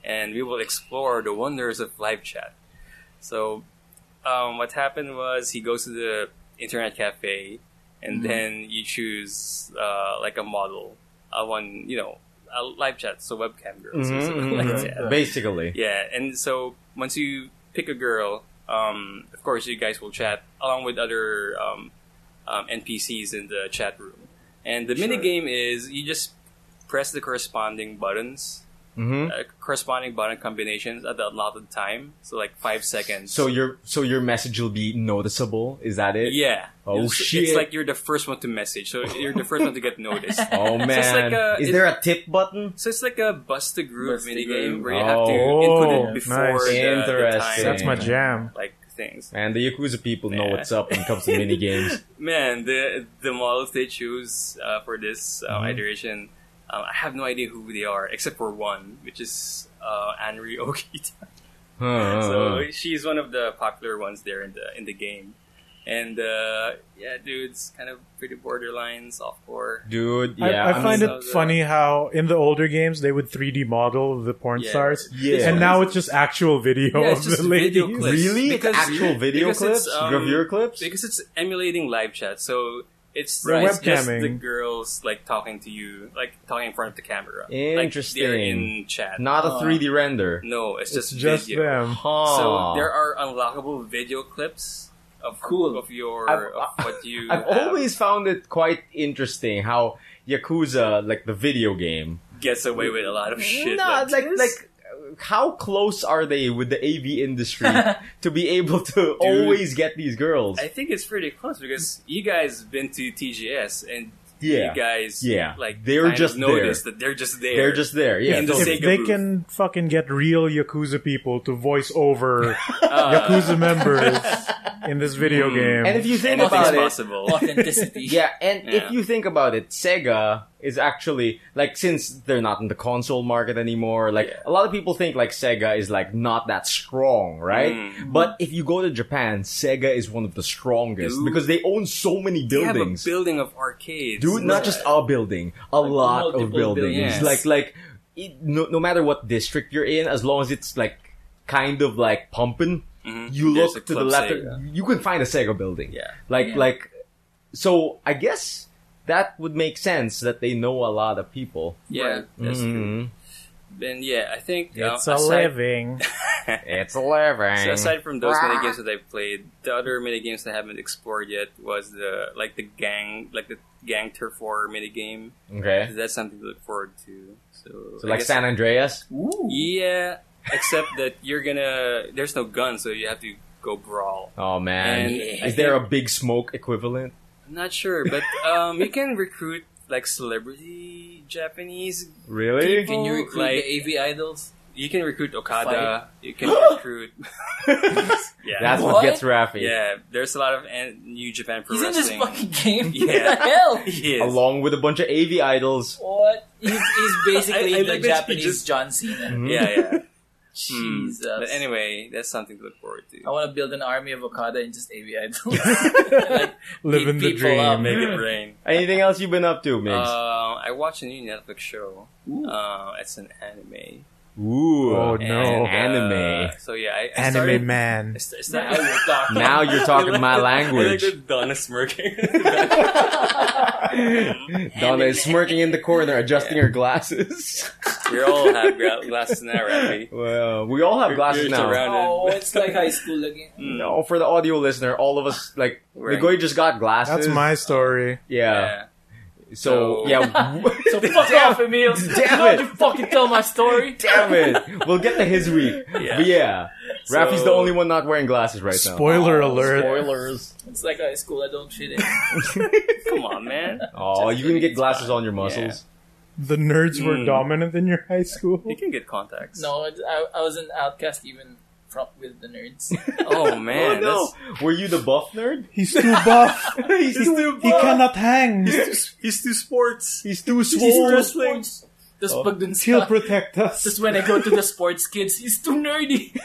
E: and we will explore the wonders of live chat." So, um, what happened was he goes to the internet cafe, and then you choose uh, like a model, a one you know a live chat, so webcam girl, so, so
B: Mhm,
E: like
B: mhm.
E: that.
B: Basically.
E: Yeah, and so once you pick a girl, um, of course you guys will chat along with other um, um, NPCs in the chat room. And the
C: Sure.
E: mini minigame is you just press the corresponding buttons,
B: hmm
E: uh, corresponding button combinations at the allotted time, so like five seconds.
B: So your so your message will be noticeable. Is that it?
E: yeah,
B: Oh,
E: it's,
B: shit.
E: It's like you're the first one to message, so you're the first one to get noticed.
B: Oh man.
E: it's like a-
B: is
E: it-
B: there a tip button?
E: So it's like a bust the groove
C: Bust the groove.
E: minigame where you have to
B: Oh,
E: input it before
D: nice.
E: the, the
B: Interesting.
E: time,
D: That's my
B: Yeah.
D: jam.
E: like things.
B: And the Yakuza people know
E: Yeah.
B: what's up when it comes to mini games.
E: Man, the the models they choose uh, for this uh,
D: Mm-hmm.
B: Mhm.
E: iteration, um, I have no idea who they are except for one, which is uh, Anri Okita.
D: Oh,
B: Huh.
E: so she's one of the popular ones there in the in the game, and uh, yeah, dude's kind of pretty borderline softcore.
B: Dude,
D: I,
B: yeah.
D: I
B: I'm-
D: find
E: so
D: it
E: the-
D: funny how in the older games they would 3D model the porn
E: Yeah.
D: stars,
B: Yeah.
D: and now it's just actual video
E: Yeah,
D: of
E: it's just
D: the lady.
E: video clips.
B: Really?
E: Because-
B: it's actual video
E: because it's,
B: clips?
E: um,
B: Gravure clips?
E: because it's emulating live chat, so it's,
D: Right.
E: it's just
D: Webcamming.
E: the girls like talking to you, like talking in front of the camera.
B: Interesting.
E: Like, they're in chat.
B: Not a
C: Uh,
B: 3D render.
E: no, it's
D: It's
E: just
D: just
E: video.
D: them.
B: Huh.
E: So there are unlockable video clips of
C: Cool.
E: of your
B: I've-
E: of what you.
B: I've
E: have
B: always found it quite interesting how Yakuza, like the video game,
E: gets away with a lot of shit.
B: No,
E: like,
B: like
E: this.
B: like uh, how close are they with the AV industry to be able to always get these girls?
E: I think it's pretty close because you guys been to TGS and
B: yeah,
E: you guys
B: Yeah.
E: like
B: They're
E: kind of
B: just there.
E: noticed that they're just there.
B: they're just there. Yeah,
E: In the
B: so-
D: If
E: Sega
D: they
E: booth.
D: can fucking get real Yakuza people to voice over
E: Uh,
D: Yakuza members in this video
E: Mm.
D: game,
B: and if you think
E: anything's
B: about it,
E: possible.
C: Authenticity.
B: yeah, and if
E: Yeah.
B: you think about it, Sega is actually like since they're not in the console market anymore, like
E: Yeah.
B: a lot of people think like Sega is like not that strong, right?
E: Mm.
B: But if you go to Japan, Sega is one of the strongest
E: Dude.
B: because they own so many
E: They have a
B: buildings.
E: building of arcades.
B: dude not just a building a lot of
C: multiple
B: buildings
E: buildings.
B: like like it, no, no matter what district you're in as long as it's like kind of like pumping
E: Mhm.
B: you
E: There's a
B: look to the
E: Club
B: left
E: Sega.
B: you can find a sega building
E: Yeah.
B: like
C: Yeah.
B: like so i guess that would make sense that they know a lot of people
E: Yeah,
C: Right.
E: that's true.
B: Mhm.
E: And yeah, I think uh,
D: it's a
E: aside
D: living.
B: it's a living
E: So aside from those mini games that I've played, the other mini games that I haven't explored yet was the like the gang like the gang turf war mini game.
B: okay
E: That's something to look forward to. So,
B: so
E: I
B: like
E: guess-
B: san andreas
C: Ooh.
E: yeah, except that you're gonna there's no gun, so you have to Go Brawl.
B: Oh man,
E: And I
B: is there a big smoke equivalent?
E: I'm not sure, but um, you can recruit like celebrity Japanese.
B: Really?
E: People.
C: Can you recruit
E: Like-
C: the AV idols?
E: You can recruit Okada. You can recruit. yeah,
B: That's what,
C: What?
B: gets Rafi.
E: yeah. There's a lot of an- New Japan pro
C: He's in this
E: wrestling.
C: fucking game.
E: Yeah.
C: What the hell?
E: He is.
B: Along with a bunch of AV idols.
C: What? He's, he's basically
E: I- I
C: the
E: like that he
C: Japanese
E: just-
C: John Cena.
B: Mhm.
E: Yeah, yeah. Hmm.
C: Jesus.
E: But anyway, that's Oh, something to look forward to.
C: I want to build an army of Okada and just AV idols. like,
D: Living
C: beat
D: the
C: people up.
D: dream.
E: Make it rain.
B: Anything else you've been up to, Migs?
E: Uh, I watched a new Netflix show. Uh, it's an anime.
B: Ooh,
D: Oh, no.
E: And, uh,
B: anime.
E: So yeah, I, I
D: Anime
E: started,
D: man.
E: I st- I
C: now
E: started-
C: we're talking.
B: Now you're talking my language.
E: I like that Donna smirking.
B: Donna is smirking in the corner, adjusting her glasses.
E: we all have gra- glasses now, Rafi.
B: Well, we all have glasses
E: You're
B: now.
E: surrounded.
C: Oh, it's like high school again.
B: No, for the audio listener, all of us like
E: Right.
B: Nigoy just got glasses.
D: That's my story.
B: yeah.
E: Yeah.
B: So,
E: So-
B: yeah,
C: So fuck off, Emil.
B: Damn
C: Don't
B: it.
C: you fucking tell my story.
B: damn it. We'll get to his week.
E: Yeah.
B: But yeah,
E: So-
B: Rafi's the only one not wearing glasses right now.
D: Spoiler
C: Oh,
D: alert.
B: Spoilers.
C: It's like high school. I don't fit in.
E: Come on, man.
B: Oh,
E: Just
B: you can
E: kidding,
B: get
E: it's
B: glasses
E: fine.
B: on your muscles.
D: The nerds were
E: Mm.
D: dominant in your high school.
E: You can get contacts.
C: No, it- I, I was an outcast even from with the nerds.
E: Oh man,
B: Oh,
E: that's,
B: no. Were you the buff nerd?
D: He's too buff.
B: He's too
D: he cannot hang.
E: he's too sports.
B: He's too
C: He's
B: swole.
C: too sports. Oh. Tapos pag dun
D: He'll
C: sa,
D: protect us.
C: tapos when I go to the sports kids, he's too nerdy.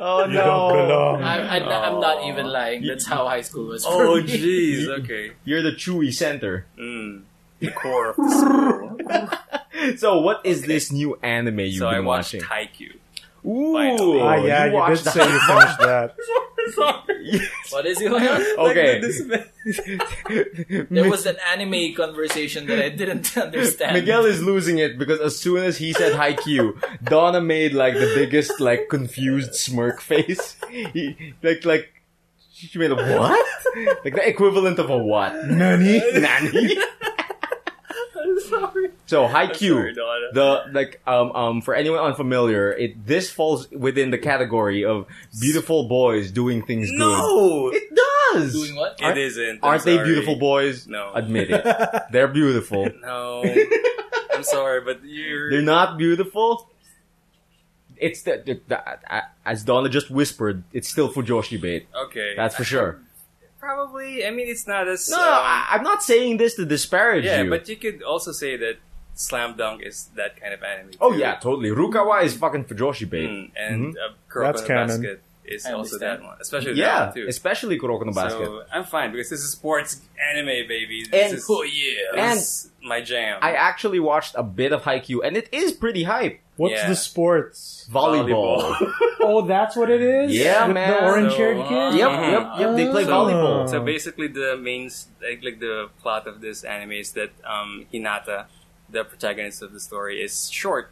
B: Oh
D: You don't belong.
C: I'm, I'm, not, I'm not even lying. That's how high school was for
E: Oh
C: me.
E: jeez. Okay.
B: You're the chewy center.
E: Mm. The core of the school.
B: So, what is this new anime you've
E: so
B: been
E: I watched
B: watching?
E: Haikyuu.
B: Ooh,
E: Finally.
D: Ah, yeah, you, did
B: watched
D: say you finished that.
C: What is going on?
B: okay.
C: There was an anime conversation that I didn't understand.
B: Miguel is losing it because as soon as he said Haikyuu, Donna made like the biggest like confused smirk face. He, like like she made a what? Like the equivalent of a what?
D: Nani?
B: Nanny. So Haikyuu,
E: sorry, Donna.
B: the like um um for anyone unfamiliar, it this falls within the category of beautiful boys doing things
E: No,
B: good. It does.
C: doing what?
E: it isn't. I'm
B: Aren't they
E: sorry.
B: beautiful boys?
E: No.
B: Admit it. They're beautiful.
E: No, I'm sorry, but you're
B: They're not beautiful. It's the, the, the uh, as Donna just whispered. It's still Fujoshi bait.
E: okay.
B: That's for sure.
E: probably. I mean, it's not as
B: No,
E: um,
B: I, I'm not saying this to disparage
E: yeah,
B: you.
E: but you could also say that Slam Dunk is that kind of anime.
B: oh
E: too.
B: yeah, Mm-hmm. totally. Rukawa is fucking Fujoshi bait.
E: Mm, and uh, Kuroko
D: That's
E: no
D: canon.
E: Basket is
C: I
E: also
C: understand.
E: that one, especially
B: Yeah,
E: that one too.
B: especially Kuroko no Basket.
E: So I'm fine because this is sports anime, baby. This
B: And-
E: is,
C: Oh yeah.
B: And-
E: this is my jam.
B: I actually watched a bit of Haikyuu, and it is pretty hype.
D: What's
E: Yeah.
D: the sports?
B: Volleyball.
D: Oh, that's what it is?
B: Yeah,
D: With
B: man.
D: The orange haired
E: So,
D: kid?
B: yep,
C: uh-huh.
E: Mhm.
B: yep, yep. They play
D: So-
B: volleyball.
E: so uh, basically, the main s- like, like the plot of this anime is that um, Hinata, the protagonist of the story, is short,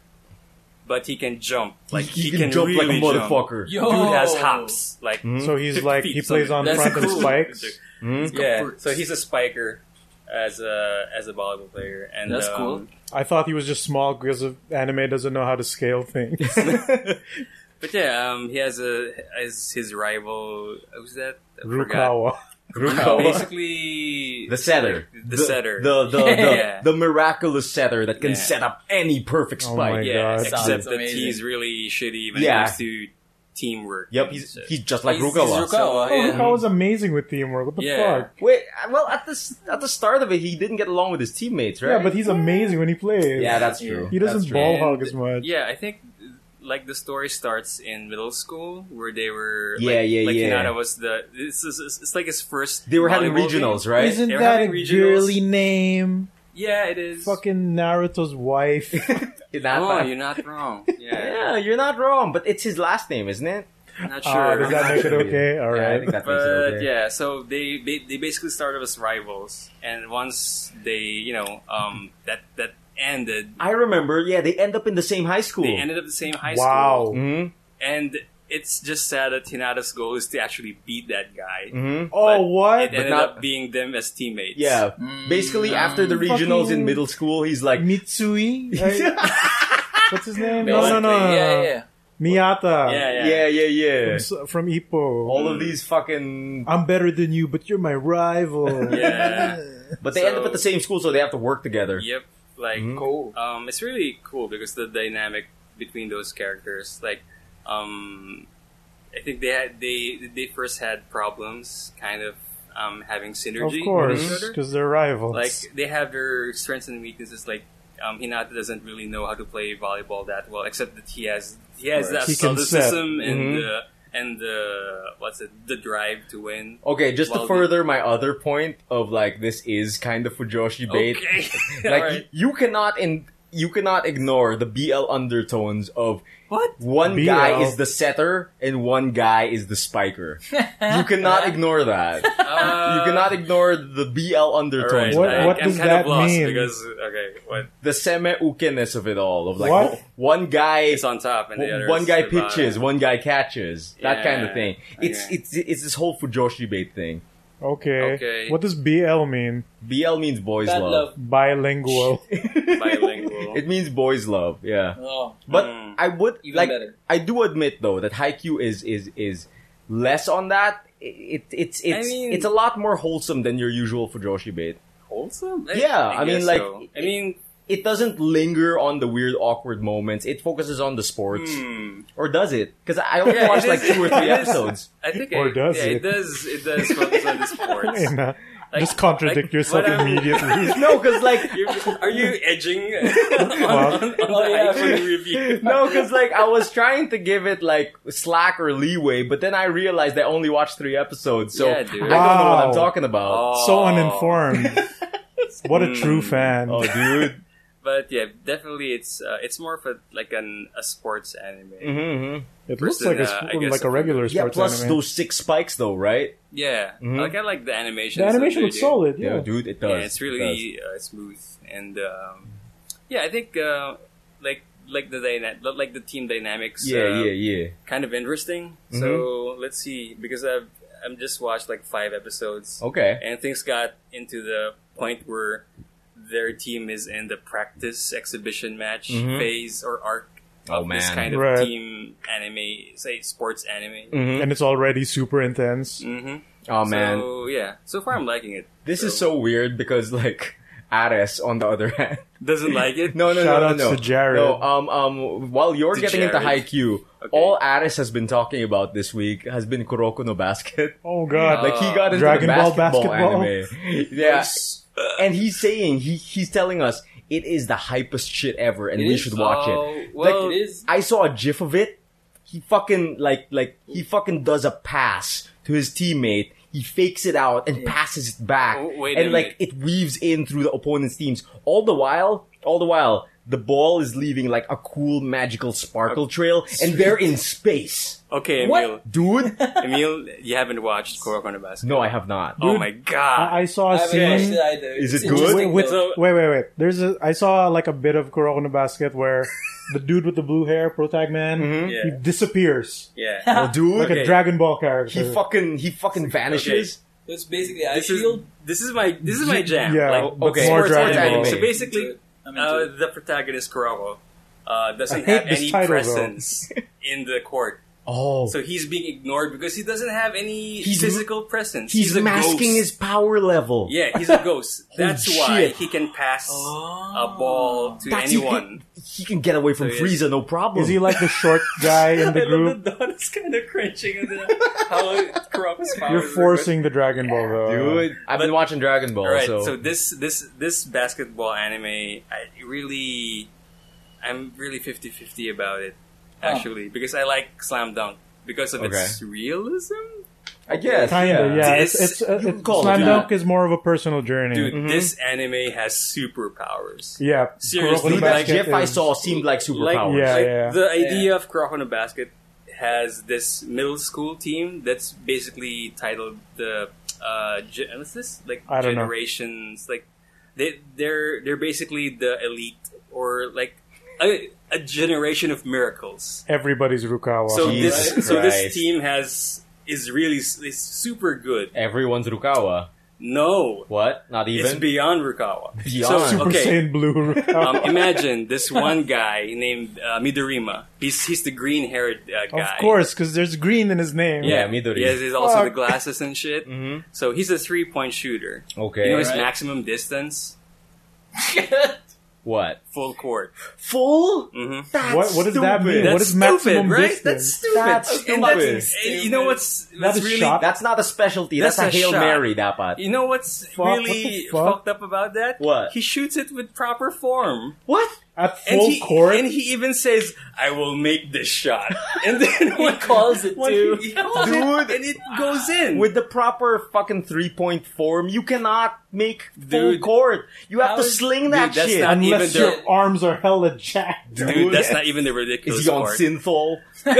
E: but he can jump. Like he,
B: can, jump
E: really
B: like a motherfucker.
C: Yo.
E: Jump. Dude has hops. Like
B: Mhm.
D: So he's
E: 50
D: like,
E: feet,
D: he plays on
E: something.
C: That's
D: front and
C: cool.
D: spikes.
B: Mhm.
E: Yeah,
C: Comfort.
E: so he's a spiker as a as a volleyball player, and
C: That's
E: um,
C: cool.
D: I thought he was just small because of anime doesn't know how to scale things.
E: But yeah, um, he has a as his rival. Who's that? I forgot.
D: Rukawa.
B: Rukawa.
E: Basically,
B: The setter.
E: The, setter.
B: The the, the,
E: Yeah.
B: the miraculous setter that can
E: Yeah.
B: set up any perfect
D: Oh
B: spike.
D: my
E: yeah,
D: God.
E: except
C: Sounds
E: that
C: amazing.
E: he's really shitty when
B: Yeah.
E: it comes to teamwork.
B: Yep, he's
E: So-
B: he's just like
C: He's-
B: Rukawa.
C: he's Rukawa,
E: So-
D: Oh,
C: yeah.
D: Rukawa's amazing with teamwork. What the
E: Yeah.
D: fuck?
B: Wait, uh, well at the s- at the start of it, he didn't get along with his teammates, right?
D: Yeah, but he's amazing when he plays.
B: yeah, that's true.
D: He
B: That's
D: doesn't
B: true.
D: ball
E: And-
D: hog as much.
E: yeah, I think like the story starts in middle school where they were.
B: Yeah,
E: like,
B: yeah,
E: like
B: yeah.
E: Hinata was the. This is it's like his first.
B: They were having
E: volleyball team.
B: regionals, right?
D: Isn't
E: They're
D: that a
E: having regionals.
D: girly name?
E: Yeah, it is.
D: Fucking Naruto's wife.
B: Not
E: Oh,
B: bad.
E: you're not wrong. Yeah,
B: yeah, you're not wrong, but it's his last name, isn't it?
E: I'm not sure.
D: Ah, does that make it okay? All
B: Yeah, I
D: right.
B: think that makes it
E: but
B: okay.
E: yeah, so they, they they basically started as rivals, and once they you know um that that ended,
B: I remember. Yeah, they end up in the same high school.
E: they ended up the same high
D: wow.
E: school,
D: Mm-hmm,
E: and it's just sad that Hinata's goal is to actually beat that guy.
B: hmm
D: Oh,
E: It
D: what?
E: ended
B: not-
E: up being them as teammates.
B: Yeah. Basically, after the regionals in
D: Fucking-
B: middle school, he's like,
D: Mitsui? Right? What's his name? No, no, no. no,
E: Basically,
D: no.
C: yeah, yeah.
D: Miata
E: Yeah, yeah.
B: yeah, yeah, yeah.
D: from, from Ipo.
B: All of these fucking.
D: I'm better than you, but you're my rival.
E: Yeah.
B: But they
E: So-
B: end up at the same school, so they have to work together.
E: Yep. Like
B: Mhm.
C: Cool.
E: um, it's really cool because the dynamic between those characters, like, um, I think they had they they first had problems, kind of um, having
D: of
E: synergy with each
D: course,
E: other.
D: because they're rivals.
E: Like they have their strengths and weaknesses. Like um, Hinata doesn't really know how to play volleyball that well, except that he has he has
D: Right.
E: that
D: He can
E: athleticism
B: set.
E: and
B: Mhm.
E: uh, and uh, what's it the drive to win.
B: Okay, just to
E: Well,
B: further my other point of like this is kind of Fujoshi bait.
E: Okay,
B: Like
E: Alright.
B: you cannot in you cannot ignore the BL undertones of
C: What?
B: one
D: BL.
B: guy is the setter and one guy is the spiker. you
C: Uh,
B: cannot ignore that. you
E: Uh,
B: cannot ignore the BL undertones.
D: What-
B: of that.
D: what
E: I'm
D: does
E: kind
D: that
E: of lost
D: mean?
E: Because okay, what
B: the seme ukenes of it all of like
D: What?
B: one guy
E: it's on top and the other
B: one
E: is
B: guy
E: the bottom.
B: pitches, one guy catches, that
E: Yeah.
B: kind of thing. It's
E: Okay.
B: it's it's this whole Fujoshi bait thing.
D: okay.
E: okay.
D: What does BL mean?
B: BL means boys
C: Bad love.
D: Bilingual.
E: Bilingual.
B: it means boys love, yeah.
C: Oh,
B: But
E: Mm.
B: I would
C: even
B: like
C: better.
B: I do admit though that Haikyuu is is is less on that. It, it's it's
E: mean-
B: it's a lot more wholesome than your usual Fujoshi bait.
E: wholesome.
B: Yeah, I mean,
E: guess
B: like,
E: so. I mean,
B: It doesn't linger on the weird awkward moments. It focuses on the sports,
E: hmm,
B: or does it? Because I only
E: Yeah,
B: watched
E: it
B: like
E: is-
B: two or three
E: it is.
B: episodes.
E: I think
D: Or
E: I,
D: does
E: yeah,
D: it?
E: it does. It does focus on the sports.
D: In a-
E: Like-
D: just contradict
E: like,
D: yourself
E: what I'm-
D: immediately.
B: No, because like
E: You're, are you edging on, on, on
C: Oh,
E: the
C: yeah.
E: iPhone review?
B: no, because like I was trying to give it like slack or leeway, but then I realized I only watched three episodes, so
E: Yeah,
B: I
E: dude.
B: don't know what I'm
D: Wow.
B: talking about.
E: Oh.
D: so uninformed. what a true
E: Hmm.
D: fan.
B: Oh, dude.
E: But yeah, definitely, it's uh, it's more of a, like an a sports anime.
B: mm-hmm.
D: it looks
E: versus,
D: like a,
E: uh, I
D: sp-
E: guess
D: like
E: a-
D: a regular
B: Yeah,
D: sports
B: plus
D: anime.
B: those six spikes though, right?
E: Yeah,
B: Mhm.
E: like I like the animation.
D: Mm-hmm. The animation looks solid.
B: Yeah,
D: Yeah.
B: dude, it does.
E: Yeah, it's really uh, smooth and um, yeah, I think uh, like like the dyna- like the team dynamics.
B: Yeah,
E: uh,
B: yeah, Mm-hmm. yeah.
E: kind of interesting. So let's see because I've I'm just watched like five episodes,
B: Okay.
E: and things got into the point where their team is in the practice exhibition match
B: Mhm.
E: phase or arc
B: Oh
E: of this kind
B: man.
E: of
D: Right.
E: team anime, say sports anime.
B: hmm
D: And it's already super intense.
E: Mm-hmm.
B: Oh man,
E: So yeah, so far I'm liking it.
B: this is so weird because like Ares on the other hand.
E: doesn't like it.
B: No, no,
D: Shout
B: no, no,
D: outs
B: no.
D: to Jared.
B: No, um, um, while you're
E: To
B: getting into
E: Jared.
B: Haikyuu,
E: Okay.
B: all Aris has been talking about this week has been Kuroko no Basket.
D: Oh god.
B: like he got into
D: Dragon
B: the
D: Ball
B: basketball,
D: basketball?
B: anime. yeah, and he's saying he he's telling us it is the hypest shit ever, and
C: It
B: we
C: is?
B: should watch it.
E: Oh, well,
C: it is.
B: I saw a gif of it. He fucking like like he fucking does a pass to his teammate. He fakes it out and passes it back,
E: Oh, wait a
B: and like it weaves in through the opponent's teams. All the while, all the while, the ball is leaving like a cool magical sparkle trail, and they're in space.
E: Okay, Emil.
B: What, dude?
E: Emil, you haven't watched Kuroko on the Basket.
B: no, I have not.
E: oh
D: Dude,
E: my god.
D: I, I saw
C: I
D: a
C: haven't watched
D: scene.
C: it either.
B: Is
C: It's
B: it good?
C: interesting,
D: Wait,
C: though.
E: So-
D: Wait, wait, wait. There's a. I saw like a bit of Kuroko no Basket where the dude with the blue hair, Protag Man,
E: Mm-hmm. Yeah.
D: he disappears
E: yeah.
B: Oh, dude,
D: like
E: Okay.
D: a Dragon Ball character.
B: he fucking he fucking vanishes.
C: So it's basically I
E: This is
C: feel
E: this is my this is my jam.
D: Yeah,
E: Like,
D: but
B: okay.
D: more
E: sports
D: Dragon
E: anime.
D: Ball.
E: So basically,
C: I'm into
E: uh,
C: it.
E: the protagonist Kuroko uh,
D: I
E: doesn't
D: hate
E: have
D: this
E: any
D: title, though.
E: presence in the court,
B: Oh,
E: so he's being ignored because he doesn't have any
B: He's-
E: physical presence.
B: he's,
E: a
B: masking his
E: ghost.
B: power level.
E: Yeah, he's a ghost.
D: Oh,
E: That's
B: Holy
E: why
B: shit.
E: he can pass
C: Oh.
E: a ball to
B: That's-
E: anyone.
B: He, he can get away from
E: So yes.
B: Frieza, no problem.
D: Is he like the short guy in the group?
E: Don is kind of cringing at the- how Kuroko's powers
D: You're
E: are, but-
D: forcing the Dragon Ball though.
B: Dude, I've been
E: But-
B: watching Dragon Ball,
E: All right,
B: Uh, so,
E: so this this this basketball anime, I really, I'm really 50-50 about it, actually, because I like Slam Dunk because of its realism.
B: I guess
D: Kinda, yeah. It's, it's,
E: This-
D: uh,
B: you
D: it's
B: call it
D: Slam
B: that.
D: Dunk is more of a personal journey.
E: Dude,
B: Mhm.
E: this anime has superpowers.
D: yeah,
E: Seriously,
D: Kuroko
B: Dude,
D: no
E: like,
B: that
D: Basket
B: GIF I
D: is-
B: saw seemed like superpowers.
D: Yeah,
E: like,
D: yeah.
E: The idea of Kuroko no Basket has this middle school team that's basically titled the uh, ge- what's this like
D: I don't know.
E: generations like they they're they're basically the elite or like a, a generation of miracles.
D: Everybody's Rukawa.
E: So
B: Jesus
E: this so this
B: Christ.
E: team has is really s- is super good.
B: Everyone's Rukawa.
E: No,
B: What? Not
E: it's
B: even.
E: beyond Rukawa.
B: Beyond.
E: So,
D: Super
E: okay,
D: Saiyan Blue.
E: um, imagine this one guy named uh, Midorima. He's he's the green-haired uh,
D: of
E: guy.
D: course, because there's green in his name.
B: Yeah, Midori.
E: He has he's also the
D: Fuck.
E: glasses and shit.
B: Mhm.
E: So he's a three-point shooter.
B: okay.
E: You know his
C: Right.
E: maximum distance?
B: what?
E: Full court.
B: Full?
E: hmm
D: What- what does that mean?
E: That's
D: What is
E: stupid,
D: maximum
E: right?
D: distance?
E: That's stupid.
B: That's
E: And
B: stupid.
E: that's- and you know what's
D: Not
E: that's
D: a
E: really
D: shot.
B: That's not a specialty. That's,
E: That's
B: a
E: a
B: Hail
E: shot.
B: Mary, dapat.
E: You know what's
D: Fuck, what
E: really
D: the fuck?
E: fucked up about that?
B: What?
E: He shoots it with proper form.
B: What?
D: At
E: And
D: full
E: he,
D: court.
E: And he even says, I will make this shot. And then
C: He calls it
E: when
C: too.
E: He calls
B: Dude.
E: it, and it goes in.
B: With the proper fucking three point form, you cannot make full
E: Dude.
B: court. You have
C: How
B: to
C: is-
B: sling
E: Dude,
B: that
E: that's
B: shit.
E: not even
D: unless
E: the-
D: your arms are hella jacked.
E: Dude, that's not even the ridiculous
B: Is he on
E: part.
B: synthol?
E: Dude,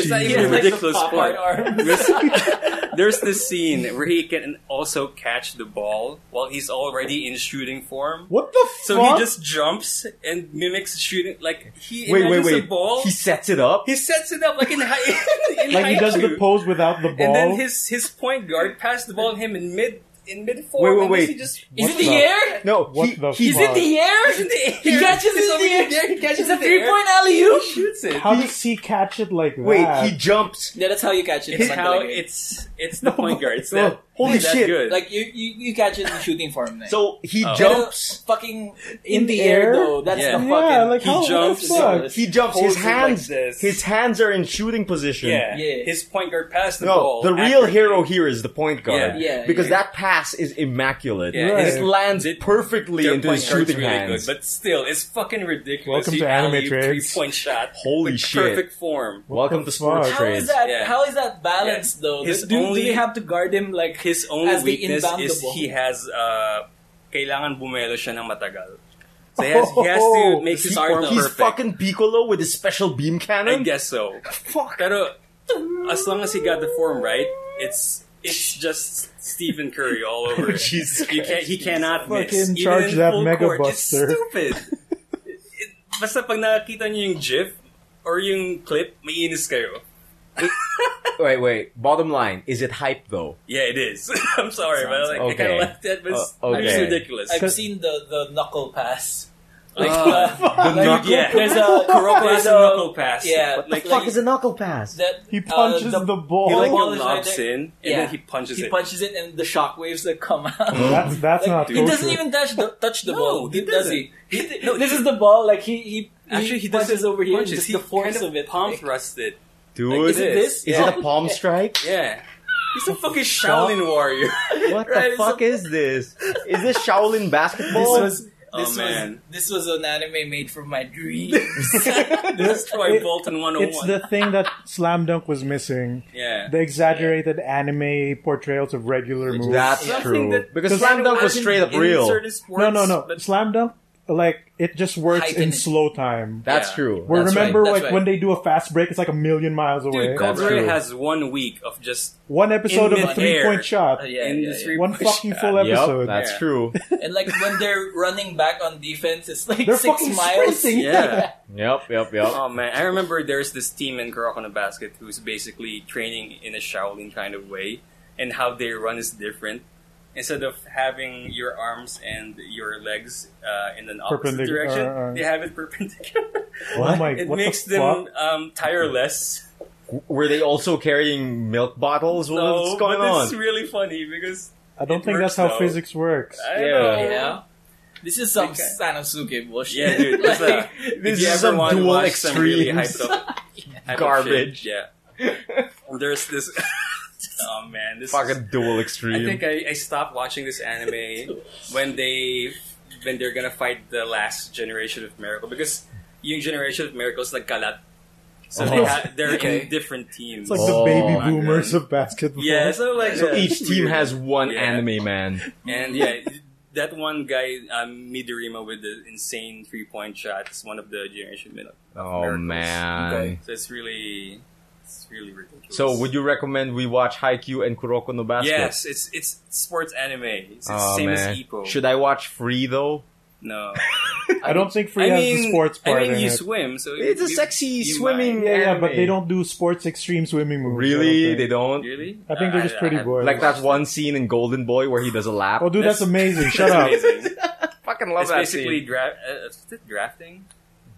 E: it's not
D: Jeez.
E: even the
D: It's like
C: the
E: ridiculous
C: Popeye
E: part.
C: arms.
E: There's, there's this scene where he can also catch the ball while he's already in shooting form.
D: What the
E: So
D: fuck?
E: he just jumps and mimics shooting. Like he
B: Wait, wait,
E: imagines
B: wait.
E: the ball.
B: He sets it up.
E: he sets it up like in, high, in
D: like he does the
E: haiku.
D: pose without the ball.
E: And then his his point guard passed the ball to him in mid in mid
B: Wait, wait,
E: form. and then
B: wait.
E: He just
C: Is
D: What
C: it the
D: the-
C: air?
B: No,
D: What
B: he,
D: the
B: he-
C: Is it the
E: He's in
C: air?
E: the air.
C: He catches
E: He's
C: it in the
E: already
C: air.
E: there. He catches
C: It's
E: it
C: a
E: in the air.
C: three point alley oop.
E: He shoots it.
D: How does he catch it like that?
B: wait, he jumps.
C: Yeah, that's how you catch it.
E: It's
C: Like,
E: how
C: like,
E: it's it's the point guard. It's
B: Oh,
E: that
B: holy
E: that
B: shit.
E: Good.
C: like you, you, you catch it in shooting form. Like.
B: So he
E: Oh.
B: jumps.
C: fucking in the air though. That's
E: Yeah.
C: the fucking.
D: yeah, like
E: he
D: how the
E: jumps.
D: fuck?
B: He jumps. His
E: Holds it like
B: hands.
E: this.
B: his hands are in shooting position.
E: yeah.
C: Yeah.
E: his point guard passed the
B: No,
E: ball.
B: the real
E: accurately.
B: hero here is the point guard.
C: Yeah. Yeah,
B: because
E: yeah.
B: that pass is immaculate.
E: Yeah,
D: Right.
B: It lands
E: It-
B: perfectly
E: Their
B: into
E: point
B: his
E: guard's
B: shooting
E: really
B: hands.
E: good, but still, it's fucking ridiculous.
D: Welcome
E: You
D: to Anime
E: alley-oop
D: Trades.
E: Three-point shot.
B: Holy
E: Like,
B: shit.
E: Perfect form.
B: Welcome
D: What
B: to
D: the
B: Sports
D: fuck?
C: How
B: Trades.
C: is that?
E: Yeah.
C: How is that balanced
E: Yeah.
C: though?
E: His
C: do, do,
E: only-
C: do they have to guard him like
E: His only
C: As the
E: weakness
C: inbound
E: is
C: the ball.
E: he has uh, kailangan bumelo siya ng matagal. So he has, he has to make his
B: Oh, He-
E: arm
B: he's
E: perfect.
B: fucking Piccolo with his special beam
E: I
B: cannon.
E: guess so.
B: Fuck.
E: Pero as long as he got the form right, it's it's just Stephen Curry all over. it.
B: Jesus
E: you can't, he cannot miss.
D: Fucking
E: Even
D: charge
E: in
D: that
E: full
D: Mega
E: court.
D: Buster.
E: It's stupid. It- Basta pag nakakita niyo yung GIF or yung clip, maiinis kayo.
B: Wait, wait. Bottom line, is it hype though?
E: Yeah, it is. I'm sorry, but like, I kind
B: Okay.
E: of left that, but it's,
B: Uh, okay.
E: it's ridiculous.
C: I've seen the the knuckle pass.
E: Like,
C: Uh,
B: The
C: like,
B: knuckle
E: yeah,
C: There's
E: there's
C: a
E: a Kuroko
C: there's
E: has a
C: a-
E: knuckle pass.
C: Yeah,
E: But, like,
B: fuck is a knuckle pass?
C: that
D: He
C: uh,
D: punches the, ball.
E: he like
C: ball is right
E: lobs
C: there.
E: in, and
C: Yeah.
E: then he punches
C: he
E: it. Mm.
C: punches it and the shockwaves that come out.
D: that's that's not
C: Like, he
D: torture.
C: doesn't even touch the touch the
E: No,
C: ball.
E: he
C: does he?
E: doesn't. He- no,
C: this
E: he-
C: is the ball. Like he he
E: Actually, he
C: punches
E: doesn't
C: over here.
E: punches.
C: Just
E: he
C: the force
E: kind of
C: of it.
E: palm
C: like-
E: thrust it.
B: Dude,
C: is it this?
B: is
C: Yeah.
B: it a palm strike?
E: Yeah. He's a fucking Shaolin warrior.
B: What the
E: Right, it's
B: fuck is this? Is this Shaolin
C: This
B: basketball?
C: was.
E: Oh,
C: This was
E: man.
C: this was an anime made from my dreams.
E: this is
D: It-
E: Troy Bolton 101.
D: It's the thing that Slam Dunk was missing.
E: yeah.
D: The exaggerated anime portrayals of regular moves.
B: That's
C: Yeah.
B: true.
E: Something that-
B: because Slam Dunk was straight up
E: in
B: real.
E: certain sports,
D: no, no, no.
E: but-
D: Slam Dunk, like it just works
C: Heightened.
D: in slow time.
B: That's
E: Yeah.
B: true.
D: Where
B: That's
D: remember,
B: right.
D: like
C: that's right.
D: when they do a fast break, it's like a million miles away.
E: Dude,
B: That's
E: Cobra
B: true.
E: has one week of just
D: One episode
E: in
D: of a
E: midair.
D: three-point shot.
C: Uh, yeah,
E: in
C: yeah, yeah.
E: the three
D: One
E: push-
D: fucking full
B: Yep,
D: episode.
B: that's
E: Yeah.
B: true.
C: And like when they're running back on defense, it's like
D: They're
C: six
D: fucking
C: miles.
D: sprinting.
E: Yeah.
B: Yep, yep, yep.
E: Oh man, I remember there's this team in Kuroko no Basket who's basically training in a Shaolin kind of way, and how they run is different. Instead of having your arms and your legs uh, in an opposite
D: Perpendic-
E: direction,
D: uh, uh.
E: they have it perpendicular.
D: Oh my,
E: it
D: what
E: makes
D: the fuck?
E: them um, tireless.
B: Were they also carrying milk bottles? What-
E: No,
B: What's going
E: but
B: on?
E: it's really funny because
D: I don't
E: it
D: think
E: works,
D: that's how
E: though.
D: physics works.
E: I
B: Yeah.
E: know.
C: Yeah. This is some
E: Okay.
C: Sanosuke bullshit.
E: Yeah, dude. This, uh,
C: Like,
E: this
B: This
E: you
B: is some
E: ever want to
B: dual
E: watch some really
B: extremes.
E: hyped up, hyped up
B: Garbage.
E: shit, yeah. There's this. oh man, this. is-
B: Fucking dual
E: I
B: extreme.
E: think I, I stopped watching this anime when they when they're gonna fight the last generation of miracle because yung generation of miracles like kalat. So they
B: Oh.
E: ha- they're
C: Okay.
E: in different teams.
D: It's like
B: Oh,
D: the baby
B: my
D: boomers
E: God.
D: of basketball.
E: yeah, so like
B: so
E: yeah,
B: each
E: it's
B: team
E: weird.
B: has one
E: Yeah.
B: anime man.
E: And yeah, that one guy, um, Midorima, with the insane three point shot is one of the generation middle.
B: Oh
E: Miracles.
B: man.
E: Okay. So it's really, it's really ridiculous.
B: So would you recommend we watch Haikyuu and Kuroko no Basket?
E: Yes, it's it's sports anime. It's, it's
B: Oh,
E: same
B: man.
E: as Ipo.
B: Should I watch Free though?
E: no.
D: I don't think Free
E: I
D: has
E: mean,
D: the sports
E: I
D: part
E: mean,
D: in
E: you
D: it.
E: swim, so
B: It's a
E: you-
B: sexy
E: you
B: swimming.
E: might.
D: yeah, yeah, but
B: anime.
D: they don't do sports extreme swimming moves. I
B: really.
D: don't
B: They
D: think.
B: don't.
E: Really?
D: I think they're just pretty
E: I-
D: boys.
B: Like that one scene in Golden Boy where he does a lap.
D: Oh, dude, that's,
E: That's-
D: amazing! Shut
E: that's
D: up.
E: amazing.
B: fucking love
E: It's basically draft. Uh, is it drafting?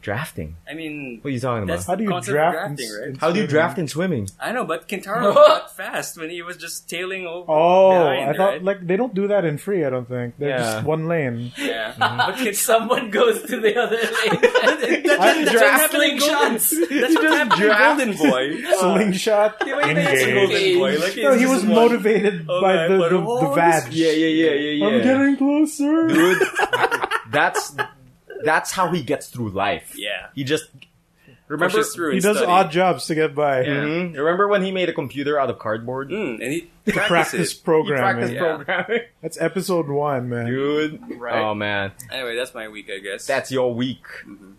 B: drafting.
E: I mean,
B: What are you talking about?
E: That's-
D: How do you
E: Concept of
D: draft?
E: drafting,
D: in-
E: right?
D: in
B: How do you
D: swimming?
B: draft in swimming?
E: I know, but Kintaro got fast when he was just tailing over.
D: Oh,
E: behind,
D: I thought
E: right?
D: like they don't do that in free. I don't think they're
B: Yeah.
D: just one lane.
E: yeah. but Kintaro,
C: Someone goes to the other lane.
D: I
E: that's what happened in
C: Drafting
E: Golden.
C: shots.
E: That's what happened in Golden Boy.
B: Uh,
D: Slingshot.
E: Wait, wait, it's a
D: Engage.
E: Golden Boy. Like,
D: No,
E: it's
D: he
E: just
D: was
E: one-
D: motivated
E: Oh,
D: by
E: right,
D: the
E: but
D: the, the
E: oh,
D: vag.
B: Yeah, yeah, yeah, yeah,
D: I'm
B: yeah.
D: getting closer.
B: Dude, that's that's how he gets through life.
E: Yeah.
B: He just remember.
E: Pushes through
D: He
E: and
D: does
E: study.
D: odd jobs to get by.
B: Mhm. Remember when he made a computer out of cardboard?
E: Mm, and he
D: Practice
E: practices.
D: programming.
B: Practice
E: Yeah.
B: programming,
D: That's episode one, man.
B: dude.
E: Right.
B: Oh man,
E: Anyway, that's my week, I guess.
B: that's your week.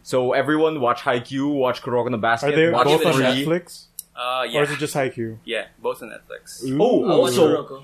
B: So everyone, watch Haikyuu, watch Kuroko no Basket,
D: Are they
B: watch
D: both on
B: Free.
D: Netflix,
E: uh,
D: or
E: yeah,
D: is it just Haikyuu?
E: yeah, both on Netflix.
B: Oh,
C: Oh,
B: also,
C: Kuroko.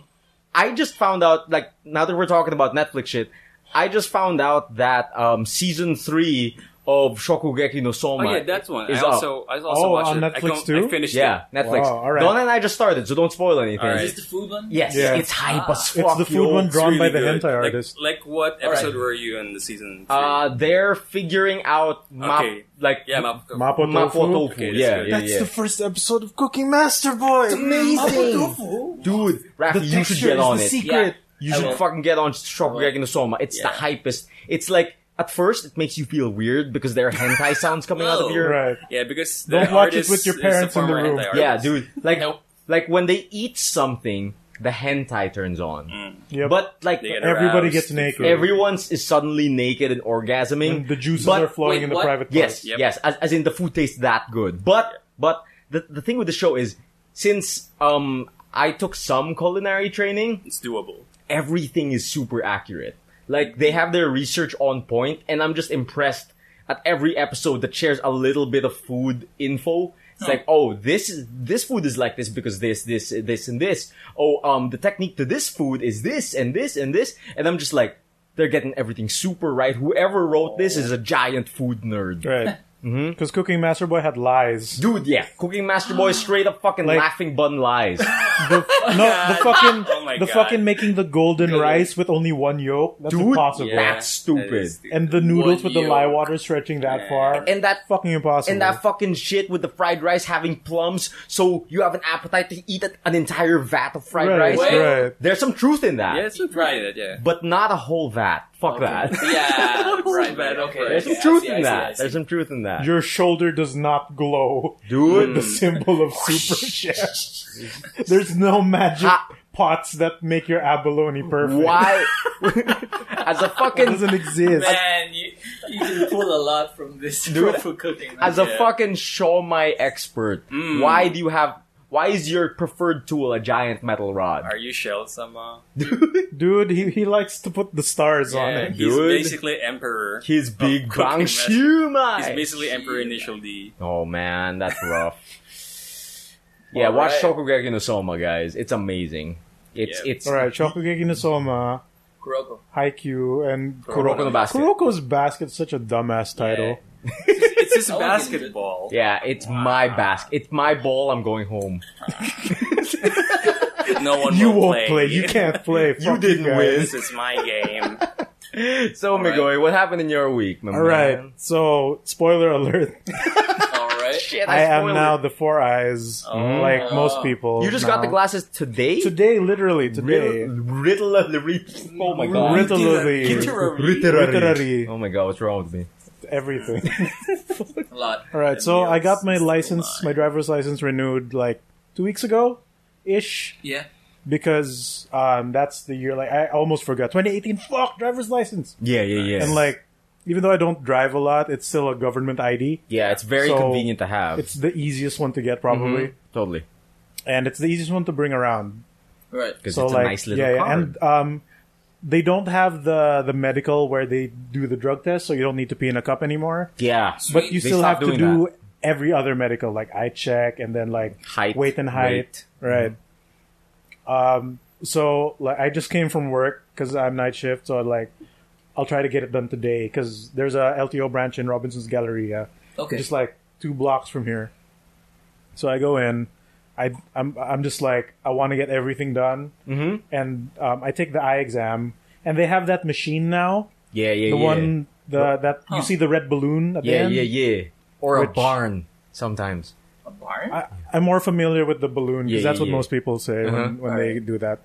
B: I just found out, like, now that we're talking about Netflix shit, I just found out that um, season three of Shokugeki no Soma.
E: Oh yeah, that's one.
B: is
E: I
B: up.
E: also I also
D: Oh,
E: watched
D: on
E: it. I,
D: Netflix
E: com-
D: too?
E: I finished
B: Yeah,
E: it.
B: Netflix.
D: Wow, all right.
B: Don and I just started, so don't spoil anything.
E: All
C: Is
E: right.
C: this the food one?
B: Yes,
D: Yeah.
B: it's hype as fuck.
D: It's the food
B: yo.
D: one
E: Ah. It's
D: drawn by the
E: really good.
D: hentai
E: Like-
D: artist.
E: Like what episode
C: Alright.
E: were you in the season? Three?
B: Uh, they're figuring out map,
E: Okay.
B: like
E: yeah, Map.
D: Mapo
B: Mapo
D: Tofu.
B: tofu.
E: Okay, that's
B: yeah,
E: good.
B: yeah,
D: That's
B: yeah.
D: the first episode of Cooking Master Boy. It's
B: amazing. Dude, Rafi, you should get on it.
C: secret.
B: You
C: I
B: should
C: will.
B: fucking get on Shokugeki no Soma. It's the
E: Yeah.
B: hypest. It's like at first it makes you feel weird because there are hentai sounds coming out of
E: Oh.
B: your
D: Right.
E: Yeah, because
D: Don't
E: the
D: watch it
E: artist
D: with your
E: is a
D: parents in the
E: former
D: room.
E: hentai
B: Yeah,
E: artist.
B: dude. Like,
C: Nope.
B: like when they eat something, the hentai turns on.
D: Yep.
B: But like
E: Mm. They get
D: everybody
E: aroused.
D: gets naked.
B: everyone's is suddenly naked and orgasming.
D: And the juices
B: but-
D: are flowing
C: wait,
D: in the
C: what?
D: private.
B: Yes,
D: parts.
E: Yep.
B: yes. As, as in the food tastes that good. But but the the thing with the show is since um I took some culinary training,
E: It's doable.
B: everything is super accurate. Like they have their research on point, and I'm just impressed at every episode that shares a little bit of food info. It's like, oh, this is this food is like this because this, this, this, and this. Oh, um, the technique to this food is this and this and this, and I'm just like, they're getting everything super right. Whoever wrote this is a giant food nerd.
D: Right. Because Mm-hmm. Cooking Master Boy had lies.
B: Dude, yeah, Cooking Master Boy straight up fucking
D: Like-
B: laughing bun lies.
D: The, no, the fucking,
E: Oh my
D: the
E: God.
D: fucking making the golden
E: Really?
D: rice with only one yolk. That's
B: Dude,
D: impossible.
B: yeah. That's stupid.
E: that is stupid.
D: And the noodles
E: One
D: with the
E: yolk.
D: lye water stretching that
E: Yeah.
D: far.
B: And that
D: fucking impossible.
B: and that fucking shit with the fried rice having plums, so you have an appetite to eat an- an entire vat of fried
D: right,
B: rice.
C: Wait.
D: right.
B: There's some truth in that,
E: Yeah, so try it. Yeah.
B: but not a whole vat. Fuck that.
C: Yeah, right, right,
E: Bad offer.
C: okay.
B: There's some
C: I
B: truth
C: see, I
B: in
C: see,
B: that.
C: I see.
B: There's some truth in that,
D: Your shoulder does not glow.
B: dude.
D: The symbol of
C: Hmm.
D: Super Chef. There's no magic
B: Ah.
D: pots that make your abalone perfect.
B: Why? as a
D: It
B: fucking
D: doesn't exist.
C: Man, you, you can pull a lot from this
B: Dude,
C: for cooking.
B: as
E: Yeah.
B: a fucking shawmai expert,
C: Hmm.
E: Mm.
B: why do you have? Why is your preferred tool a giant metal rod?
E: Are you shelled somehow?
D: Dude, he, he likes to put the stars on
E: Yeah,
D: it.
E: he's
B: dude.
E: basically emperor.
B: His big
E: cooking
B: bang
E: master.
B: shumai.
E: He's basically emperor initial D.
B: Oh man, that's rough. yeah,
C: All
B: watch
C: right.
B: Shokugeki no Soma, guys. It's amazing. It's
E: Yeah.
B: it's
D: Alright, Shokugeki no Soma,
C: Kuroko.
D: Haikyuu, and
B: Kuroko no Basket.
D: Kuroko's Basket's such a dumbass title.
E: It's just
C: I like it.
E: basketball.
B: Yeah, it's my basket. It's my ball. I'm going home.
E: No one
D: You
E: will
D: won't play. You can't play. Fuck
B: didn't
D: guys.
B: win.
E: This is my game.
B: So
E: right.
B: Migoy, what happened in your week, my
D: Alright,
B: man?
D: so, spoiler alert.
E: All right.
B: Shit,
D: I am
B: spoiled
D: now
B: it.
D: the four eyes, like most people.
B: You just
D: now.
B: got the glasses today.
D: Today, literally, today.
B: Riddle, riddle, oh my god.
D: Riddle- Literally. Literary.
B: Oh my god, what's wrong with me?
D: Everything.
C: A lot.
D: All right, so
E: Yes.
D: I got my
E: Oh
D: license,
E: my.
D: my driver's license renewed like two weeks ago, ish,
C: Yeah.
D: because um, that's the year. Like I almost forgot 2018. Fuck driver's license.
B: Yeah, yeah, yeah.
D: And like, even though I don't drive a lot, it's still a government ID.
B: yeah, it's very
D: So,
B: convenient to have.
D: It's the easiest one to get probably,
B: totally
D: and it's the easiest one to bring around.
C: Right.
B: because
D: So
B: it's
D: like,
B: a nice little
D: yeah, yeah,
B: card.
D: and um, they don't have the the medical where they do the drug test, so you don't need to pee in a cup anymore.
B: yeah,
D: But you
B: They
D: still have
B: stopped
D: to
B: doing
D: do every other medical, like eye check and then like
B: Height, Mm-hmm.
D: weight and height, right? Um, so like I just came from work because I'm night shift, so like I'll try to get it done today because there's a LTO branch in Robinson's Galleria,
C: Okay.
D: just like two blocks from here. So I go in. I I'm I'm just like I want to get everything done, mm-hmm. and um, I take the eye exam, and they have that machine now,
B: Yeah, yeah,
D: the
B: yeah.
D: one the that
C: Huh.
D: you see the red balloon at the
B: yeah,
D: end.
B: yeah, yeah. Or a
D: Which-
B: barn sometimes.
C: A barn?
D: I, I'm more familiar with the balloon because
B: Yeah,
D: that's
B: yeah,
D: what most
B: yeah. Uh-huh.
D: people say when, when they do that.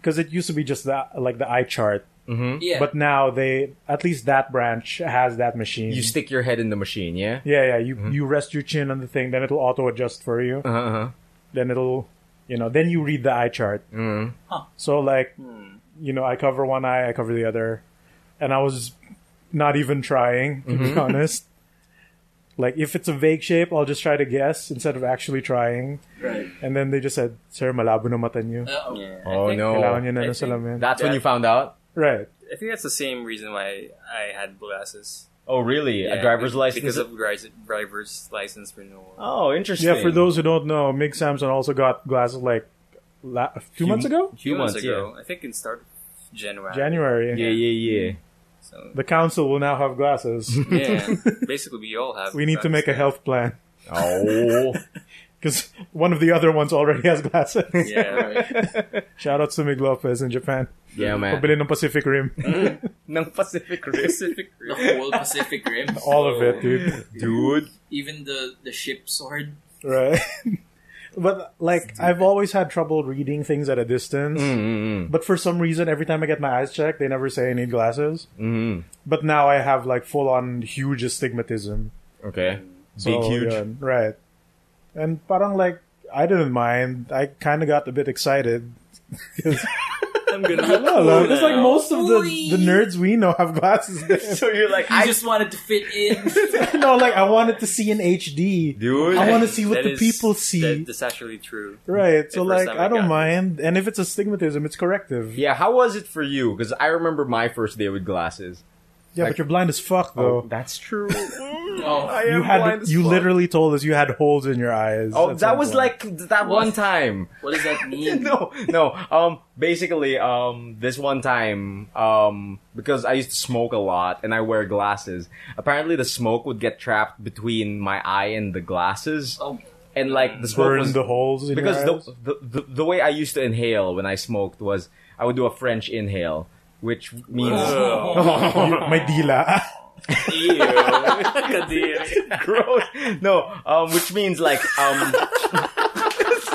D: Because it used to be just that, like the eye chart,
C: yeah.
D: but now they at least that branch has that machine.
B: You stick your head in the machine, yeah?
D: yeah, yeah. You you rest your chin on the thing, then it'll auto adjust for you.
B: Mm-hmm. Uh-huh.
D: Then it'll, you know, then you read the eye chart.
B: Mhm.
C: Huh.
D: So like, you know, I cover one eye, I cover the other, and I was not even trying to
B: Mm-hmm.
D: be honest. Like if it's a vague shape, I'll just try to guess instead of actually trying.
C: right. Uh,
D: And then they just said, Sir, malabo na mata niyo.
C: Uh-oh.
E: Yeah.
B: Oh,
C: think-
B: no.
D: Kailangan niyo na ng
E: I think
D: salamin."
B: That's when
E: Yeah.
B: you found out?
D: Right.
E: I think that's the same reason why I had glasses.
B: Oh, really?
E: Yeah,
B: a driver's
E: be-
B: license?
E: because of gri- driver's license renewal.
B: oh, interesting.
D: Yeah, for those who don't know, Mig Samson also got glasses like la- two months ago?
E: Few months
B: months,
E: ago, I think it started January.
D: January.
B: Yeah, yeah, yeah.
E: So
D: The council will now have glasses.
E: yeah, basically we all have.
D: we need to make a health plan
B: Oh.
D: because one of the other ones already has glasses.
E: Yeah, right.
D: Shout out to Mig Lopez in Japan.
B: yeah, man.
D: Pabili ng Pacific Rim.
B: Ng Pacific Rim.
E: Pacific
C: The
E: Rim.
C: whole Pacific Rim.
D: All of it, dude.
B: Dude.
C: Even the, the ship sword.
D: Right. But like, I've always had trouble reading things at a distance.
B: Mm-mm.
D: But for some reason, every time I get my eyes checked, they never say I need glasses.
B: Mm-mm.
D: But now I have like full on huge astigmatism.
B: Okay.
D: So,
B: Big, huge.
D: yun, right. And parang like, I didn't mind. I kind of got a bit excited.
E: I'm gonna
D: I know, like, it's like
E: now.
D: most of the, the
C: Uy.
D: nerds we know have glasses.
B: So you're like,
C: You just wanted to fit in.
D: no, like I wanted to see in HD.
B: dude.
D: I want to see what the
E: That is-
D: people
E: that-
D: see.
E: that's actually true.
D: right. So
E: the first
D: like,
E: time
D: I
E: I
D: don't
E: got it.
D: mind. And if it's astigmatism, it's corrective. Yeah,
B: yeah, how was it for you? Because I remember my first day with glasses.
D: but you're blind as fuck though.
B: that's true.
C: oh.
D: you had you
B: literally.
D: literally told us you had holes in your eyes.
B: Oh,
D: at some
B: that was
D: point.
B: like that one
C: What?
B: time.
C: What does that mean?
B: no, no. Um, basically, um, this one time, um, because I used to smoke a lot and I wear glasses. Apparently, the smoke would get trapped between my eye and the glasses,
C: Oh.
B: and like the smoke
D: burn
B: was
D: the holes in
B: because
D: your eyes.
B: the, the, the the way I used to inhale when I smoked was I would do a French inhale, which means
D: You- my dila.
E: Ew. Kadir.
B: gross. No, um, which means like um,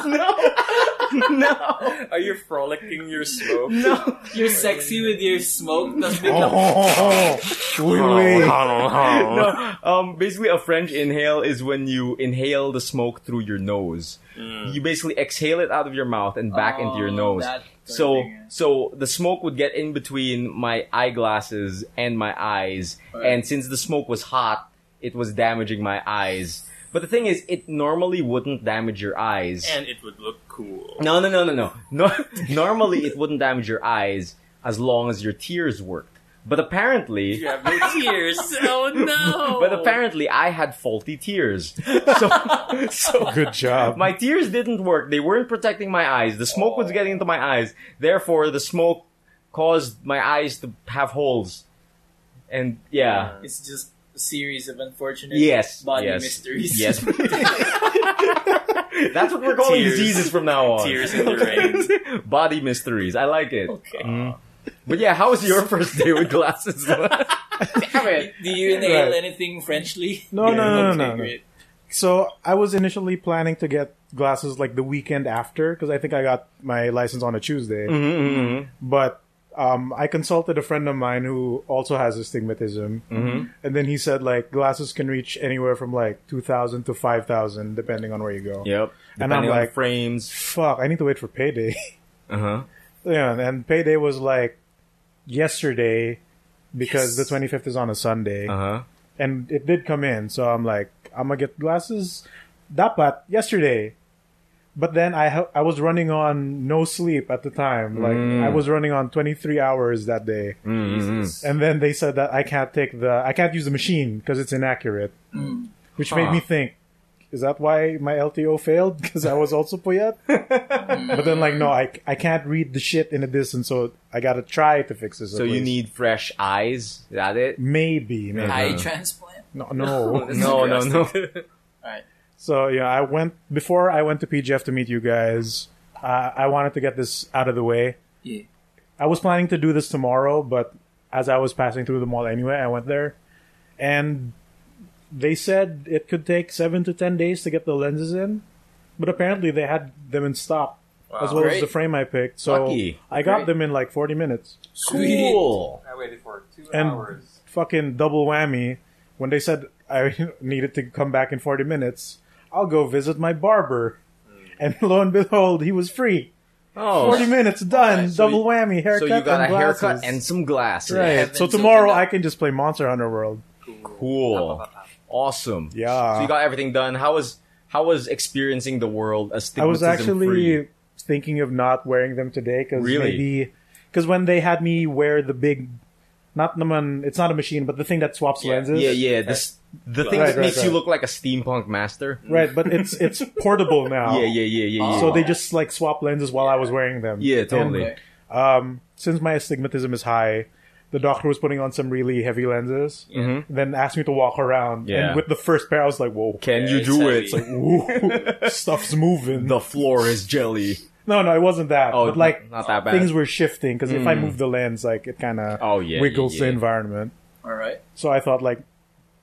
B: no, no.
E: Are you frolicking your smoke?
C: You're sexy with your smoke. Tapos
D: oh,
C: bigla,
D: oh, oh. Wait, wait.
B: no, um, basically, a French inhale is when you inhale the smoke through your nose. You basically exhale it out of your mouth and back into your
C: Oh,
B: nose.
C: that kind of
B: So,
C: thing, yeah.
B: so the smoke would get in between my eyeglasses and my eyes, and since the smoke was hot, it was damaging my eyes. But the thing is, it normally wouldn't damage your eyes.
E: And it would look cool.
B: no, no, no, no, no. no normally, it wouldn't damage your eyes as long as your tears worked. But apparently,
E: You have no tears. Oh no.
B: But apparently, I had faulty tears. So, so
D: Good job.
B: my tears didn't work. They weren't protecting my eyes. The smoke was getting into my eyes. Therefore, the smoke caused my eyes to have holes. And yeah,
C: It's just a series of unfortunate
B: yes,
C: body
B: yes,
C: mysteries.
B: Yes, that's what we're calling
E: Tears.
B: diseases from now on.
E: Tears in the rain.
B: body mysteries. I like it.
C: Okay.
B: But yeah, how was your first day with glasses?
C: Damn it. Do you inhale
D: Right.
C: anything Frenchly?
D: No, no, no, no,
C: Okay,
D: no, no.
C: great.
D: So I was initially planning to get glasses like the weekend after because I think I got my license on a Tuesday. But um, I consulted a friend of mine who also has astigmatism, mm-hmm. and then he said like glasses can reach anywhere from like two thousand to five thousand depending on where you go.
B: yep.
D: And I'm
B: Depending on
D: like-
B: frames.
D: Fuck, I need to wait for payday.
B: Uh huh.
D: yeah, and payday was like yesterday because
E: Yes.
D: the twenty fifth is on a Sunday.
B: Uh huh.
D: and it did come in. So I'm like, I'm gonna get glasses. Dapat yesterday, but then I ha- I was running on no sleep at the time. Like
B: Mm.
D: I was running on 23 hours that day,
B: Mm-hmm.
E: Jesus.
D: and then they said that I can't take the I can't use the machine because it's inaccurate, which made me think. is that why my LTO failed? Because I was also puyat. but then, like, no, I, I can't read the shit in the distance, so I gotta try to fix this. at
B: So you
D: least.
B: need fresh eyes. Is that it?
D: maybe, maybe
B: I
F: Eye
B: know.
F: transplant.
D: no, no.
E: That's
B: No, no, no.
E: drastic.
F: Alright.
D: so yeah, I went before I went to PGF to meet you guys. Uh, I wanted to get this out of the way.
F: Yeah.
D: I was planning to do this tomorrow, but as I was passing through the mall anyway, I went there, and they said it could take seven to ten days to get the lenses in, but apparently they had them in stock as well
F: Great.
D: as the frame I picked. So
B: Lucky.
D: I got
F: Great.
D: them in like forty minutes.
F: Sweet.
B: Cool.
E: I waited for two
D: And-
E: hours.
D: Fucking double whammy when they said I needed to come back in forty minutes. I'll go visit my barber, and lo and behold, he was free.
B: Mm. Oh,
D: Forty minutes done,
F: Alright,
B: so
D: double
B: you-
D: whammy, haircut
B: so you got a
D: and glasses.
B: haircut and some glasses.
D: Right.
F: Heavens
D: So tomorrow
F: open up.
D: I can just play Monster Hunter World.
B: Cool. Awesome.
D: Yeah.
B: So you got everything done. How was how was experiencing the world as
D: I was
B: stigmatism
D: actually
B: free?
D: thinking of not wearing them today because
B: Really?
D: maybe because when they had me wear the big, not naman, it's not a machine, but the thing that swaps
E: Yeah.
D: lenses.
B: Yeah, yeah. This the thing
D: Right,
B: that
D: right,
B: makes you
D: right.
B: look like a steampunk master.
D: Right, but it's it's portable now.
B: Yeah, yeah, yeah, yeah, yeah.
D: So they just like swap lenses while I was wearing them.
B: yeah, totally.
F: Okay.
D: Um, since my astigmatism is high, the doctor was putting on some really heavy lenses.
B: Mhm.
D: Then asked me to walk around,
B: Yeah.
D: and with the first pair, I was like, "Whoa,
B: Can
E: Yeah,
B: you
E: it's
B: do
E: heavy.
B: it? It's like,
D: ooh, stuff's moving."
B: the floor is jelly.
D: No, no, it wasn't that.
B: Oh,
D: but like
B: not that bad. Mm.
D: things were shifting because if I move the lens, like it kind of
B: Oh, yeah,
D: wiggles
B: yeah,
D: the
B: yeah.
D: environment.
F: Alright.
D: So I thought like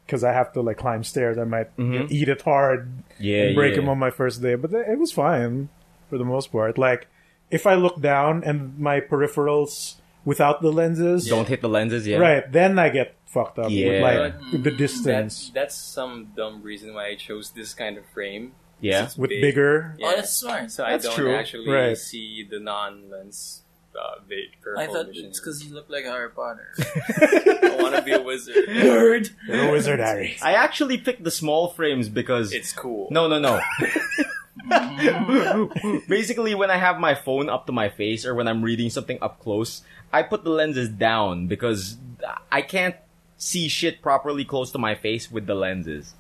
D: because I have to like climb stairs, I might
B: Mm-hmm.
D: eat it hard
B: Yeah,
D: and break
B: yeah.
D: them on my first day. But th- it was fine for the most part. Like if I look down and my peripherals without the lenses,
B: Don't hit the lenses. Yeah.
D: right, then I get fucked up
B: Yeah.
D: with like with the
E: That's
D: distance
E: that's some dumb reason why I chose this kind of frame.
B: Yeah.
E: It's
D: with
E: big.
D: bigger.
E: Yeah.
F: Oh, that's smart.
E: So
B: That's
E: I don't
B: true.
E: actually
D: Right.
E: see the non-lens uh, vague
F: I
E: purple
F: thought
E: vision.
F: it's because you look like Harry Potter.
E: I want to be a wizard.
F: Nerd.
D: The wizard Harry.
B: I actually picked the small frames because
E: It's cool.
B: No, no, no. Basically, when I have my phone up to my face or when I'm reading something up close, I put the lenses down because I can't see shit properly close to my face with the lenses.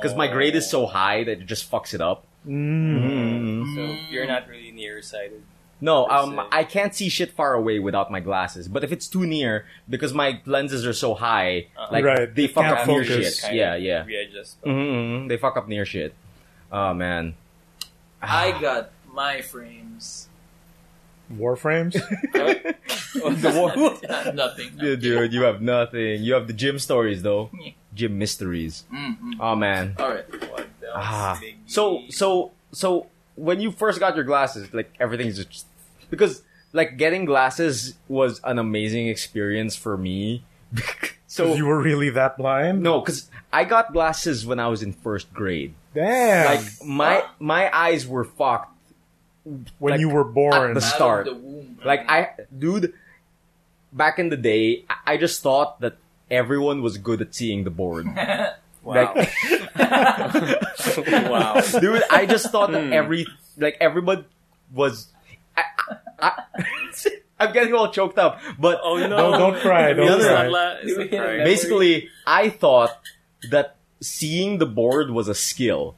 B: Because my grade is so high that it just fucks it up.
D: Mm.
E: So you're not really nearsighted.
B: No,
E: I
B: um,
E: see.
B: I can't see shit far away without my glasses. But if it's too near, because my lenses are so high,
E: Uh-huh.
B: like
D: Right,
B: they
D: you
B: fuck
D: can't
B: up near
D: focus.
B: shit.
E: Kind
B: Yeah,
E: of
B: yeah.
E: Readjust.
B: Mm-hmm, they fuck up near shit. Oh man.
F: I got my frames.
B: Mm-hmm.
D: Warframes.
B: The wa-
F: Nothing.
B: Yeah, dude, you have nothing. You have the gym stories though. Gym mysteries.
C: Mm-hmm.
F: Mm-mm.
B: Oh man.
F: All right.
E: What else,
B: Ah.
E: Biggie?
B: So so so when you first got your glasses, like everything's just because like getting glasses was an amazing experience for me. so
D: you were really that blind?
B: no, because I got glasses when I was in first grade.
D: Damn.
B: Like my my eyes were fucked.
D: when
B: like, uh,
D: you were born.
B: the
F: Out of
B: start.
F: the womb.
B: Like I, dude, back in the day, I- I just thought that everyone was good at seeing the board.
E: wow. wow.
B: dude. I just thought
E: Hmm.
B: that every like everybody was. I, I, I, am getting all choked up, but
E: Oh no!
D: Don't- don't cry, don't
E: It's
B: cry.
E: not la- it's not
F: Yeah.
E: crying.
B: basically, I thought that seeing the board was a skill,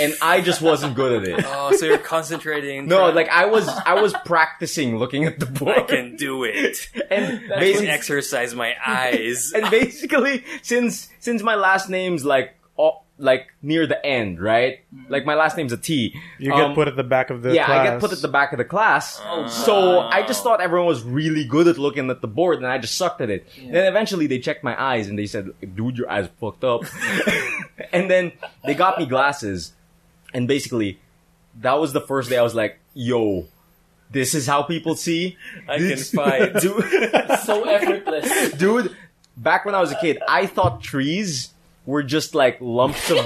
B: and I just wasn't good at it.
E: Oh, so you're concentrating.
B: No,
E: trying-
B: like I was, I was practicing looking at the
E: I
B: board,
E: can do it.
B: and
E: I can
B: basically,
E: exercise my eyes.
B: and basically since since my last name's like all, like near the end, right? Like my last name's a T.
D: Mm. you
B: um,
D: get put at the back of the
B: yeah, I get
D: class. Ah.
B: put at the back of the class.
E: Oh,
B: so
F: wow.
B: I just thought everyone was really good at looking at the board, and I just sucked at it. Then eventually they checked my eyes and they said, "Dude, your eyes fucked up." and then they got me glasses, and basically that was the first day I was like, "Yo." This is how people see.
E: I can
B: This-
E: fight.
B: Dude,
F: so effortless.
B: dude back when i was a kid i thought trees were just like lumps of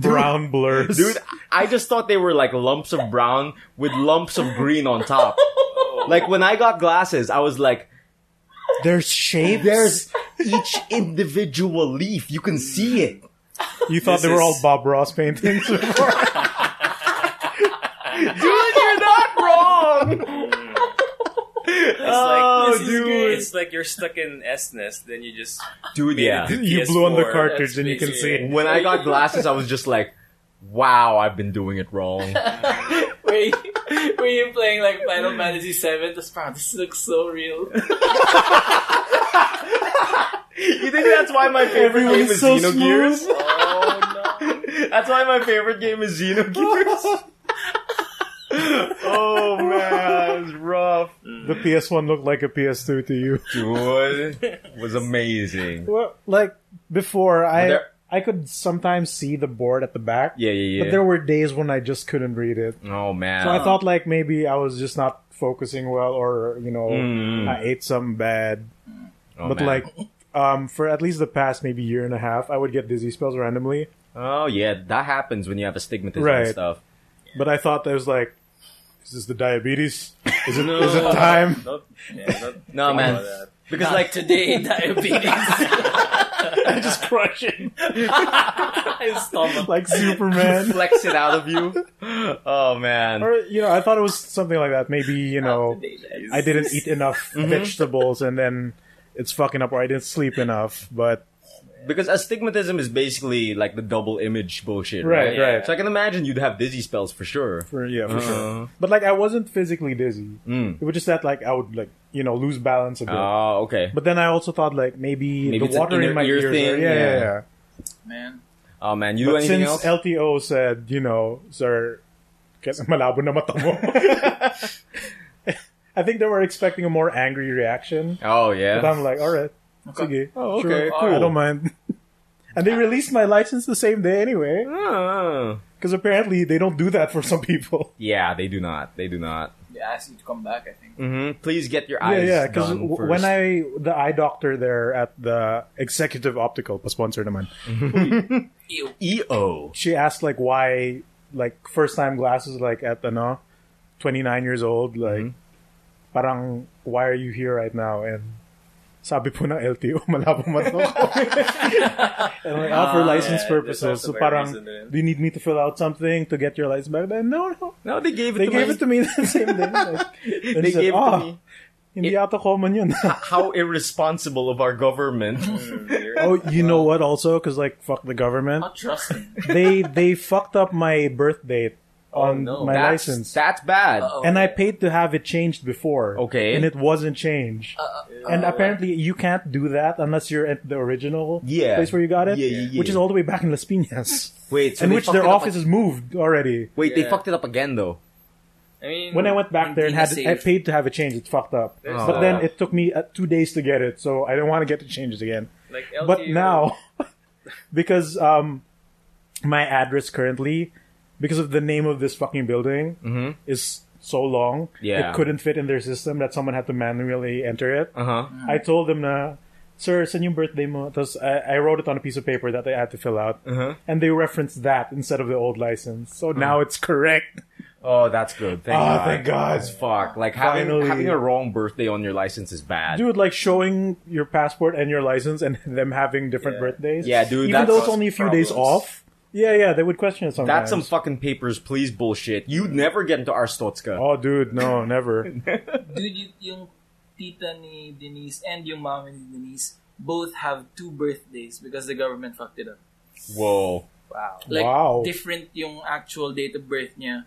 D: brown blurs.
B: dude i just thought they were like lumps of brown with lumps of green on top like when i got glasses i was like
D: there's shapes.
B: there's each individual leaf you can see it
D: you thought they
E: This
D: were all
E: is-
D: Bob Ross paintings before.
B: dude you're not wrong
E: It's like,
B: Oh,
E: this is
B: dude.
E: good. It's like you're stuck in S nest, then you just
B: dude yeah
D: you blew on the
E: PS4,
D: cartridge
E: that's
D: and you can see
E: basically
D: it.
B: when i got glasses i was just like wow, I've been doing it wrong.
F: were, you, were you playing like Final Fantasy VII? This, wow, this looks so real.
B: you think that's why my favorite game is
D: so
B: Xenogears?
F: Oh no.
B: That's why my favorite game is Xenogears. oh man, it's rough.
D: The PS1 looked like a PS2 to you.
B: Dude was amazing.
D: Well, like before, I
B: there-
D: I could sometimes see the board at the back.
B: Yeah, yeah,
D: But
B: yeah.
D: there were days when I just couldn't read it.
B: oh man.
D: So I thought like maybe I was just not focusing well, or you know,
B: Mm.
D: I ate some bad.
B: oh,
D: but
B: man.
D: like, um, for at least the past maybe year and a half, I would get dizzy spells randomly.
B: oh yeah, that happens when you have astigmatism and
D: Right.
B: stuff.
D: But I thought that was like, is this the diabetes? Is it is it time?
E: Not, yeah, not
B: No
E: think
B: Oh, man,
E: about that.
B: because like
F: today, diabetes.
D: I just crush it
F: My stomach.
D: like Superman.
B: flex it out of you. Oh man.
D: Or you know, I thought it was something like that. Maybe you
B: Uh,
D: know,
F: Today, diabetes.
D: I didn't eat enough
B: Mm-hmm.
D: vegetables, and then it's fucking up, or I didn't sleep enough. But
B: Because astigmatism is basically like the double image bullshit, right?
D: Right, right.
B: So I can imagine you'd have dizzy spells for sure.
D: for yeah, for sure.
B: Uh,
D: But like, I wasn't physically dizzy.
B: mm.
D: It was just that like I would like you know lose balance a bit.
B: Oh, okay.
D: but then I also thought like maybe,
B: Maybe it's
D: the
B: an
D: water
B: inner
D: in my
B: ear
D: ears.
B: thing,
D: are- yeah, yeah,
B: yeah.
D: yeah.
F: Man.
B: Oh man, you do
D: But
B: anything
D: since
B: else?
D: LTO said, you know, sir, kasi malabo na mata mo. I think they were expecting a more angry reaction,
B: oh
D: but
B: yeah.
D: I'm like, all right, sige,
B: Oh,
D: sure,
B: okay,
D: I
B: cool.
D: don't mind. And they released my license the same day anyway,
B: Oh.
D: because apparently they don't do that for some people.
B: Yeah, they do not. They do not.
F: They asked you to come back, I think.
D: Mm.
B: Mm-hmm. Please get your
D: yeah,
B: eyes
D: yeah. Because
B: done first.
D: when I the eye doctor there at the Executive Optical pa sponsor naman,
F: Ew.
B: E EO.
D: she asked like why like first time glasses like at ano 29 years old like
E: Mm-hmm.
D: parang why are you here right now and sabi po ng LTO malabo man ako and like ah, for license
E: yeah,
D: purposes
E: there's
D: so
E: also very
D: parang
E: reason to-
D: do you need me to fill out something to get your license back then no no
B: No, they gave
D: they
B: it. to
D: gave
B: me.
D: it to me the same day like, and
B: They
D: she said,
B: gave it to
D: "Ah,
B: me.
D: hindi ata common yun
B: How irresponsible of our government.
D: oh you know what also because like fuck the government
F: Not trusting.
D: they they fucked up my birth date on
F: no.
D: my
B: Oh, that's,
D: license
B: That's bad.
F: Uh-oh.
D: and I paid to have it changed before.
B: Okay.
D: And it wasn't changed. and apparently, you can't do that unless you're at the original
B: Yeah.
D: place where you got it,
B: Yeah, yeah, yeah.
D: which is all the way back in Las Piñas,
B: Wait, so
D: in
B: they
D: which
B: fucked
D: their
B: it up
D: office is
B: ag-
D: moved already.
B: Wait, they
E: Yeah.
B: fucked it up again though.
E: I mean,
D: When I went back there and had
F: Hindi na safe.
D: I paid to have it changed, it fucked up.
E: There's
D: But
B: no-
D: then it took me uh, two days to get it, so I didn't want to get it changed again.
E: like
D: But
E: LTO
D: now, because um, my address currently, because of the name of this fucking building,
B: Mhm.
D: is so long,
B: Yeah.
D: it couldn't fit in their system that someone had to manually enter it.
B: Uh huh.
D: I told them na, sir, send yung birthday mo. Tapos I, I wrote it on a piece of paper that I had to fill out.
B: Uh-huh.
D: And they referenced that instead of the old license. So now it's correct.
B: Oh, that's good. Mm. Thank
D: Ah,
B: God.
D: thank God.
B: It's fuck. Like having
D: Finally.
B: having a wrong birthday on your license is bad.
D: Dude, like showing your passport and your license and them having different
E: Yeah.
D: birthdays.
B: Yeah, dude,
D: Even
B: that's-
D: though it's only a few days
E: problems.
D: off. Yeah, yeah, they would question it sometimes.
B: that's some fucking papers, please bullshit. You'd never get into Arstotska.
D: Oh, dude, no, never.
F: Dude, y- yung tita ni Denise and yung mom ni Denise both have two birthdays because the government fucked it up.
B: Whoa.
E: wow.
F: Like,
D: Wow.
F: different yung actual date of birth niya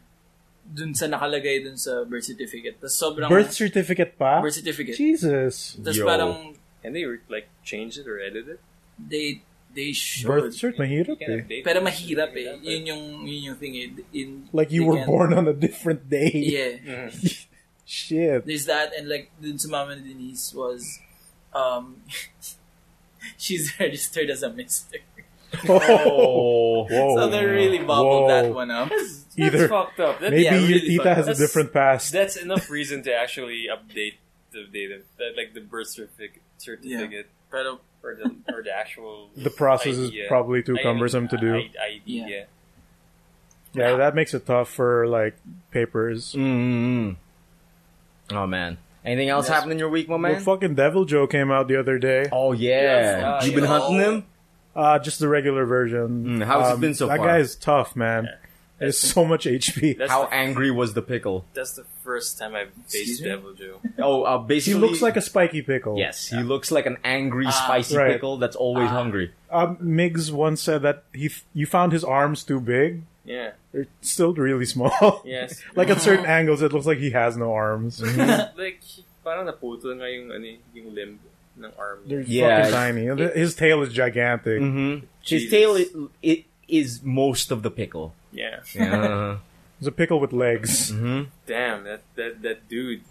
F: dun sa nakalagay dun sa birth certificate. Tapos sobrang...
D: Birth certificate pa?
F: birth certificate.
D: Jesus.
F: Tapos
B: Yo.
F: parang
E: Can they like change it or edit it?
F: they they should.
D: Birth cert, mahirap eh.
F: Pero mahirap eh. Yun yung, yun yung thing eh. In,
D: Like you
F: they
D: were
F: can't-
D: born on a different day.
F: Yeah.
D: Shit.
F: There's that and like dun sa mama ni Denise was um she's registered as a mister.
B: Oh.
D: Whoa.
F: so they really bobbled
D: Whoa.
F: that one up.
D: Either-
E: fucked up. That-
D: Maybe
F: Yeah,
D: your
F: really
D: tita
F: fucked
D: has a
E: up.
D: different past.
E: that's enough reason to actually update the data, that, like the birth certificate, certificate
F: Pero
E: or the or the actual.
D: The process
E: idea.
D: is probably too
E: I-
D: cumbersome to do.
E: I- idea.
F: Yeah.
D: yeah, that makes it tough for like papers.
B: Mm-mm. Oh man. Anything else
F: Yes.
B: happened in your week, my
D: The
B: man?
D: fucking Devil Joe came out the other day.
B: Oh yeah.
E: Yes,
B: you been
E: uh,
B: hunting him?
D: Uh, just the regular version. Um,
B: Mm, how's it been so
D: that
B: far?
D: That guy is tough, man. There's so much HP.
E: That's
B: How
E: the,
B: angry was the pickle?
E: that's the first time I've
F: Excuse
E: faced
F: me?
E: Devil Joe.
B: Oh, uh,
D: He
B: basically
D: looks like a spiky pickle.
B: Yes, he looks like an angry,
F: Ah.
B: spicy
D: Right.
B: pickle that's always hungry.
D: Um, Miggs once said that he f- you found his arms too big,
E: Yeah.
D: They're still really small.
E: Yes.
D: like at certain angles, it looks like he has no ararms.
E: Mm-hmm. like, parang naputol nga yung, ano, eh, yung limb ng arm.
D: They're
B: Yeah,
D: fucking tiny.
B: it-
D: His tail is gigantic.
B: Mm-hmm. His
E: Jesus.
B: tail it, it is most of the pickle. Mm-hmm.
E: Yeah.
B: Yeah.
D: It's a pickle with
B: Mm-hmm.
D: legs,
E: Damn, that, that, that dude.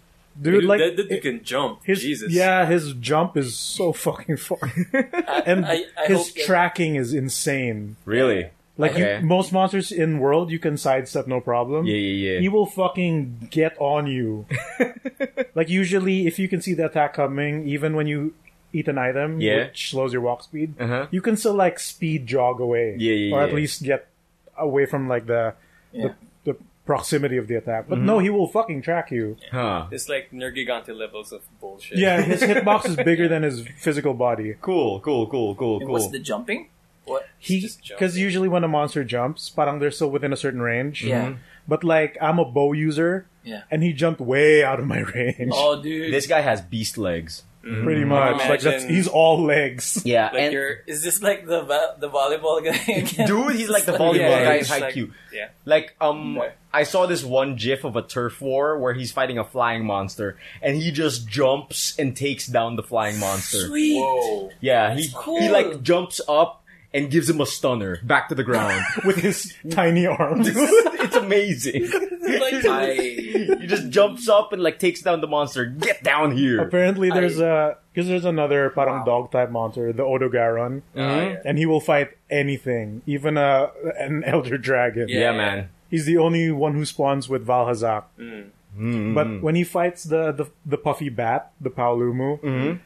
D: dude. Like
E: that, that dude
D: it-
E: can jump.
D: his
E: Jesus.
D: yeah, his jump is so fucking far, and
F: I- I
D: his
F: hope that-
D: tracking is insane.
B: Really?
D: Like you-
B: Okay.
D: most monsters in world, you can sidestep no problem.
B: Yeah, yeah,
D: He
B: yeah.
D: will fucking get on you. like usually, if you can see the attack coming, even when you eat an item,
B: Yeah.
D: which slows your walk speed,
B: Uh-huh.
D: you can still like speed jog away.
B: Yeah, yeah,
D: or at
B: yeah.
D: least get away from like the
F: Yeah.
D: the, the proximity of the attack.
B: Mm-hmm.
D: But no, he will fucking track you.
B: Huh.
E: It's like Nergigante levels of bullshit.
D: Yeah, his hitbox is bigger than his physical body.
B: Cool, cool, cool, cool,
F: And What's
B: cool.
F: the jumping? What?
D: He
E: just
D: because
E: jumping.
D: usually when a monster jumps, parang they're still within a certain
B: Mm-hmm.
D: range.
F: Yeah.
D: But like I'm a bow user,
F: Yeah.
D: and he jumped way out of my range.
F: Oh, dude.
B: This guy has beast legs. Mm-hmm.
D: pretty much. Like that's,
E: Imagine-
D: he's all legs.
B: Yeah,
E: Like
B: and
E: you're.
F: Is this like the va- the volleyball guy again?
B: dude, he's like the
F: Yeah,
B: volleyball
E: yeah,
B: guy in
E: it's like-
B: Haikyuu.
E: yeah.
B: Like, um,
F: Okay.
B: I saw this one gif of a turf war where he's fighting a flying monster, and he just jumps and takes down the flying monster.
F: Sweet.
E: Whoa.
B: Yeah, he
F: cool.
B: he like jumps up and gives him a stunner back to the ground.
D: with his tiny arms.
B: Dude, it's amazing.
F: Like, I-
B: he just jumps up and like takes down the monster. Get down here.
D: Apparently, there's a because there's another parang dog type monster, the Odogaron,
E: Mhm.
D: and he will fight anything, even a an elder dragon.
B: Yeah,
E: Yeah,
B: man.
D: He's the only one who spawns with Valhazak.
B: Mm.
D: But when he fights the the, the puffy bat, the Paolumu,
B: Mm-hmm.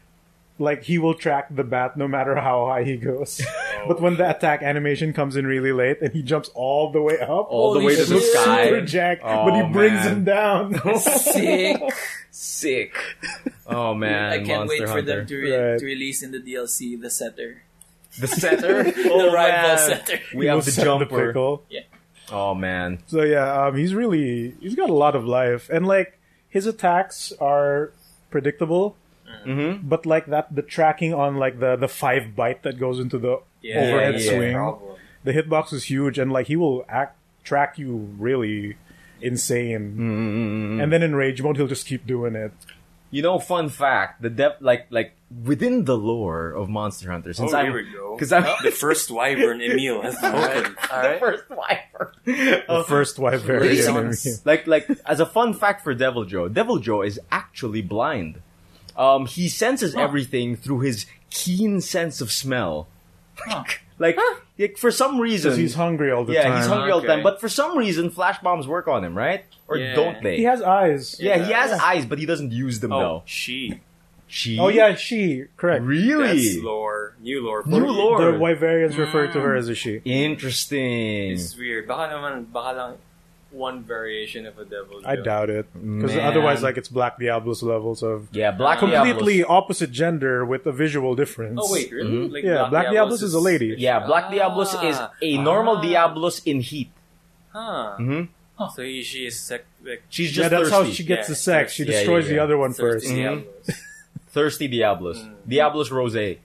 D: like he will track the bat no matter how high he goes.
B: Oh.
D: But when the attack animation comes in really late and he jumps all the way up,
B: all the
F: Holy
B: way to
D: it
B: the
D: looks
F: shit.
B: sky.
D: super jacked,
B: Oh,
D: but he brings
B: man.
D: him down.
F: Sick.
B: Sick. Oh man,
F: I can't
B: Monster
F: wait for
B: Hunter.
F: them to, re-
D: Right.
F: to release in the DLC the setter,
B: the setter.
F: the
B: oh,
F: rival
B: man.
F: setter.
B: We
D: He will
B: have the
D: set
B: jumper.
D: pickle.
B: oh man.
D: So yeah, um, he's really he's got a lot of life, and like his attacks are predictable,
B: Mhm.
D: but like that the tracking on like the the five bite that goes into the
E: Yeah,
D: overhead
B: yeah, yeah.
D: swing, the hitbox is huge, and like he will act track you really insane,
B: Mm-hmm.
D: and then in rage mode he'll just keep doing it.
B: You know, fun fact: the depth, like, like within the lore of Monster Hunter. Since
E: Oh,
B: I'm,
E: here we go.
B: Because I'm
E: The first wyvern Emil has been opened.
B: the first wiper.
D: The first wife
B: Really?
D: variant.
B: like like as a fun fact for Devil Joe, Devil Joe is actually blind. Um, he senses everything through his keen sense of smell. like, like for some reason,
D: Because he's hungry all the
B: yeah,
D: time.
B: he's hungry all the
E: Okay.
B: time. But for some reason, flash bombs work on him, right? Or
E: Yeah.
B: don't they?
D: He has eyes.
B: yeah, he has eyes, but he doesn't use them
E: Oh,
B: though.
E: she.
B: She?
D: Oh yeah, she correct.
B: really?
E: That's lore. New lore.
B: New lore.
D: The Wyverians refer to
B: Mm.
D: her as a she.
B: Interesting.
E: It's weird. Baka naman, baka lang one variation of a devil.
D: I
E: joke.
D: doubt it because
B: Man.
D: otherwise, like it's Black Diablos levels of
B: Yeah, Black
D: completely
B: Diablos.
D: opposite gender with a visual difference.
E: Oh wait, really? Like,
D: Mm-hmm. Yeah, Black Diablos is a lady.
B: Yeah, Black Diablos is a normal
E: Ah.
B: Diablos in heat.
E: Huh.
B: Mhm.
E: So he, she is sec- like
B: She's
D: yeah,
B: just
D: that's how
B: thirsty.
D: she gets the
E: Yeah,
D: sex. She
E: thirsty.
B: Yeah,
D: destroys
B: yeah, yeah.
D: the other one first.
E: thirsty Diablos.
B: Thirsty Diablos. Diablos Rosé.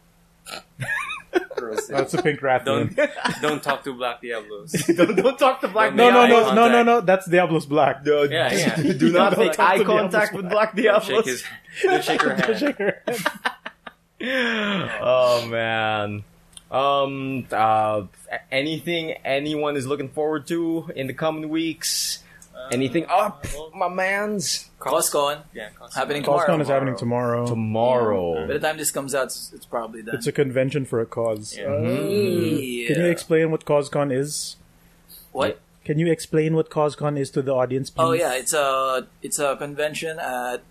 E: Gross.
D: That's a pink rat.
E: don't
D: man.
E: don't talk to Black Diablos.
B: don't, don't talk to Black
E: Don't
D: No,
E: make
D: no, no,
E: eye
D: no, no,
E: contact.
D: no. That's Diablos Black.
B: No,
E: Yeah, yeah.
B: Do not
D: Don't
B: make
D: talk
B: eye
D: to Diablos
B: contact with Black
E: Shake
B: Diablos.
E: his, don't shake her hand.
D: Shake her head.
B: Oh man. Um. Uh. Anything anyone is looking forward to in the coming weeks?
E: Uh,
B: anything up, my man's?
F: Coscon.
E: Yeah, constant.
F: Happening
D: Coscon
F: tomorrow.
D: is happening tomorrow.
B: Tomorrow.
F: By the time this comes out, it's, it's probably done.
D: It's a convention for a cause.
E: Yeah.
D: Uh,
F: Yeah.
D: Can you explain what CauseCon is?
F: what?
D: Can you explain what CauseCon is to the audience, please?
F: Oh yeah, it's a it's a convention at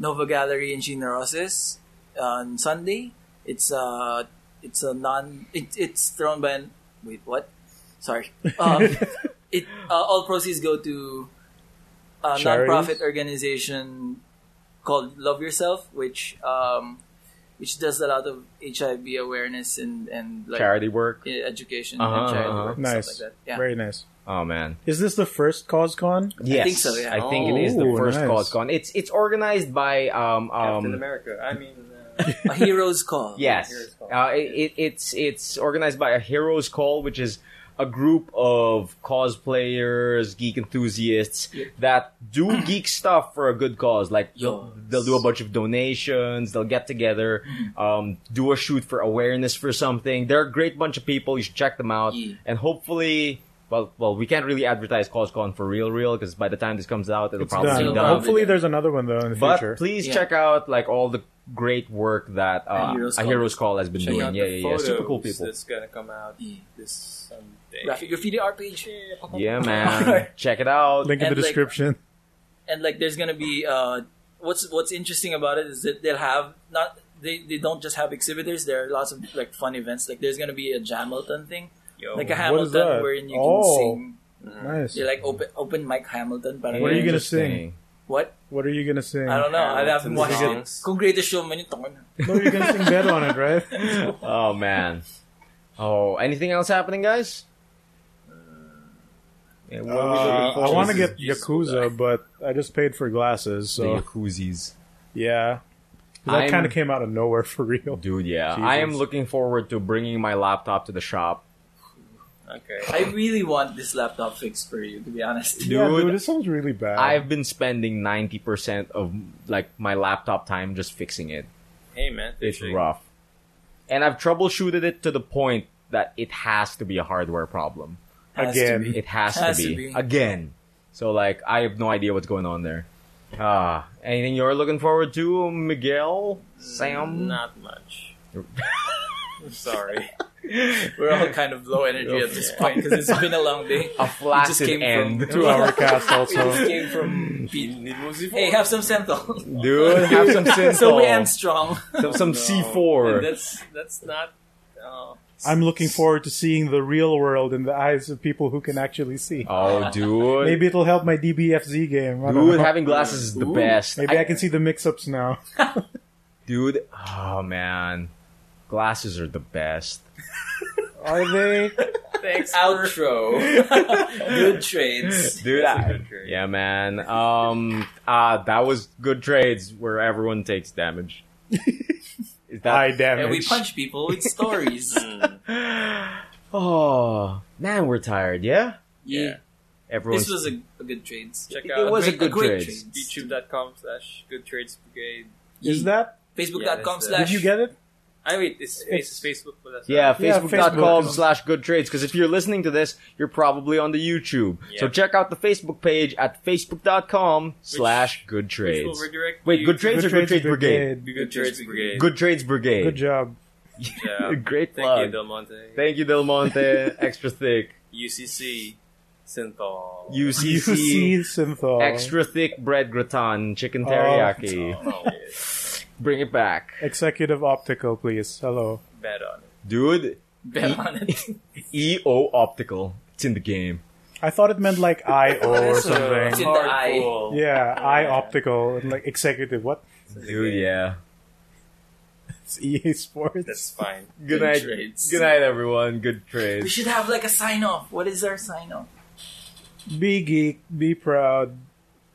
F: Nova Gallery in Generosis on Sunday. It's a it's a non it, it's thrown by an wait what? Sorry. Um, it uh, all proceeds go to a
D: Charities?
F: nonprofit organization called Love Yourself, which um, which does a lot of HIV awareness and and like
B: Charity work.
F: eh, education
B: Uh-huh,
F: and child
B: uh-huh.
F: work, stuff
D: Nice.
F: like that. Yeah.
D: Very nice.
B: Oh man.
D: Is this the first CauseCon?
B: Yes,
F: think so, yeah.
B: I think it is the
D: Oh,
B: first
D: nice.
B: cause con. It's it's organized by um
E: Captain
B: um
E: America. I mean, uh,
F: a hero's call.
B: Yes,
E: Heroes Call.
B: uh, it, it, it's it's organized by a Heroes Call, which is a group of cosplayers, geek enthusiasts that do geek stuff for a good cause. Like they'll, they'll do a bunch of donations, they'll get together, um, do a shoot for awareness for something. They're a great bunch of people. You should check them out,
C: Yeah.
B: and hopefully. Well, well, we can't really advertise CosCon for real, real, because by the time this comes out, it'll
D: It's
B: probably
D: done.
B: be
C: Still
B: done.
C: probably
D: Hopefully,
C: done.
D: there's another one though in the
B: But
D: future.
B: please
C: Yeah.
B: check out like all the great work that uh,
C: And Heroes
B: a
C: Call.
B: Heroes Call has been
C: Check
B: doing.
C: out
B: Yeah,
C: the
B: yeah, yeah. Super cool
E: Photos
B: people.
E: That's gonna come out
C: Yeah.
E: this Sunday.
C: Graphic E. graffiti art page.
B: Yeah, man. check it out.
D: Link in
C: and,
D: the
C: like,
D: description.
C: and like there's gonna be uh, what's what's interesting about it is that they'll have not they, they don't just have exhibitors. There are lots of like fun events. Like there's gonna be a Jamilton thing,
E: Yo. Mm-hmm.
C: like a
D: Oh, What is that?
C: Hamilton wherein you
D: Oh.
C: can sing.
D: nice.
C: You're like open open mic Hamilton. But
D: What are you gonna
B: Interesting.
C: what?
D: What are you gonna sing?
C: I don't know. I haven't
E: Hamilton
C: watched
E: songs.
C: it. Kung Greatest Showman yung tawag na.
D: No, you're gonna sing bed on it, right?
B: Oh man. Oh, anything else happening, guys? Yeah, what are we
D: Uh,
B: looking for?
D: I want to
E: This
D: get
E: is useful,
D: Yakuza, but I just paid for glasses, so
B: the Yakuzi's.
D: yeah. 'Cause
B: I'm-
D: That kind of came out of nowhere for real.
B: Dude, yeah. I am
D: Jesus.
B: looking forward to bringing my laptop to the shop.
E: Okay.
C: I really want this laptop fixed for you, to be honest.
D: yeah,
B: Dude,
D: dude, this sounds really bad.
B: I've been spending 90% of like my laptop time just fixing it.
E: Hey man,
B: It's
E: fishing.
B: rough. And I've troubleshooted it to the point that it has to be a hardware problem.
C: Has to
D: Again.
C: be.
B: It has,
C: Has
B: to,
C: to
B: be.
C: be.
B: Again. So like I have no idea what's going on there. Ah, anything you're looking forward to, Miguel? Sam?
E: Not much. Sorry.
C: We're all kind of low energy at this point because it's been a long day.
B: A
C: just
B: flaccid
C: came
B: end.
C: from-
D: two hour cast
C: We
D: also.
C: just came
D: mm.
C: from Pete.
E: Need more Z4?
C: Hey, have some Sental.
B: Dude, have some Synthol.
C: so
D: Oh.
C: we end strong.
B: some, some
E: And
B: C4.
E: That's that's not. Uh,
D: I'm looking forward to seeing the real world in the eyes of people who can actually see.
B: Oh, dude.
D: Maybe it'll help my DBFZ game. I don't
B: Dude,
D: know.
B: having glasses is the
C: Ooh.
B: best.
D: Maybe I, can see the mix-ups now.
B: Dude, oh man. Glasses are the best.
D: Are they?
E: thanks.
C: Outro. Good trades.
B: Dude,
E: That's a
B: I-
E: good trade.
B: yeah, man. Um, ah, that was good trades where everyone takes damage. Is that
D: Eye damage.
C: And we punch people with stories.
E: Mm.
B: Oh man, we're tired. Yeah,
E: Yeah.
B: everyone's
C: This was a, a good trades.
E: Check
B: it
E: out
B: was a
C: great-
B: good
C: great
B: trade.
C: trades.
E: YouTube.com slash Good Trades Brigade.
D: Is that?
E: Yeah,
C: Facebook.com
E: that's-
D: Did
C: slash.
D: you get it?
E: I mean, it's, it's Facebook, but that's
B: yeah,
E: not-
D: Yeah,
B: facebook.com
D: Facebook.
B: slash good trades. Because if you're listening to this, you're probably on the YouTube. So
E: Yeah.
B: check out the Facebook page at facebook.com slash good
E: Which will
B: trades.
E: redirect
B: Wait,
E: you
B: good
E: to
B: trades or good trades
D: Trades
B: brigade?
E: the Good Trades Brigade.
B: Good trades brigade.
D: Good job.
E: Yeah.
B: Great
E: Thank
B: plug.
E: you, Del Monte.
B: Thank you, Del Monte. Extra thick.
E: UCC. Synthol.
D: You
B: UCC.
D: see synthol.
B: Extra thick bread gratin, chicken teriyaki.
E: Oh,
B: Bring it back.
D: Executive optical, please. Hello.
E: bet on it.
B: Dude,
C: Bet on it.
B: EO Optical. It's in the game.
D: I thought it meant like IO or
E: That's a
D: something.
C: in the eye.
E: hardcore-
D: Yeah, I optical and like executive. What?
B: Dude, yeah.
D: It's EA Sports.
E: That's fine.
B: Good,
C: Good
B: night.
C: trades.
B: Good night, everyone. Good trades.
C: We should have like a sign off. What is our sign off?
D: Be geek, be proud.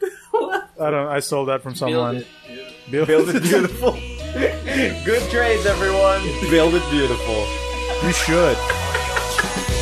D: I don't. I stole that from someone.
C: Build
D: Build-
C: it.
B: Build it beautiful. Good trades, everyone. Build it beautiful.
D: you should.
G: Thank